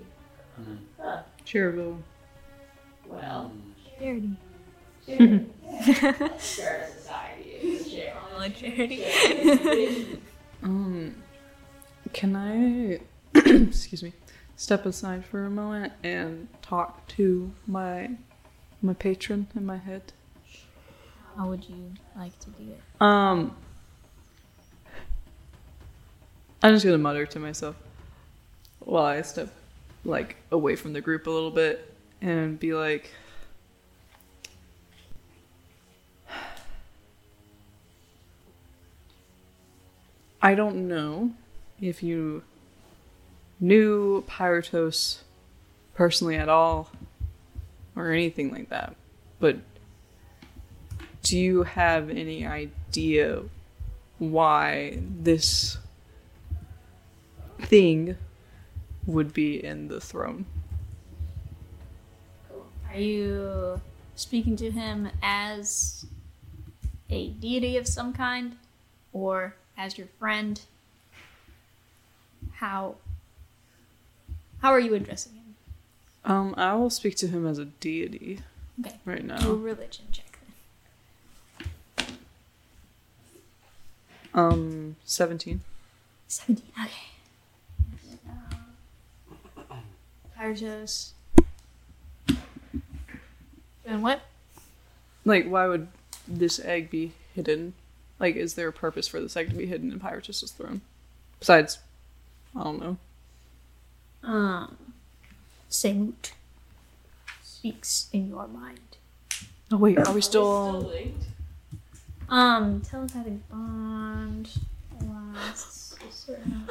Cherville.
Well,
Charity.
chair. chair society is a chair.
charity.
Um, can I? excuse me, step aside for a moment and talk to my my patron in my head.
How would you like to do it?
Um, I'm just gonna mutter to myself while I step like away from the group a little bit and be like, I don't know if you knew Pyrotos personally at all or anything like that, but do you have any idea why this thing would be in the throne?
Are you speaking to him as a deity of some kind or as your friend? How how are you addressing him?
Um, I will speak to him as a deity
Okay.
right now.
Do a religion check then.
Um, 17.
17. Okay. Pyrotos. And what?
Like, why would this egg be hidden? Like, is there a purpose for this egg to be hidden in Pyrotus' throne? Besides, I don't know.
Um, Samut speaks in your mind.
Oh, wait, are we
Still linked.
Um, telepathic bond lasts a certain.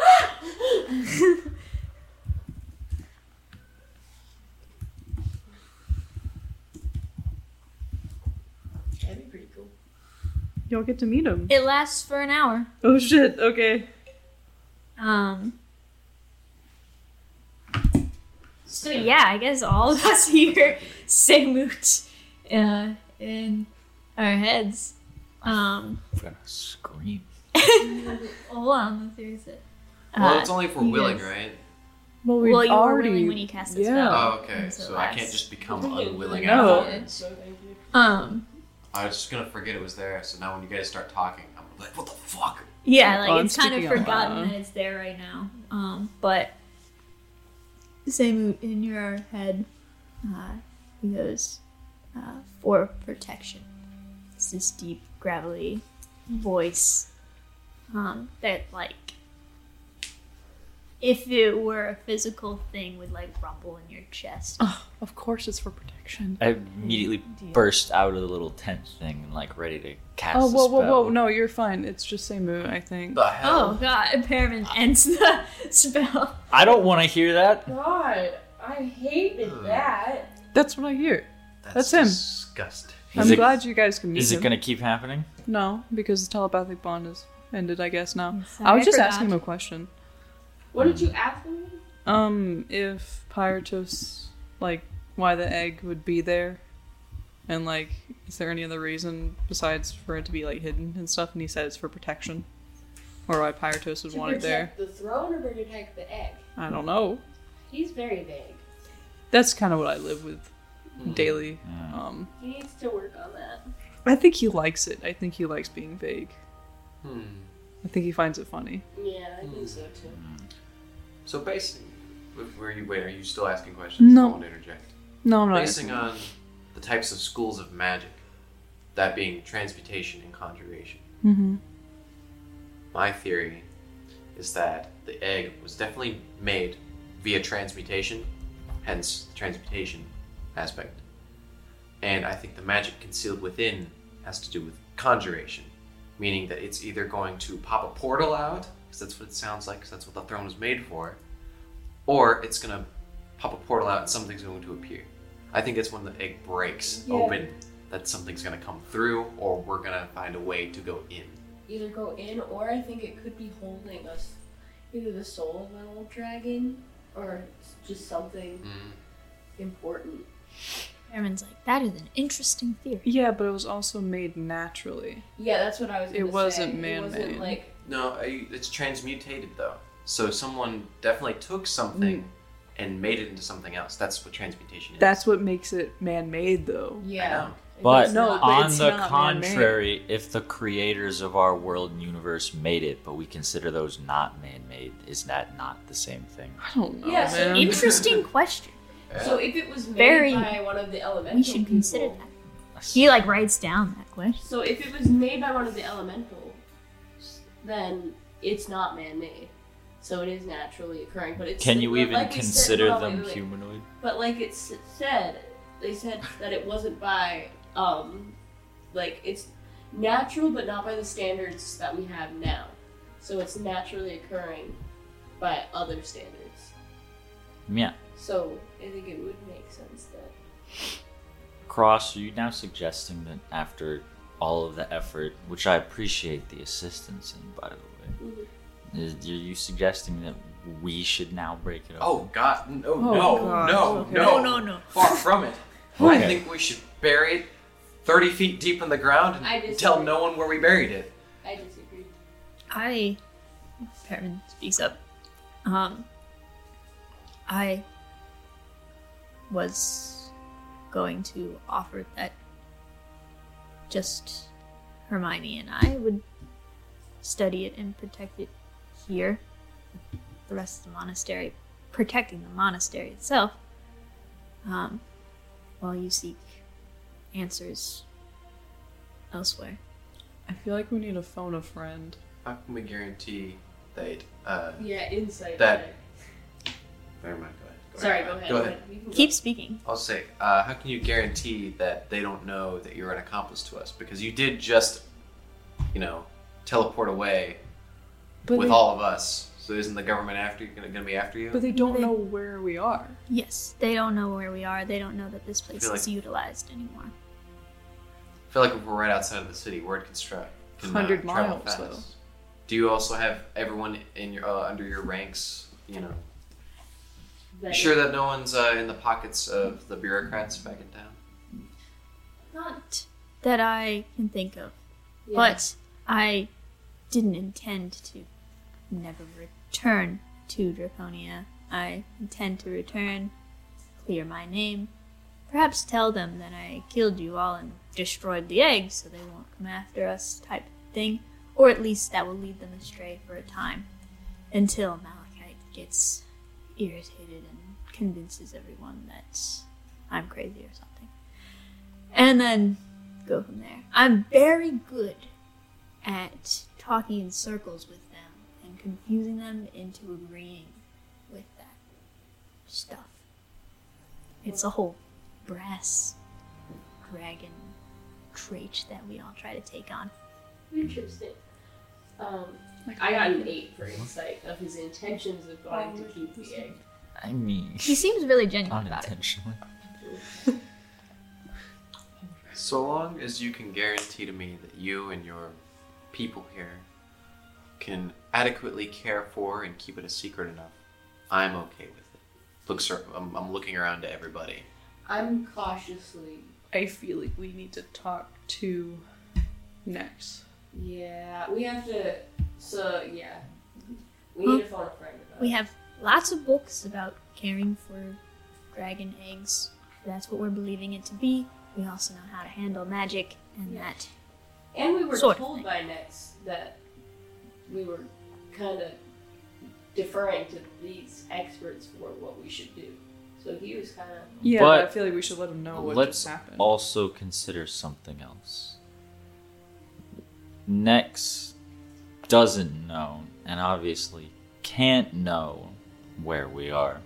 That'd be pretty cool.
Y'all get to meet him.
It lasts for an hour.
Oh, shit, okay.
Um. So yeah, I guess all of us here Samut uh, in our heads. Um,
I'm gonna scream.
hold on, let's hear it.
Well, it's only if we're
you
willing,
guys-
right?
Well, you were willing when you cast the
yeah.
spell.
Oh, okay.
And so
So I
that's-
can't just become
Thank you.
unwilling
No.
afterwards.
So thank you.
Um,
I was just gonna forget it was there. So now when you guys start talking, I'm like, what the fuck?
yeah, like
Well, Oh, I'm
it's kind of
speaking out
forgotten
loud.
that it's there right now. Um, but Samut in your head, uh, he goes uh, for protection. It's this deep, gravelly voice um, that, like, if it were a physical thing, would like rumble in your chest.
Of course, it's for protection.
I immediately burst out of the little tent thing and like ready to cast.
Oh,
the
whoa, whoa, whoa!
spell.
No, you're fine. It's just Seimu, I think.
The hell?
Oh god, impairment ends the spell.
I don't want to hear that.
God, I hated that.
That's what I hear. That's him.
disgusting.
I'm
Is it-
glad you guys can meet
Is it
him.
gonna keep happening?
No, because the telepathic bond is ended, I guess now.
Yes,
I was
I
just
forgot.
asking him a question.
What did you ask me?
Um, if Pyrotos, like, why the egg would be there, and like, is there any other reason besides for it to be like hidden and stuff? And he said it's for protection, or why Pyrotos would
To
want it there.
protect the throne or to protect the egg?
I don't know.
He's very vague.
That's kind of what I live with daily. Um,
He needs to work on that.
I think he likes it. I think he likes being vague.
Hmm.
I think he finds it funny.
Yeah, I think so too.
So basing, were you? Wait, are you still asking questions?
No.
I won't interject.
No, I'm not.
Basing on the types of schools of magic, that being transmutation and conjuration.
hmm
My theory is that the egg was definitely made via transmutation, hence the transmutation aspect. And I think the magic concealed within has to do with conjuration, meaning that it's either going to pop a portal out, because that's what it sounds like, because that's what the throne was made for, or it's going to pop a portal out and something's going to appear. I think it's when the egg breaks
Yeah.
open that something's going to come through, or we're going to find a way to go in.
Either go in, or I think it could be holding us, either the soul of an old dragon, or s- just something
Mm.
important.
Impairment's like, that is an interesting theory.
Yeah, but it was also made naturally.
Yeah, that's what I was.
It
gonna
wasn't
say. It
man-made.
wasn't like
No, I- it's transmutated though. So someone definitely took something and made it into something else. That's what transmutation is.
Mm. That's what makes it man-made, though.
I
Yeah.
know.
But
No, but
on
it's
the
not man-made.
contrary, if the creators of our world and universe made it, but we consider those not man-made, is that not the same thing?
I don't know,
Yeah, so
man.
Interesting question.
So if it was made
Very-
by one of the elemental
We should consider
people-
that. He like writes down that question.
So if it was made by one of the elemental, then it's not man-made. So it is naturally occurring, but it's
Can you
but
even
like we said-
consider
hold on,
them
wait, wait, wait.
humanoid?
But like it s- said, they said that it wasn't by um, like it's natural, but not by the standards that we have now. So it's naturally occurring by other standards.
Yeah.
So I think it would make sense that
Cross, are you now suggesting that after all of the effort, which I appreciate the assistance in, by the way, is, are you suggesting that we should now break it up?
Oh God! No!
Oh,
no!
God.
No!
Okay.
No!
Oh, No, no, no.
Far from it. I
Okay.
think we should bury it thirty feet deep in the ground
I
and
disagree.
tell no one where we buried it.
I disagree.
I, Perrin speaks up. Um, I was going to offer that just Hermione and I would study it and protect it here. The rest of the monastery, protecting the monastery itself, um, while you seek answers elsewhere.
I feel like we need to phone a friend.
How can we guarantee they'd? Uh,
Yeah, insight.
That-
check.
never mind. Go ahead.
Sorry, go ahead.
Go ahead.
You can go.
Keep speaking.
I'll say. Uh, how can you guarantee that they don't know that you're an accomplice to us? Because you did just, you know, teleport away
But
with
they,
all of us. So isn't the government after you? Gonna, gonna be after you?
but they don't know where we are.
Yes, they don't know where we are. They don't know that this place
feel like-
is utilized anymore.
I feel like if we're right outside of the city, word can strike. can, uh,
100
travel
miles,
fast.
though.
Do you also have everyone in your uh, under your ranks? You know, you
That-
sure that no one's uh, in the pockets of the bureaucrats back in town?
Not that I can think of,
Yeah.
but I didn't intend to never return to Draconia. I intend to return, clear my name, perhaps tell them that I killed you all and destroyed the eggs so they won't come after us, type of thing, or at least that will lead them astray for a time until Malachite gets irritated and convinces everyone that I'm crazy or something. And then go from there. I'm very good at talking in circles with them and confusing them into agreeing with that stuff. It's a whole brass dragon trait that we all try to take on.
Interesting. Um, I got an eight for insight of his intentions of wanting to keep the egg.
I mean,
He seems really genuine about it.
unintentionally.
So long as you can guarantee to me that you and your people here can adequately care for and keep it a secret enough, I'm okay with it. Looks, ar- I'm, I'm looking around to everybody.
I'm cautiously.
I feel like we need to talk to next.
Yeah, we have to. So yeah, we need to phone a friend about
We
it.
have lots of books about caring for dragon eggs. That's what we're believing it to be. We also know how to handle magic and that.
And we were
Sort of
told
thing.
by Nex that we were kind of deferring to these experts for what we should do. So he was kind of.
Yeah, but,
But
I feel like we should let them know what
Let's
just happened.
also consider something else. Nex doesn't know, and obviously can't know where we are.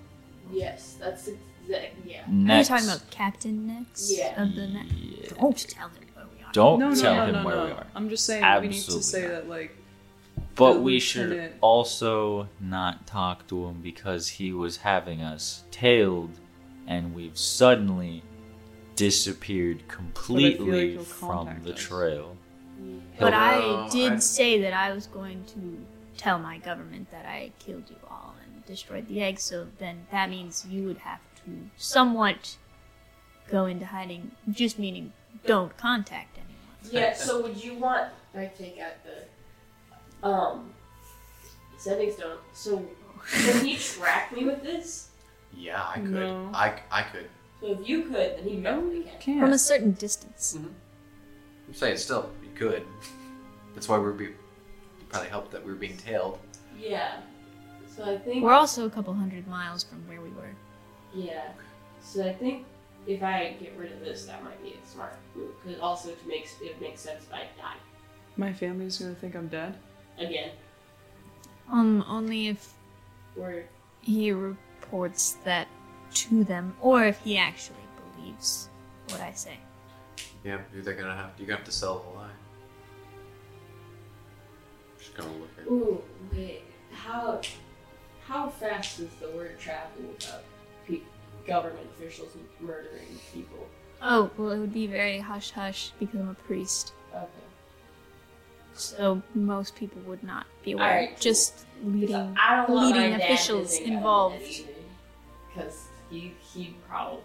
Yes, that's exact. Yeah.
Nex,
Are you talking about Captain Nex?
Yeah.
Of the ne-
Yeah.
Don't tell him where we are.
Don't
no, no,
tell
no,
him
no,
where
no.
we are.
I'm just saying we need to
Absolutely
say
not.
that like
But
the
we should
lieutenant-
also not talk to him because he was having us tailed, and we've suddenly disappeared completely
he'll
from
contact
the
us.
trail.
But
Hello,
I did
I-
say that I was going to tell my government that I killed you all and destroyed the eggs, so then that means you would have to somewhat go into hiding, just meaning don't contact anyone.
Yeah, so would you want I take out the um sending stone. So can he track me with this?
Yeah, I could.
No.
I, I could.
So if you could, then he definitely can.
From a
Can't.
certain distance.
I'm saying still, you could. That's why we're be, probably helped that we were being tailed.
Yeah. So I think.
We're also a couple hundred miles from where we were.
Yeah. So I think if I get rid of this, that might be a smart move. Because also to make it makes sense if I die
My family's gonna think I'm dead.
again,
Um, only if
or
he reports that to them, or if he actually believes what I say.
Yeah, you're they're gonna have. You're gonna have to sell the whole line. Just gonna look at.
ooh, wait, how how fast is the word traveling about pe- government officials murdering people?
Oh, well, it would be very hush hush because I'm a priest.
Okay.
So most people would not be aware.
Alright, cool.
Just leading.
I don't want
leading
my dad
officials involved.
Because he he probably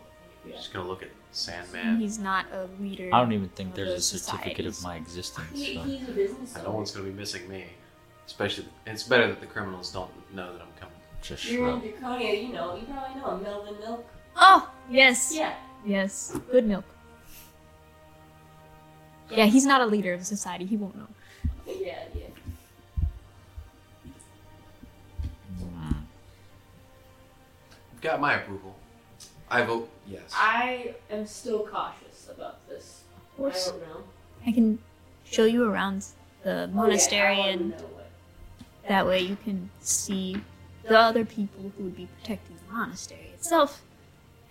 yeah.
Just gonna look at Sandman.
He's not a leader.
I don't even think
of
there's a
those
certificate of
societies.
my existence.
He,
so-
he's a business.
No one's gonna be missing me. Especially, it's better that the criminals don't know that I'm coming.
Just
You're in
shrug.
Draconia, you know, you probably know him, Melvin Milk.
Oh, yes.
Yeah.
Yes. Good milk. Yeah, he's not a leader of society. He won't know.
Yeah, yeah.
Mm.
You've got my approval. I vote yes.
I am still cautious about this.
Of
I
course.
don't know.
I can show you around the monastery,
Oh, yeah, I
and
wanna know what-
that way you can see the other people who would be protecting the monastery itself,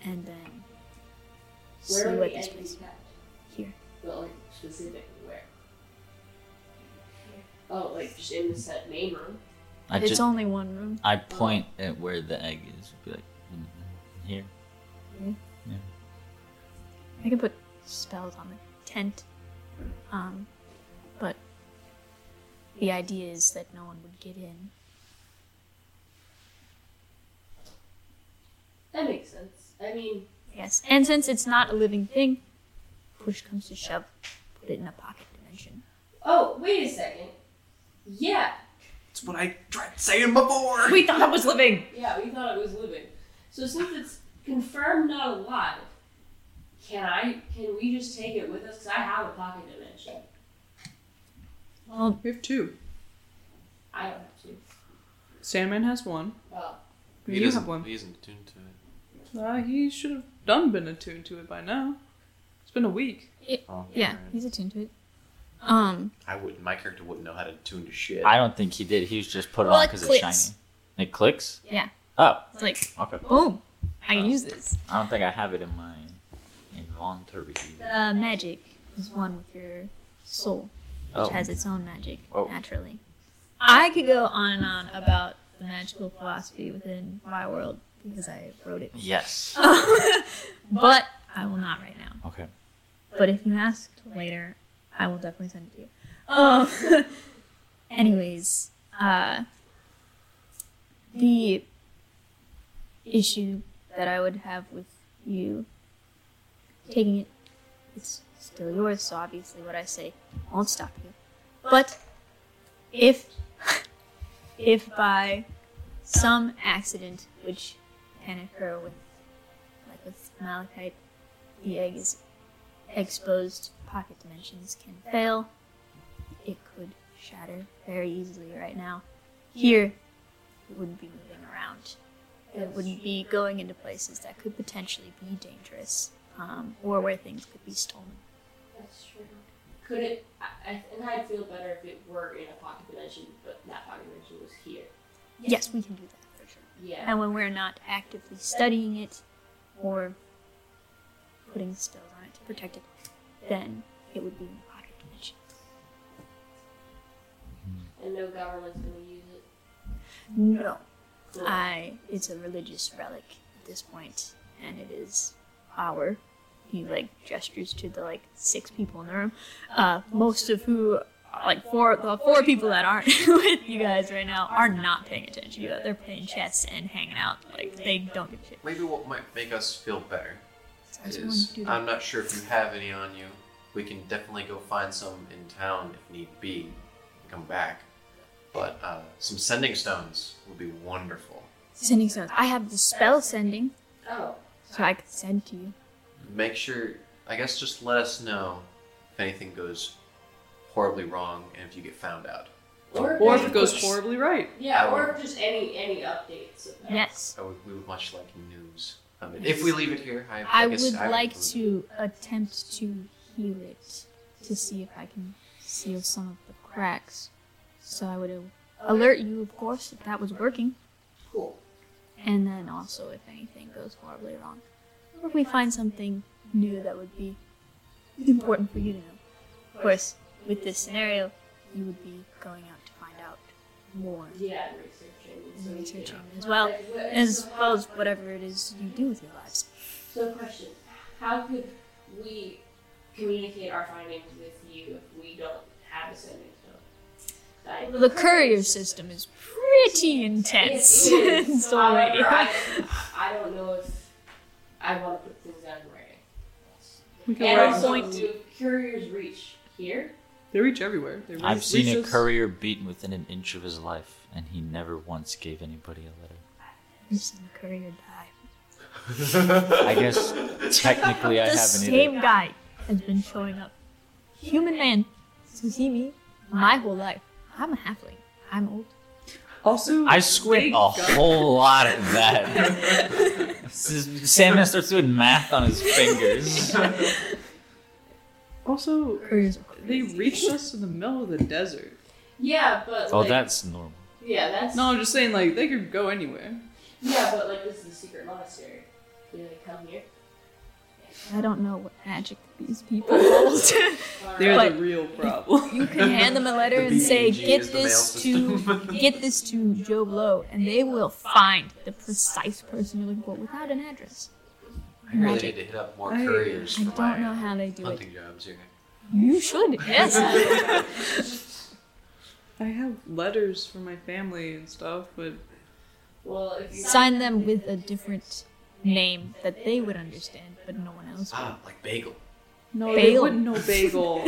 and then see
Where are
what
the
this
enemies
place
kept?
here.
Well, like, specifically where? Oh, like just in the set main room.
I
it's
just
only one room.
I point at where the egg is. Be like, mm, here.
I can put spells on the tent, um, but the idea is that no one would get in.
That makes sense. I mean,
Yes, and since it's not a living thing, push comes to shove, put it in a pocket dimension.
oh, wait a second. Yeah,
That's what I tried saying before.
We thought it was living.
yeah, we thought it was living. So since it's confirmed not alive, can I? Can we just take it with us? Cause I have a pocket dimension.
Well,
We have two.
I don't have to.
Sandman has one.
Oh,
He
you
doesn't-
have one.
He isn't attuned to it.
Uh, he should have done been attuned to it by now. It's been a week.
Oh,
yeah,
alright.
he's attuned to it. Um,
I wouldn't. My character wouldn't know how to tune to shit.
I don't think he did. He was just put it
Well,
on
it
because it's
clicks.
shiny. It clicks.
Yeah.
Oh,
it's like,
okay.
boom, I can use this.
I don't think I have it in my inventory.
The magic is one with your soul, which
Oh.
has its own magic
Oh.
naturally. I could go on and on about the magical philosophy within my world because I wrote it,
Yes.
but I will not right now.
Okay.
But if you ask later, I will definitely send it to you. Um, anyways, uh, the issue that I would have with you taking it, it's still yours, so obviously what I say won't stop you. But if, if by some accident, which can occur with, like with malachite, the egg is exposed pocket dimensions can fail. It could shatter very easily right now. Here, it wouldn't be moving around. It wouldn't be going into places that could potentially be dangerous um, or where things could be stolen.
that's true. Could it? I, I, and I'd feel better if it were in a pocket dimension, but that pocket dimension was here.
Yes, we can do that for sure.
Yeah.
And when we're not actively studying it or putting spells on it to protect it, then it would be in the pocket dimension.
and no government's gonna use it.
No.
Cool.
I it's a religious relic at this point, and it is our. He like gestures to the like six people in the room, uh, most of who like four the four people that aren't with you guys right now are not paying attention to that. They're playing chess and hanging out. Like they don't give a shit.
Maybe what might make us feel better
So I just wanted
is
to do that.
I'm not sure if you have any on you. We can definitely go find some in town if need be. and Come back, but uh, some sending stones would be wonderful.
Sending spells. I have the spell sending,
Oh,
so I could send to you.
Make sure. I guess just let us know if anything goes horribly wrong and if you get found out.
or,
Or if
maybe
it goes
just-
horribly right.
Yeah, or just any any updates. Of that.
Yes.
I would, we would much like news of it. If we leave it here, I, I
I
guess
would
I
like to
include-
attempt to heal it to see if I can seal some of the cracks. So I would uh, alert you, of course, if that was working,
Cool.
and then also if anything goes horribly wrong. Or if we find something new that would be important for you to know. Of course, with this scenario, you would be going out to find out more
Yeah, and researching. So
and
we
researching
can-
as well,
Like, what-
as
so
well
how-
as whatever it is you do with your lives.
So, question: How could we communicate our findings with you if we don't have a sending stone? Like,
The courier system is pretty
It
intense.
is,
It's
so
already-
however, I, I don't know if I want to put things down in writing.
We can
And
write
also,
point.
do couriers reach here?
They reach everywhere. They reach,
I've seen a
reach us-
courier beaten within an inch of his life, and he never once gave anybody a letter.
I've seen the courier die.
I guess technically I
the
haven't either.
same guy has been showing up. Human man, Suzuki, my whole life. I'm a halfling. I'm old.
Also,
I squint
they
a whole lot at that. Sandman starts doing math on his fingers.
Also,
Couriers are
they reached us in the middle of the desert.
Yeah, but
Oh,
like,
that's normal.
yeah, that's
No, I'm just saying, like, they could go anywhere.
yeah, but like this is a secret monastery. Do they come here?
I don't know what magic these people hold.
Or-
They're
But-
the real problem.
you can hand them a letter
The
and say,
BBG
"Get
is the mail
this to, get this to Joe Blow," and they will find the precise person you're looking for without an address.
I really
Magic.
need to hit up more
I-
couriers
I
for my
don't know how they do it.
hunting jobs here.
You should. Yes.
I have letters from my family and stuff, but
Well, if you
Sign them with a different name that they would understand, but no one else.
Ah, like bagel.
no, they
Bagel.
wouldn't know bagel.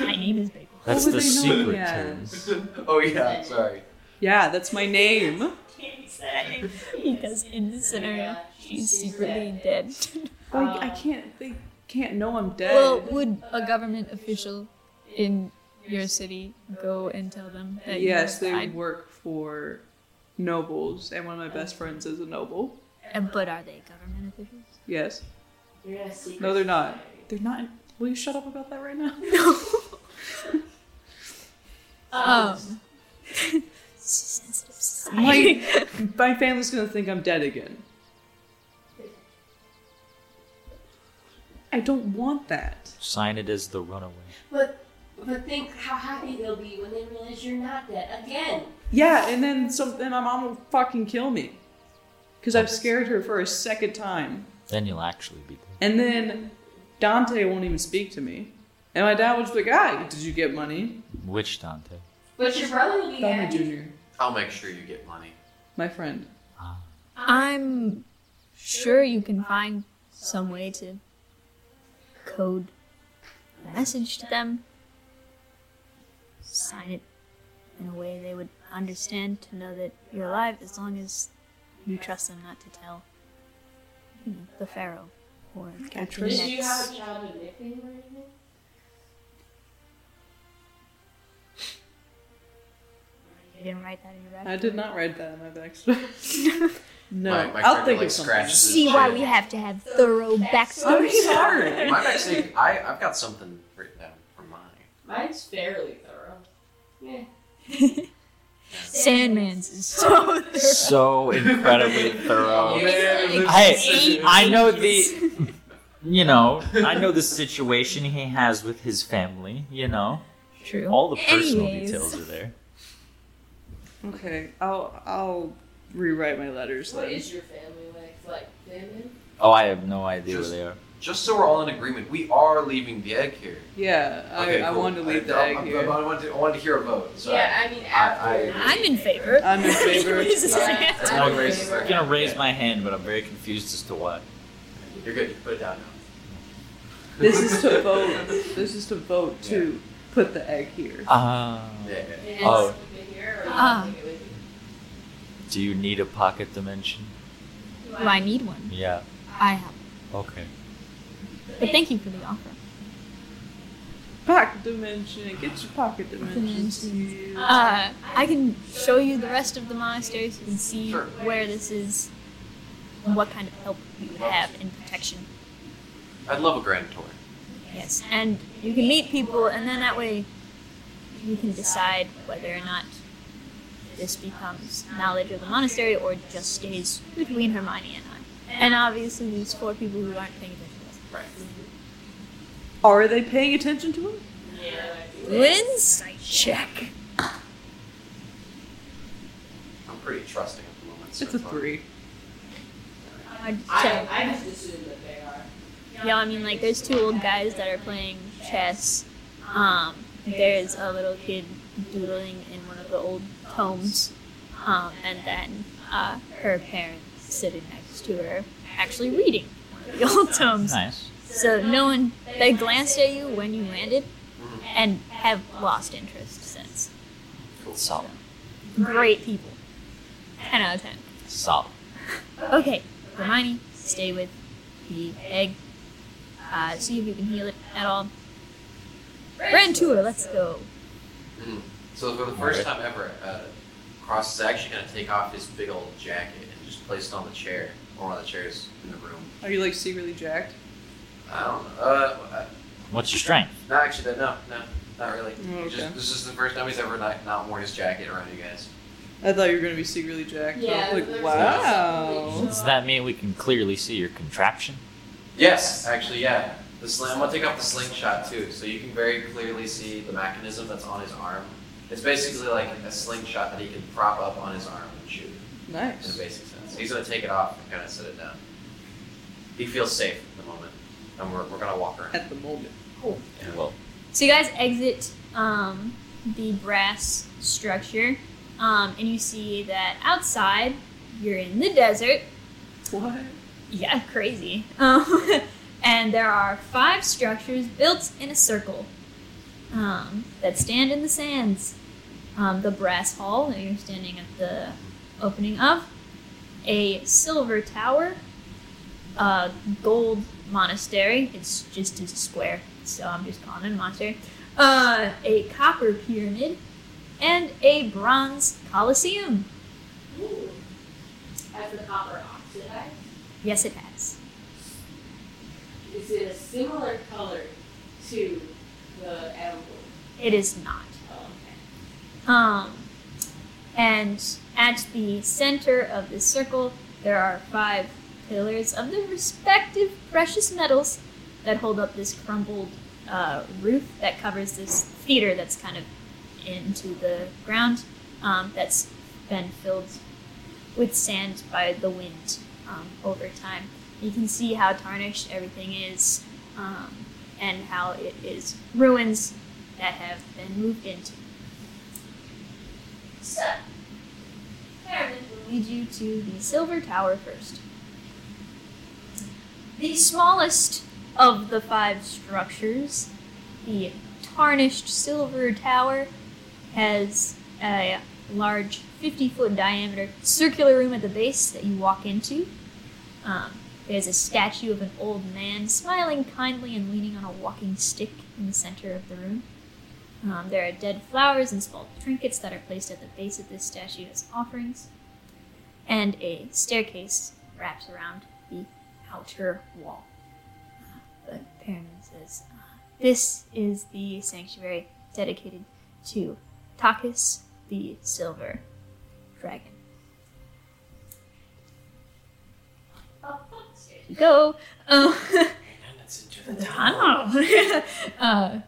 My name is Bagel.
That's
would
the
they know?
secret
Yeah.
term.
Oh yeah, sorry.
yeah, that's my name.
Because in this scenario, she's secretly dead.
Like, I can't. They can't know I'm dead.
Well, would a government official in your city go and tell them that you
yes,
have
they
died?
work for nobles, and one of my best friends is a noble.
And- But are they government officials?
Yes.
you're in a secret
No, they're not.
society.
They're not. Will you shut up about that right now?
Um. sensitive society.
My my family's gonna think I'm dead again. I don't want that.
Sign it as the runaway.
But but think how happy they'll be when they realize you're not dead again.
Yeah, and then some. Then my mom will fucking kill me, because I've scared her for a second time.
Then you'll actually be dead.
And then Dante won't even speak to me, and my dad was like, "Ah, did you get money?"
Witch Dante.
But your brother will be
Dante
happy.
Junior,
I'll make sure you get money.
my friend.
I'm sure you can find some way to code a message to them, sign it in a way they would understand to know that you're alive as long as you trust them not to tell you know, the Pharaoh or Captain
Did you have
Nex.
a childhood nickname or anything?
You didn't write that in your
I
record.
did not write that in my backstory. no,
My- my
I'll
friend,
think
like,
of something.
scratches-
See why we have to have thorough
I'm
backstories.
sorry.
My backstory. I I've got something written down for mine.
Mine's fairly thorough. Yeah.
Sandman's is so thorough.
So incredibly thorough.
Man,
Hey, I know the. You know, I know the situation he has with his family. You know,
True.
all the personal
Anyways.
details are there.
Okay, I'll I'll rewrite my letters
What
then.
is your family like? Like family?
Oh, I have no idea
Just-
where they are.
Just so we're all in agreement, we are leaving the egg here.
Yeah, I,
Okay,
I
cool.
wanted to leave the
I,
egg
I,
here.
I, wanted to, I wanted to hear a vote. So
yeah, I mean
I- oh.
after.
I'm in favor.
I'm in favor.
Please, this is
Alright.
an answer.
I, I, raise
I'm gonna raise my hand, but I'm very confused as to why.
You're good. You can put it down now.
This is to vote. This is to vote to put the egg here.
Ah.
Yeah.
It has
Oh.
to be here, or
Ah.
something, it would be-
Do you need a pocket dimension?
Do I need one?
Yeah.
I have.
Okay.
But thank you for the offer.
Pocket dimension. Get your pocket dimension.
Uh, I can show you the rest of the monastery so you can see
Sure.
where this is, and what kind of help you would have in protection.
I'd love a grand tour.
Yes, and you can meet people, and then that way you can decide whether or not this becomes knowledge of the monastery or just stays between Hermione and I. And obviously, these four people who aren't paying attention to us.
Are they paying attention to him?
Insight check.
I'm pretty trusting at the moment. so
It's a
far.
three.
Hard to
I,
tell.
I just assume that they are.
Yeah, I mean, like, there's two old guys that are playing chess. Um, there's a little kid doodling in one of the old tomes. Um, and then uh, her parents sitting next to her actually reading one of the old tomes.
Nice.
So no one, they glanced at you when you landed and have lost interest since.
Solid.
Great people. 10 out of 10.
Solid.
Okay, Hermione, stay with the egg. Uh, see if you can heal it at all. Brand tour, let's go.
Mm. So for the first
Alright.
time ever, uh, Cross is actually going to take off his big old jacket and just place it on the chair or one of the chairs in the room.
Are you like secretly jacked?
I don't know. Uh, uh,
What's your strength?
no, actually, no, no, not really.
Mm,
Just-
okay.
this is the first time he's ever not, not worn his jacket around you guys.
I thought you were gonna be secretly jacked.
Yeah,
I was
there's
like,
something.
wow.
Does that mean we can clearly see your contraption?
Yes, actually, yeah. The sling. I'm gonna take off the slingshot too, so you can very clearly see the mechanism that's on his arm. It's basically like a slingshot that he can prop up on his arm and shoot. in a
Nice.
basic sense. He's gonna take it off and kind of set it down. He feels safe at the moment, and we're, we're gonna walk around.
At the moment.
Well,
So you guys exit um, the brass structure, um, and you see that outside you're in the desert.
What?
Yeah, crazy. Um, and there are five structures built in a circle um, that stand in the sands. Um, the brass hall that you're standing at the opening of, a silver tower, a gold monastery. It's just a square, so I'm just calling it a monastery. Uh, a copper pyramid, and a bronze coliseum.
Ooh. Has the copper oxidized?
Yes, it has.
Is it a similar color to the emblem?
It is not.
Oh,
Um, and at the center of this circle, there are five pillars of the respective precious metals that hold up this crumbled uh, roof that covers this theater that's kind of into the ground um, that's been filled with sand by the wind um, over time. You can see how tarnished everything is um, and how it is ruins that have been moved into. So, Peregrine will lead you to the Silver Tower first. The smallest of the five structures, the tarnished Silver Tower, has a large 50 foot diameter circular room at the base that you walk into. Um, there's a statue of an old man smiling kindly and leaning on a walking stick in the center of the room. Um, there are dead flowers and small trinkets that are placed at the base of this statue as offerings, and a staircase wraps around the outer wall. The pyramid says, uh, This is the sanctuary dedicated to Takis the Silver Dragon. There you go. Um, I know. uh,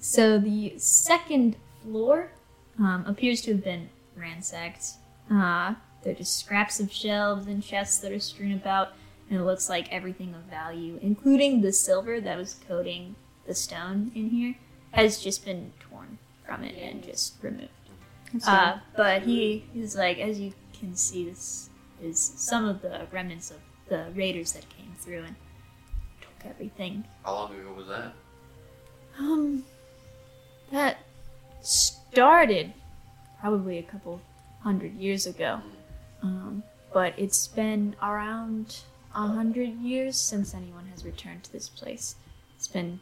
so the second floor um, appears to have been ransacked. Uh, there are just scraps of shelves and chests that are strewn about, and it looks like everything of value, including the silver that was coating the stone in here, has just been torn from it and just removed. Uh, but he is like, as you can see, this is some of the remnants of the raiders that came through and took everything.
How long ago was that?
Um, that started probably a couple hundred years ago. Um, but it's been around a hundred years since anyone has returned to this place. It's been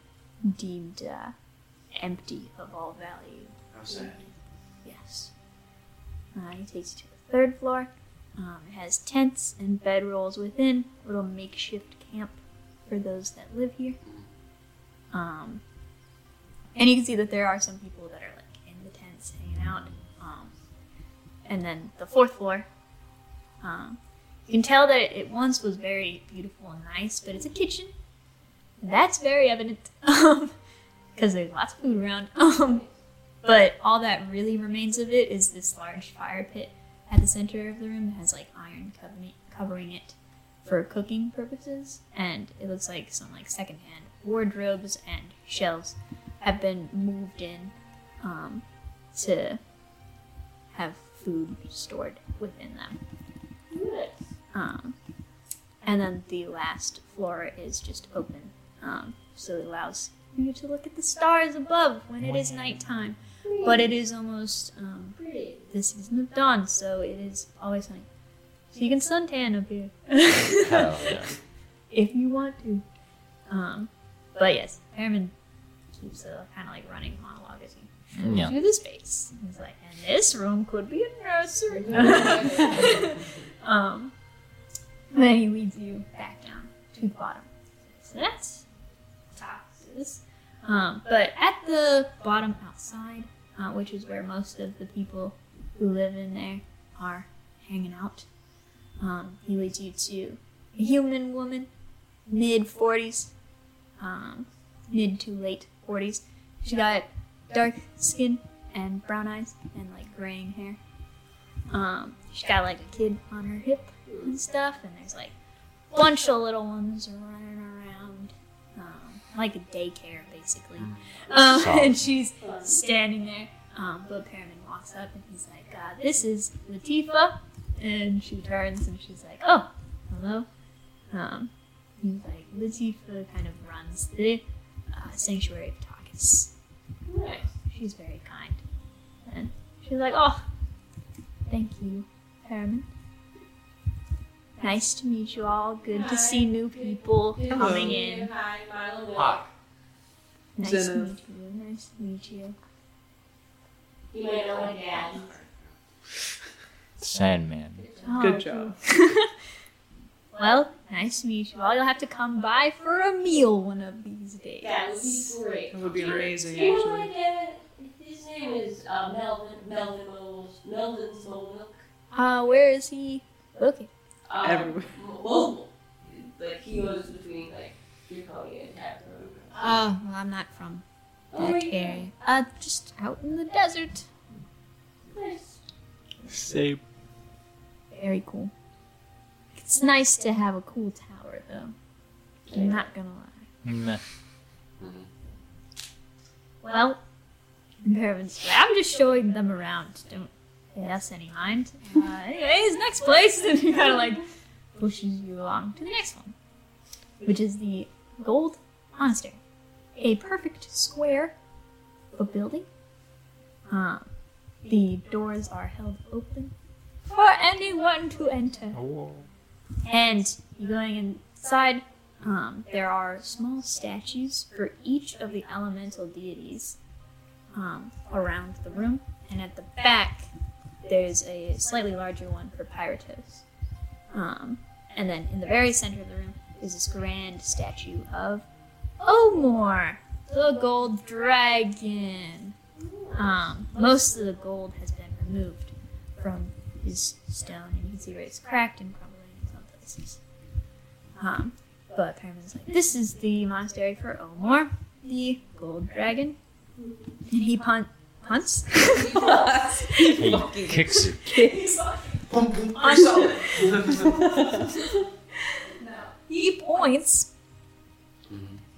deemed uh, empty of all value.
How sad.
Yes. Uh, he takes you to the third floor. Um, it has tents and bedrolls within, a little makeshift camp for those that live here. Um, and you can see that there are some people that are like in the tents hanging out. Um, and then the fourth floor. Um, you can tell that it once was very beautiful and nice, but it's a kitchen. That's very evident because there's lots of food around. Um, but all that really remains of it is this large fire pit at the center of the room that has like iron covering covering it for cooking purposes, and it looks like some like secondhand wardrobes and shelves have been moved in um, to have food stored within them. Um, and then the last floor is just open, um, so it allows you to look at the stars above when it is nighttime. But it is almost um,
Pretty.
the season of dawn, so it is always sunny. So you can suntan up here
Hell yeah.
if you want to. Um, but yes, Harriman keeps a kind of like running monologue as he
Yeah.
through the space. He's like, and this room could be a nursery. um, and then he leads you back down to the bottom. So that's top. So this- Um, but at the bottom outside, uh, which is where most of the people who live in there are hanging out, um, he leads you to a human woman, mid 40s, um, mid to late 40s. She got dark skin and brown eyes and like graying hair. Um, she's got like a kid on her hip and stuff, and there's like a bunch of little ones running around, um, like a daycare basically. Um,
Solid.
and she's standing there. Um, but Perriman walks up and he's like, uh, "This is Latifa," and she turns and she's like, "Oh, hello." Um, he's like, "Latifa kind of runs the uh, sanctuary of Takis." She's very kind. And she's like, oh, thank you, Herman. Nice to meet you all. Good
Hi.
to see new people
Good
coming
to see you.
in.
Hi, Milo Wolf.
Hi.
Nice to
Zenith.
meet you. Nice to meet you.
You might know my dad.
Sandman.
Oh,
Good job.
Well, nice to meet you all. You'll have to come by for a meal one of these days.
That would be great.
That would be amazing,
Do you know my
actually.
dad? His name is uh, Melvin. Melvin Moles. Melvin Smolnuk.
Uh, where is he? Okay.
Um,
Everywhere.
Mobile. Like he lives between like Draconia and Taproot.
Oh, well, I'm not from
Oh,
that
yeah.
area. Uh, just out in the desert.
Nice.
Same.
Very cool. It's nice to have a cool tower, though. I'm not gonna lie.
Meh.
Well, Mervin's I'm just showing them around. Don't pay us any mind. Uh, anyways, next place, and he kind of like pushes you along to the next one, which is the Gold Monastery, a perfect square of a building. Um, the doors are held open for anyone to enter. And you're going inside. Um, there are small statues for each of the elemental deities um, around the room, and at the back there's a slightly larger one for Pyrotos. Um, and then in the very center of the room is this grand statue of Omor, the gold dragon. Um, most of the gold has been removed from his stone, and you can see where it's cracked and crumbling in some places. Um, but Perriman's like, this is the monastery for Omor, the gold dragon. And he punt, punts?
He kicks it.
he points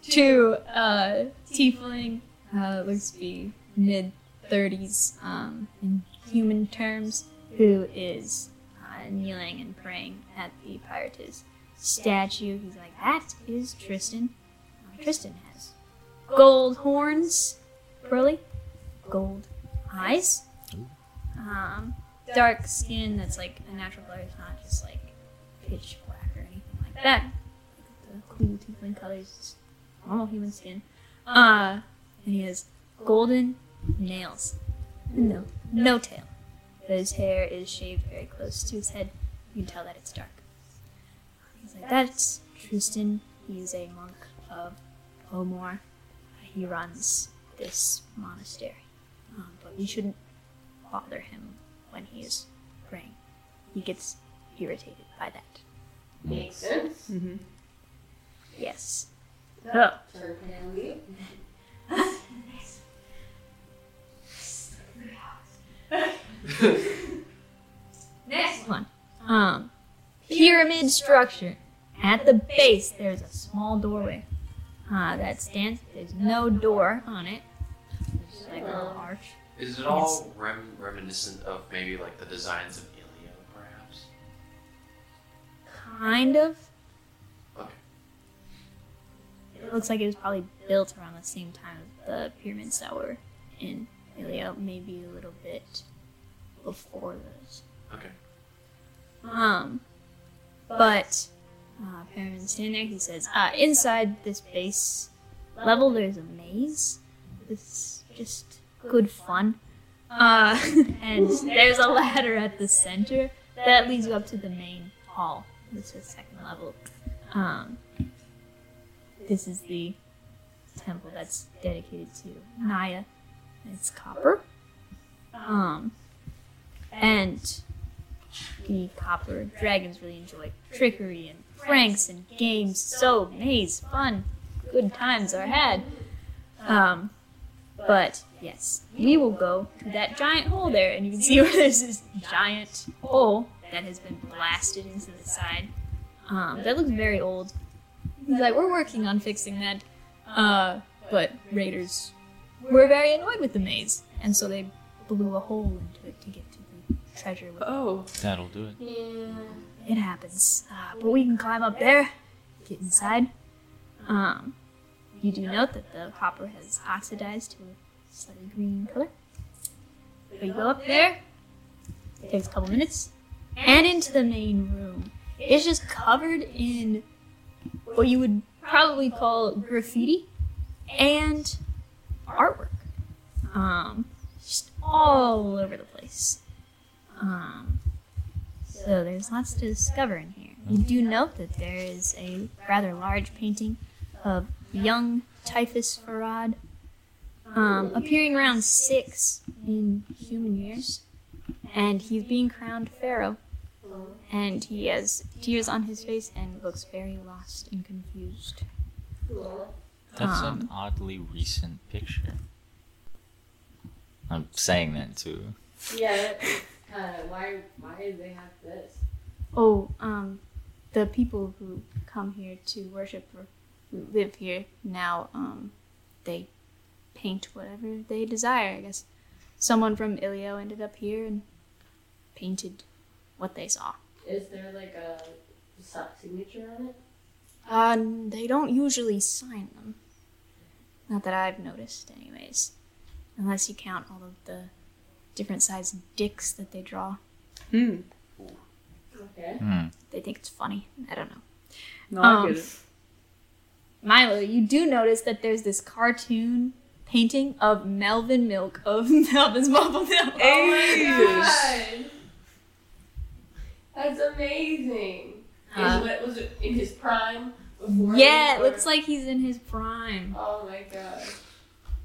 to uh, tiefling, uh, looks to be mid 30s um, in human terms, who is uh, kneeling and praying at the Pyrotis statue. He's like, That is Tristan. Uh, Tristan has gold horns, really, gold eyes. Um, dark skin that's like a natural color. It's not just like pitch black or anything like that. The cool tiefling colors, just normal human skin. Uh, and he has golden nails. No, no tail. But his hair is shaved very close to his head. You can tell that it's dark. He's like, that's Tristan. He's a monk of Omor. He runs this monastery. Um, but you shouldn't bother him when he is praying. He gets irritated by that.
Makes sense.
Yes.
So, turn pale and leave.
Next one. Um, pyramid structure. At the base, there's a small doorway. Uh, that stands. There's no door on it. It's just like a little arch.
Is it all rem- reminiscent of maybe like the designs of Ilio, perhaps?
Kind of.
Okay.
It looks like it was probably built around the same time as the pyramids that were in Ilio, maybe a little bit before those.
Okay.
Um, but uh, Perrin's standing there. He says, uh, "Inside this base level, there's a maze. It's just good fun. Uh, and there's a ladder at the center that leads you up to the main hall. This is second level. Um, this is the temple that's dedicated to Naya. It's copper. Um, and." the copper dragons really enjoy trickery and pranks and games. So maze fun, good times are had. Um, but yes, we will go to that giant hole there, and you can see where there's this giant hole that has been blasted into the side. Um, that looks very old. He's like, we're working on fixing that, uh, but raiders were very annoyed with the maze, and so they blew a hole into it to get to the treasure. With
Oh,
That'll do it.
it happens. Uh, but we can climb up there, get inside. Um, you do note that the copper has oxidized to a slightly green color. But you go up there, it takes a couple minutes, and into the main room. It's just covered in what you would probably call graffiti and artwork. Um, just all over the place. Um, so there's lots to discover in here. You do note that there is a rather large painting of young Typhus Farad, um, appearing around six in human years, and he's being crowned pharaoh. And he has tears on his face and looks very lost and confused.
That's
Um,
an oddly recent picture. I'm saying that too.
Yeah, that's kind of Uh, why. Why did they have this?
Oh, um, the people who come here to worship or who live here now, um, they paint whatever they desire. I guess someone from Ilio ended up here and painted what they saw.
Is there like a si- signature on it?
Uh, they don't usually sign them. Not that I've noticed, anyways. Unless you count all of the different sized dicks that they draw.
hmm.
Okay.
Hmm.
They think it's funny. I don't know.
No, I
Um,
get it.
Milo, you do notice that there's this cartoon painting of Melvin Milk of Melvin's Oh Mobile Milk.
God. That's amazing.
Uh,
is what was it in his prime? Before
Yeah, it
or-
looks like he's in his prime.
Oh my god.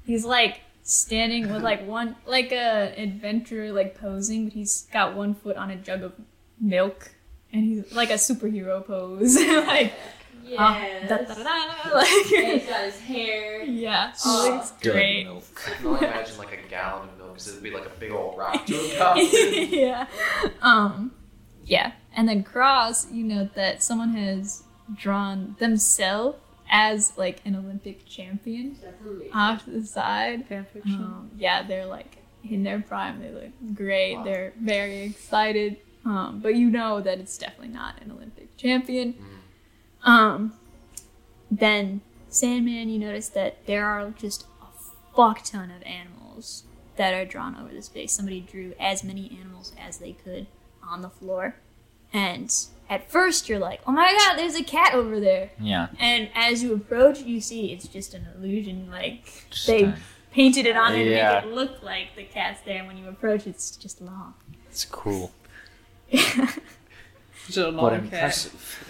He's like standing with like one like a adventurer like posing, but he's got one foot on a jug of milk and he's like a superhero pose. like
Yeah.
Oh, da, da, da, da, like
he's got his hair.
Yeah.
Oh,
looks
Good
great.
milk.
I can only imagine like a gallon of milk because it would be like a big old rock to a cup.
yeah. Um, yeah. And then cross, you note that someone has drawn themselves as like an Olympic champion
That's amazing.
off to the side.
Fanfiction.
Um, yeah, they're like in their prime. They look great. They're very excited. Um, but you know that it's definitely not an Olympic champion. Um, then Sandman, you notice that there are just a fuck ton of animals that are drawn over the space. Somebody drew as many animals as they could on the floor. And at first, you're like, oh my god, there's a cat over there.
Yeah.
And as you approach, you see it's just an illusion. Like,
Just,
they
uh,
painted it on there
Yeah.
to make it look like the cat's there. And when you approach, it's just long.
it's cool.
Still not
What
okay.
impressive.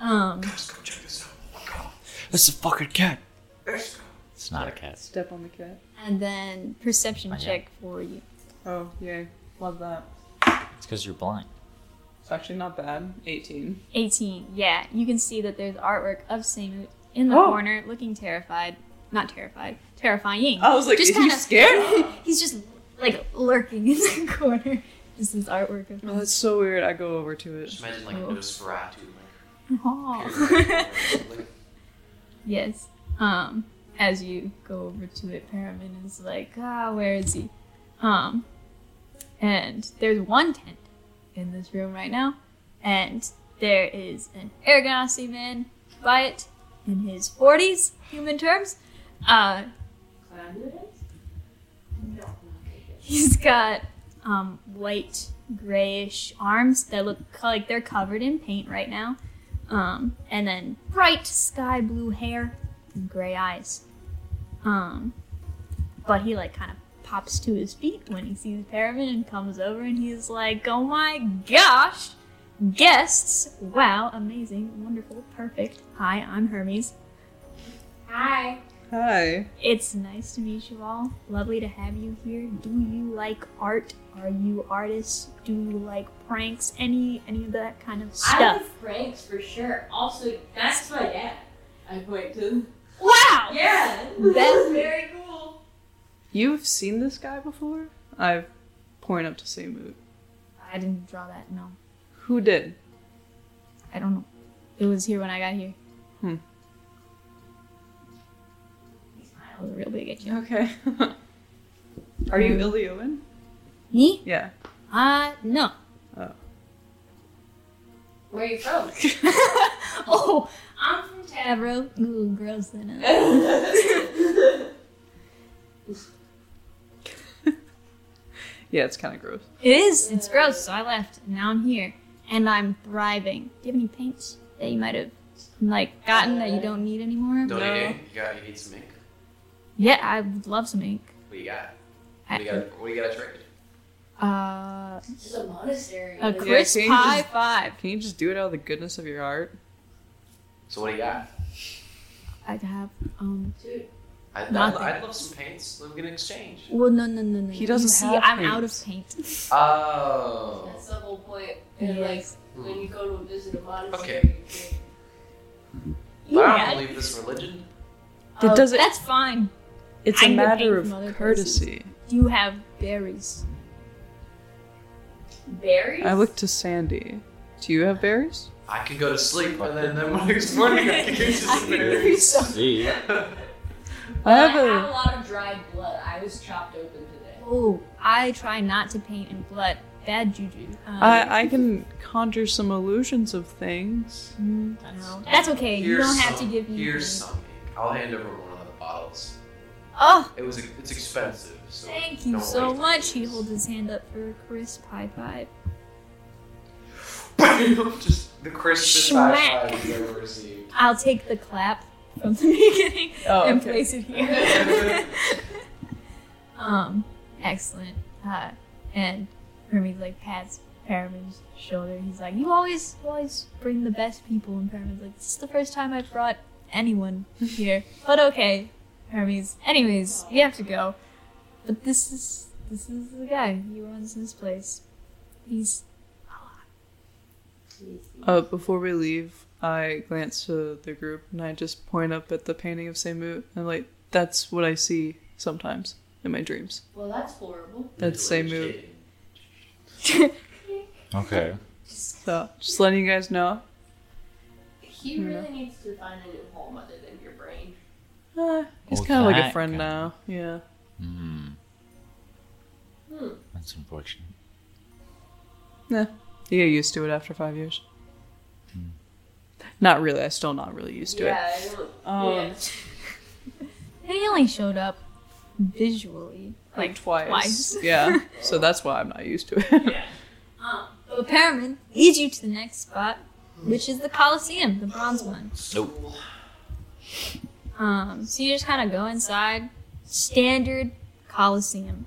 um,
That's a fucking cat. It's not a cat.
Step on the cat.
and then perception
Oh, yeah.
check for you.
Oh, yay. Love that.
It's because you're blind.
It's actually not bad. 18.
18. Yeah, you can see that there's artwork of Samut in the
Oh.
corner, looking terrified. Not terrified,
Oh.
terrifying.
I was like,
Just
is he
kinda-
scared?
He's just like lurking in the corner. Just this artwork of
Oh, that's so weird. I go over to it.
Just imagine like
Cool.
Nosferatu.
Aw.
Like,
yes. Um, as you go over to it, Paramin is like, ah, where is he? Um, and there's one tent in this room right now, and there is an Aragonasi man by it in his 40s, human terms. Uh,
Clown noodles? No.
He's got um, white, grayish arms that look co- like they're covered in paint right now. Um, and then bright sky blue hair and gray eyes. Um, but he like kind of pops to his feet when he sees Paramin and comes over and he's like, "Oh my gosh, guests! Wow, amazing, wonderful, perfect. Hi, I'm Hermes.
Hi.
Hi.
It's nice to meet you all. Lovely to have you here. Do you like art? Are you artists? Do you like pranks? Any any of that kind of
I
stuff?
love pranks for sure. Also, that's my dad. I point to.
Wow!
Yeah.
That's
very cool.
You've seen this guy before? I point up to say mood.
I didn't draw that. No,
Who did?
I don't know. It was here when I got here.
Hmm.
He smiled real big at you.
Okay. Are you Ilioan?
Me?
Yeah.
Uh, no.
Where are you from?
oh, I'm from Tavro. Ooh, gross. I know.
Yeah, it's kind of gross.
It is. It's gross. So I left. and Now I'm here, and I'm thriving. Do you have any paints that you might have like gotten that you don't need anymore?
Don't
No.
you need? You got? You need some ink.
Yeah, I would love some ink.
What do you got? What do you
I-
got? What do you got to trade?
Uh,
this is a monastery.
a
can
crisp
you
high
just-
five.
Can you just do it out of the goodness of your heart?
So what do you got?
I'd have um.
Dude,
I'd, I'd,
Nothing.
I'd love some paints. Let me get an exchange.
Well, no, no, no, no.
He doesn't
You see,
have
I'm
paint.
out of paint.
Oh.
that's the whole point. And
Yes.
Hmm.
like when you go to visit a monastery.
Okay.
you
But I
Yeah.
don't believe this religion.
That
Oh,
doesn't-
That's fine.
It's a
I can paint
matter of
from other places.
courtesy.
You have berries.
drink Berries.
I look to Sandy. Do you have berries?
I could go to sleep and then, then when next morning I could use
I
some
could
berries.
use some.
See?
I
I
have
have a
a.
lot of dried blood. I was chopped open today.
Oh, I try not to paint in blood. Bad juju. Um,
I, I can conjure some illusions of things.
mm, no. That's okay. You
Here's
don't have to
some-
give me.
Here's
paint.
some ink. I'll hand over one of the bottles.
Oh,
It was it's expensive. So
Thank you
don't
so
wait.
much. He holds his hand up for a crisp high five.
Bam! Just the crispest
Schmack.
high five you've ever received.
I'll take the clap from the beginning
Oh,
and
okay.
place it here. um, excellent. Uh, and Hermes like pats Paramin's shoulder. He's like, "You always, you always bring the best people." And Paramin's like, "This is the first time I've brought anyone here, but okay, Hermes. Anyways, we have to go. But this is this is the guy. He runs this place. He's
Uh, before we leave, I glance to the group and I just point up at the painting of Samut and like that's what I see sometimes in my dreams.
Well, that's horrible.
That's Samut.
Educated.
Okay.
So just letting you guys know.
He
Mm-hmm.
really needs to find a new home other than your brain.
Uh, he's
Well,
kind of like a
that
friend
guy.
now. Yeah.
Hmm.
Hmm.
That's unfortunate.
Nah. You get used to it after five years. Not really. I still not really used to Um,
Oh.
yeah, I don't.
it. Um,
yeah.
He only showed up visually.
like twice.
twice.
yeah. So that's why I'm not used to it.
Um, the Paramin leads you to the next spot, which is the Colosseum, the bronze one.
Nope.
Um, so you just kind of go inside. Standard Coliseum.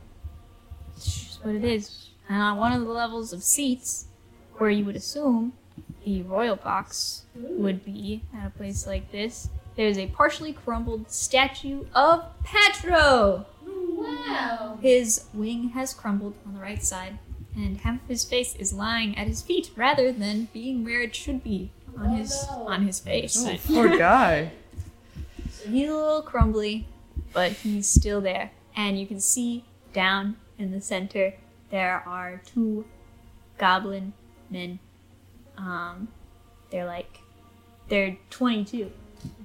It's just what it is. And on one of the levels of seats, where you would assume the royal box would be at a place like this, there's a partially crumbled statue of Petro!
Wow.
His wing has crumbled on the right side, and half of his face is lying at his feet rather than being where it should be on his
no.
on his face.
Oh, poor guy.
He's a little crumbly, but he's still there. And you can see down in the center there are two goblin men. Um, they're like they're 22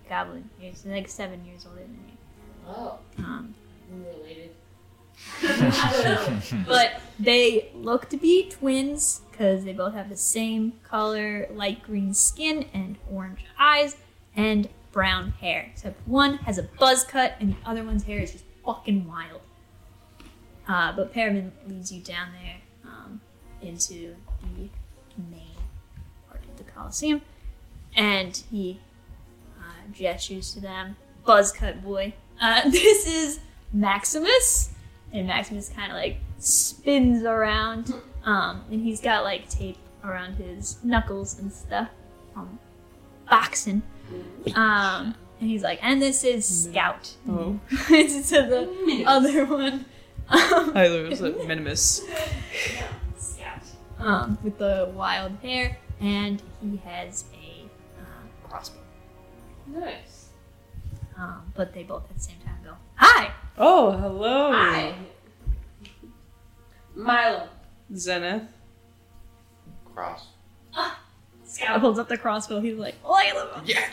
goblin years. They're like seven years older than you.
Oh,
Um,
we're related.
but they look to be twins because they both have the same color, light green skin and orange eyes and brown hair. Except one has a buzz cut and the other one's hair is just fucking wild. Uh, but Perriman leads you down there um, into the main part of the Coliseum, and he uh, gestures to them. Buzzcut boy, uh, this is Maximus and Maximus kind of like spins around, um, and he's got like tape around his knuckles and stuff, um, boxing, um, and he's like, and this is Scout.
Oh.
it's to the other one, um,
I was at Minimus.
um, with the wild hair, and he has a uh, crossbow.
Nice.
Um, but they both at the same time go, "Hi,
Oh, hello.
Hi. Milo.
Zenith.
Cross.
Scout holds up the crossbow. He's like, "Oh, I love him." Yeah,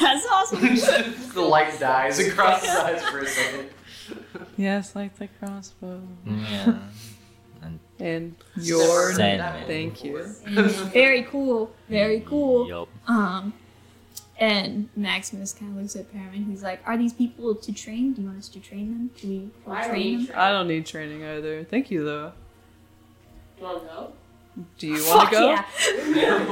that's awesome.
the light dies across his eyes for a second.
Yes, like the crossbow.
Yeah.
And your
Sandman.
thank you.
very cool, very cool.
Yup.
Um, and Maximus kind of looks at Perriman. He's like, "Are these people to train? Do you want us to train them? Do we, do we
Why are
train
you
them?"
I don't need training either. Thank you though.
Do you want to go?
Do you want
Fuck
to go?
yeah.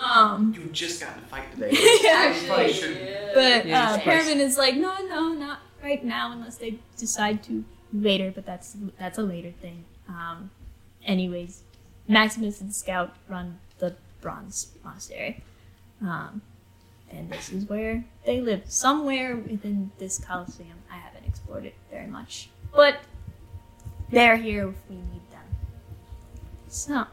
Um,
You just got in a fight today.
yeah.
Probably shouldn't.
yeah.
But
Yeah,
uh,
it's nice.
Perriman is like, "No, no, not right now, unless they decide to later." But that's that's a later thing. Um, anyways, Maximus and Scout run the Bronze Monastery. Um, and this is where they live. Somewhere within this Coliseum. I haven't explored it very much. But they're here if we need them. So,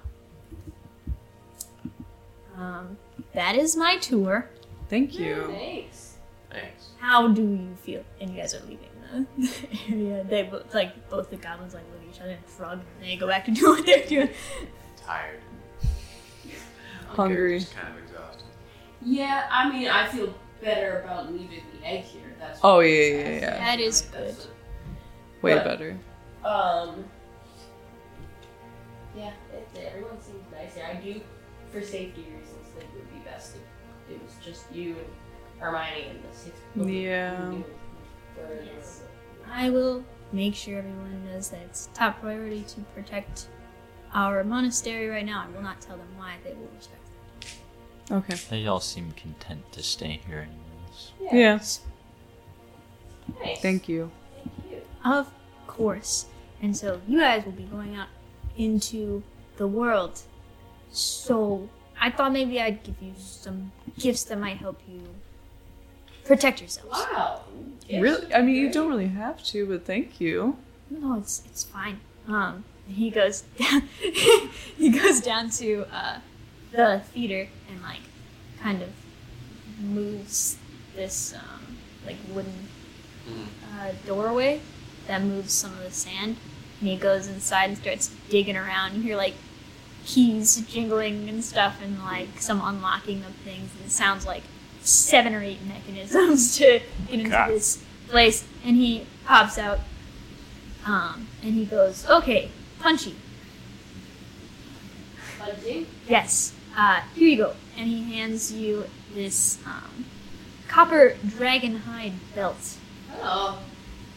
um, that is my tour.
Thank you.
Thanks.
Thanks.
How do you feel? And you guys are leaving the, the area. They both, like, both the goblins, like, look at each other and shrug, and they go back to do what they're doing.
Tired.
Hungry.
Just kind of exhausted.
Yeah, I mean, I feel better about leaving the egg here. That's
Oh,
what
yeah,
I'm
yeah,
saying.
yeah.
That is
Like, that's
Way
But-
better.
a- Um. Yeah, it, everyone seems nice here. I do, for safety reasons, think it would be best if it was just you and Hermione and the six. people
Yeah.
who knew were-
Yes. I will make sure everyone knows that it's top priority to protect our monastery right now. I will not tell them why. They will respect that.
Okay.
They all seem content to stay here, anyways.
Yes.
Nice.
Thank you.
Thank you.
Of course. And so you guys will be going out into the world. So I thought maybe I'd give you some gifts that might help you protect yourselves.
Wow. Yes,
Really? I mean, you
great.
don't really have to, but thank you.
No, it's it's fine. Um, and he goes down. he goes down to uh, the theater and like kind of moves this um, like wooden uh, doorway that moves some of the sand. And he goes inside and starts digging around. You hear like keys jingling and stuff, and like some unlocking of things. And it sounds like seven or eight mechanisms to get into
God.
this place. And he pops out, um, and he goes, "Okay, punchy,
Hunting?
yes, uh, here you go." And he hands you this um, copper dragon hide belt.
Oh.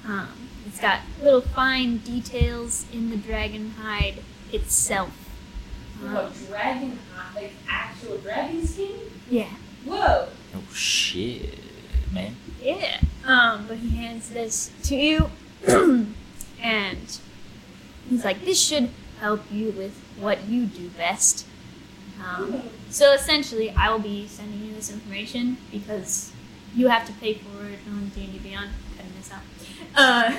Um, it's got little fine details in the dragon hide itself. Um,
What dragon, like actual dragon skin?
yeah.
Whoa!
Oh shit, man.
Yeah. Um, but he hands this to you, and he's like, "This should help you with what you do best." Um, so essentially, I will be sending you this information because you have to pay for it on D and D Beyond. Cutting this out, uh,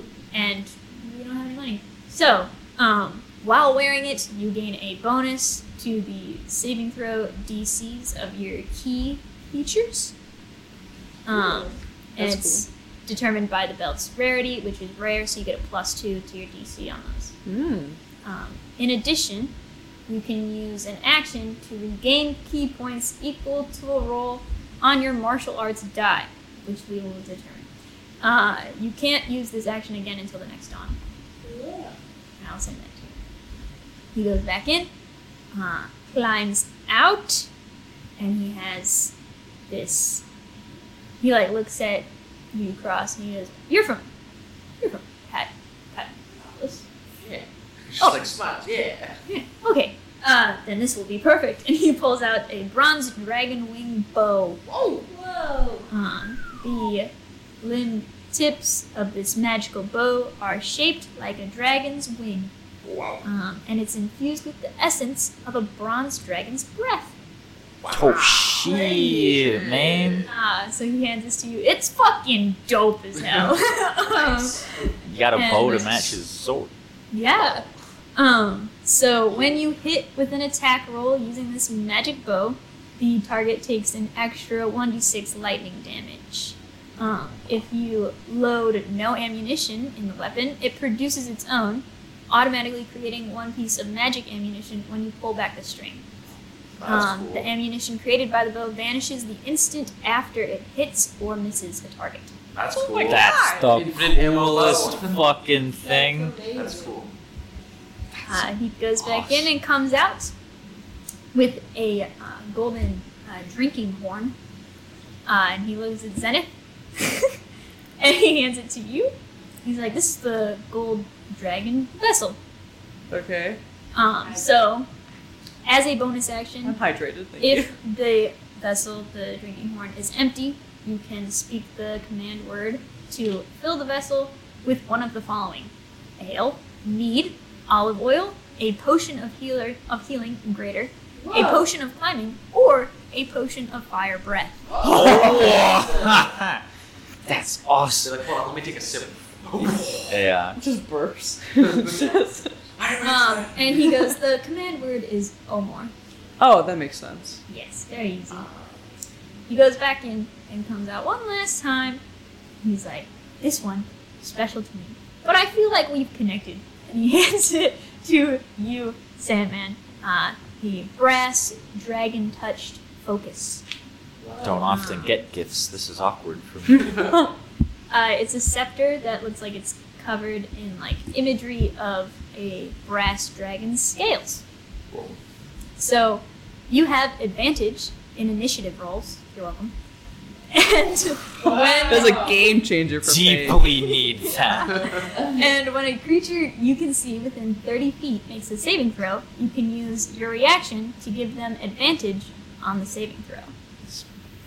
and we don't have any money. So, um, while wearing it, you gain a bonus to the saving throw DCs of your key features. Um, and
That's
it's determined by the belt's rarity, which is rare, so you get a plus two to your DC on those.
Mm.
Um, in addition, you can use an action to regain key points equal to a roll on your martial arts die, which we will determine. Uh, you can't use this action again until the next dawn. And I'll send that to you. He goes back in, uh, climbs out, and he has this. He like looks at you cross and he goes, "You're from, you're from Pat, Pat, Palace."
She's
Oh.
like smiles. Yeah.
Okay, uh, then this will be perfect. And he pulls out a bronze dragon wing bow.
Whoa! Whoa!
Um, the limb tips of this magical bow are shaped like a dragon's wing. Wow. Um, and it's infused with the essence of a bronze dragon's breath.
Oh shit, man.
Ah, so he hands this to you. It's fucking dope as hell. Um,
You got a
And-
bow to match his sword.
Yeah. Um, so when you hit with an attack roll using this magic bow, the target takes an extra 1d6 lightning damage. Um, if you load no ammunition in the weapon, it produces its own, automatically creating one piece of magic ammunition when you pull back the string.
That's
Um,
cool.
The ammunition created by the bow vanishes the instant after it hits or misses a target.
That's
Oh
cool.
That's the
Infinite ammo
coolest
bow.
fucking thing.
That's cool.
Uh, he goes back in and comes out with a uh, golden uh, drinking horn. Uh, and he looks at Zenith and he hands it to you. He's like, This is the gold dragon vessel.
Okay.
Um, so, as a bonus
I'm
action,
hydrated. Thank you.
if the vessel, the drinking horn, is empty, you can speak the command word to fill the vessel with one of the following ale, mead, olive oil, a potion of healer of healing greater, a potion of climbing, or a potion of fire breath.
Oh, that's
They're
awesome. uh,
like, hold on, let me take a sip.
Yeah.
Just burps. Just-
Um, and he goes, the command word is Omor.
oh, that makes sense.
Yes, very easy. Uh, He goes back in and comes out one last time. He's like, this one, special to me. But I feel like we've connected. And he hands it to you, Sandman. Uh, the brass dragon touched focus.
Don't often get gifts. This is awkward for me.
Uh, it's a scepter that looks like it's covered in like imagery of a brass dragon's scales. So you have advantage in initiative rolls. You're welcome. And
That's
when
a game changer for me.
Deeply need that.
and when a creature you can see within 30 feet makes a saving throw, you can use your reaction to give them advantage on the saving throw.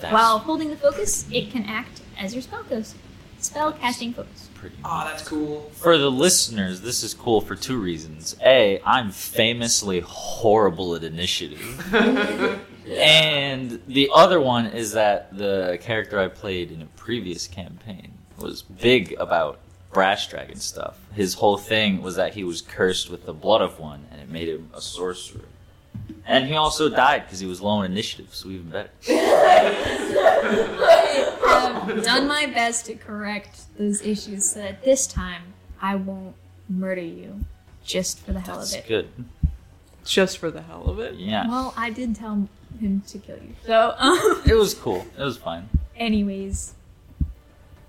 That's
While holding the focus, it can act as your spell goes. Spell casting focus.
pretty.
Oh, that's cool.
For the listeners, this is cool for two reasons. A, I'm famously horrible at initiative. And the other one is that the character I played in a previous campaign was big about brass dragon stuff. His whole thing was that he was cursed with the blood of one, and it made him a sorcerer. And he also died because he was low on initiative, so even better.
I've done my best to correct those issues so that this time I won't murder you just for the hell
That's
of it.
good.
Just for the hell of it.
Yeah.
Well, I did tell him to kill you. So, um,
It was cool. It was fine.
anyways.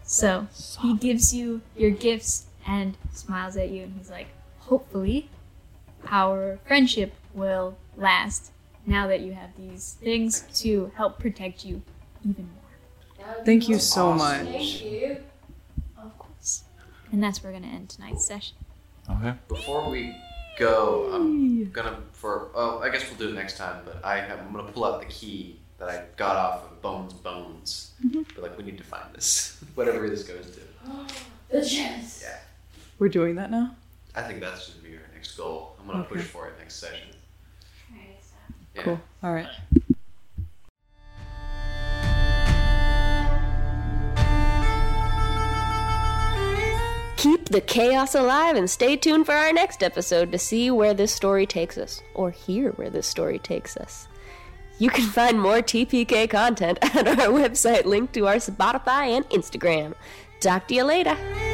So, he gives you your gifts and smiles at you, and he's like, hopefully, our friendship will last now that you have these things to help protect you even more.
That would be
Thank you
awesome.
so much.
Thank you.
Of course. And that's where we're going to end tonight's session.
Okay.
Before we go, I'm gonna for oh I guess we'll do it next time. But I have, I'm gonna pull out the key that I got off of Bones Bones. But like we need to find this, whatever this goes to.
The chest.
Yeah.
We're doing that now?
I think that's gonna be our next goal. I'm gonna push
Okay.
for it next session. Yeah.
Cool. All right.
Keep the chaos alive and stay tuned for our next episode to see where this story takes us, or hear where this story takes us. You can find more TPK content at our website linked to our Spotify and Instagram. Talk to you later.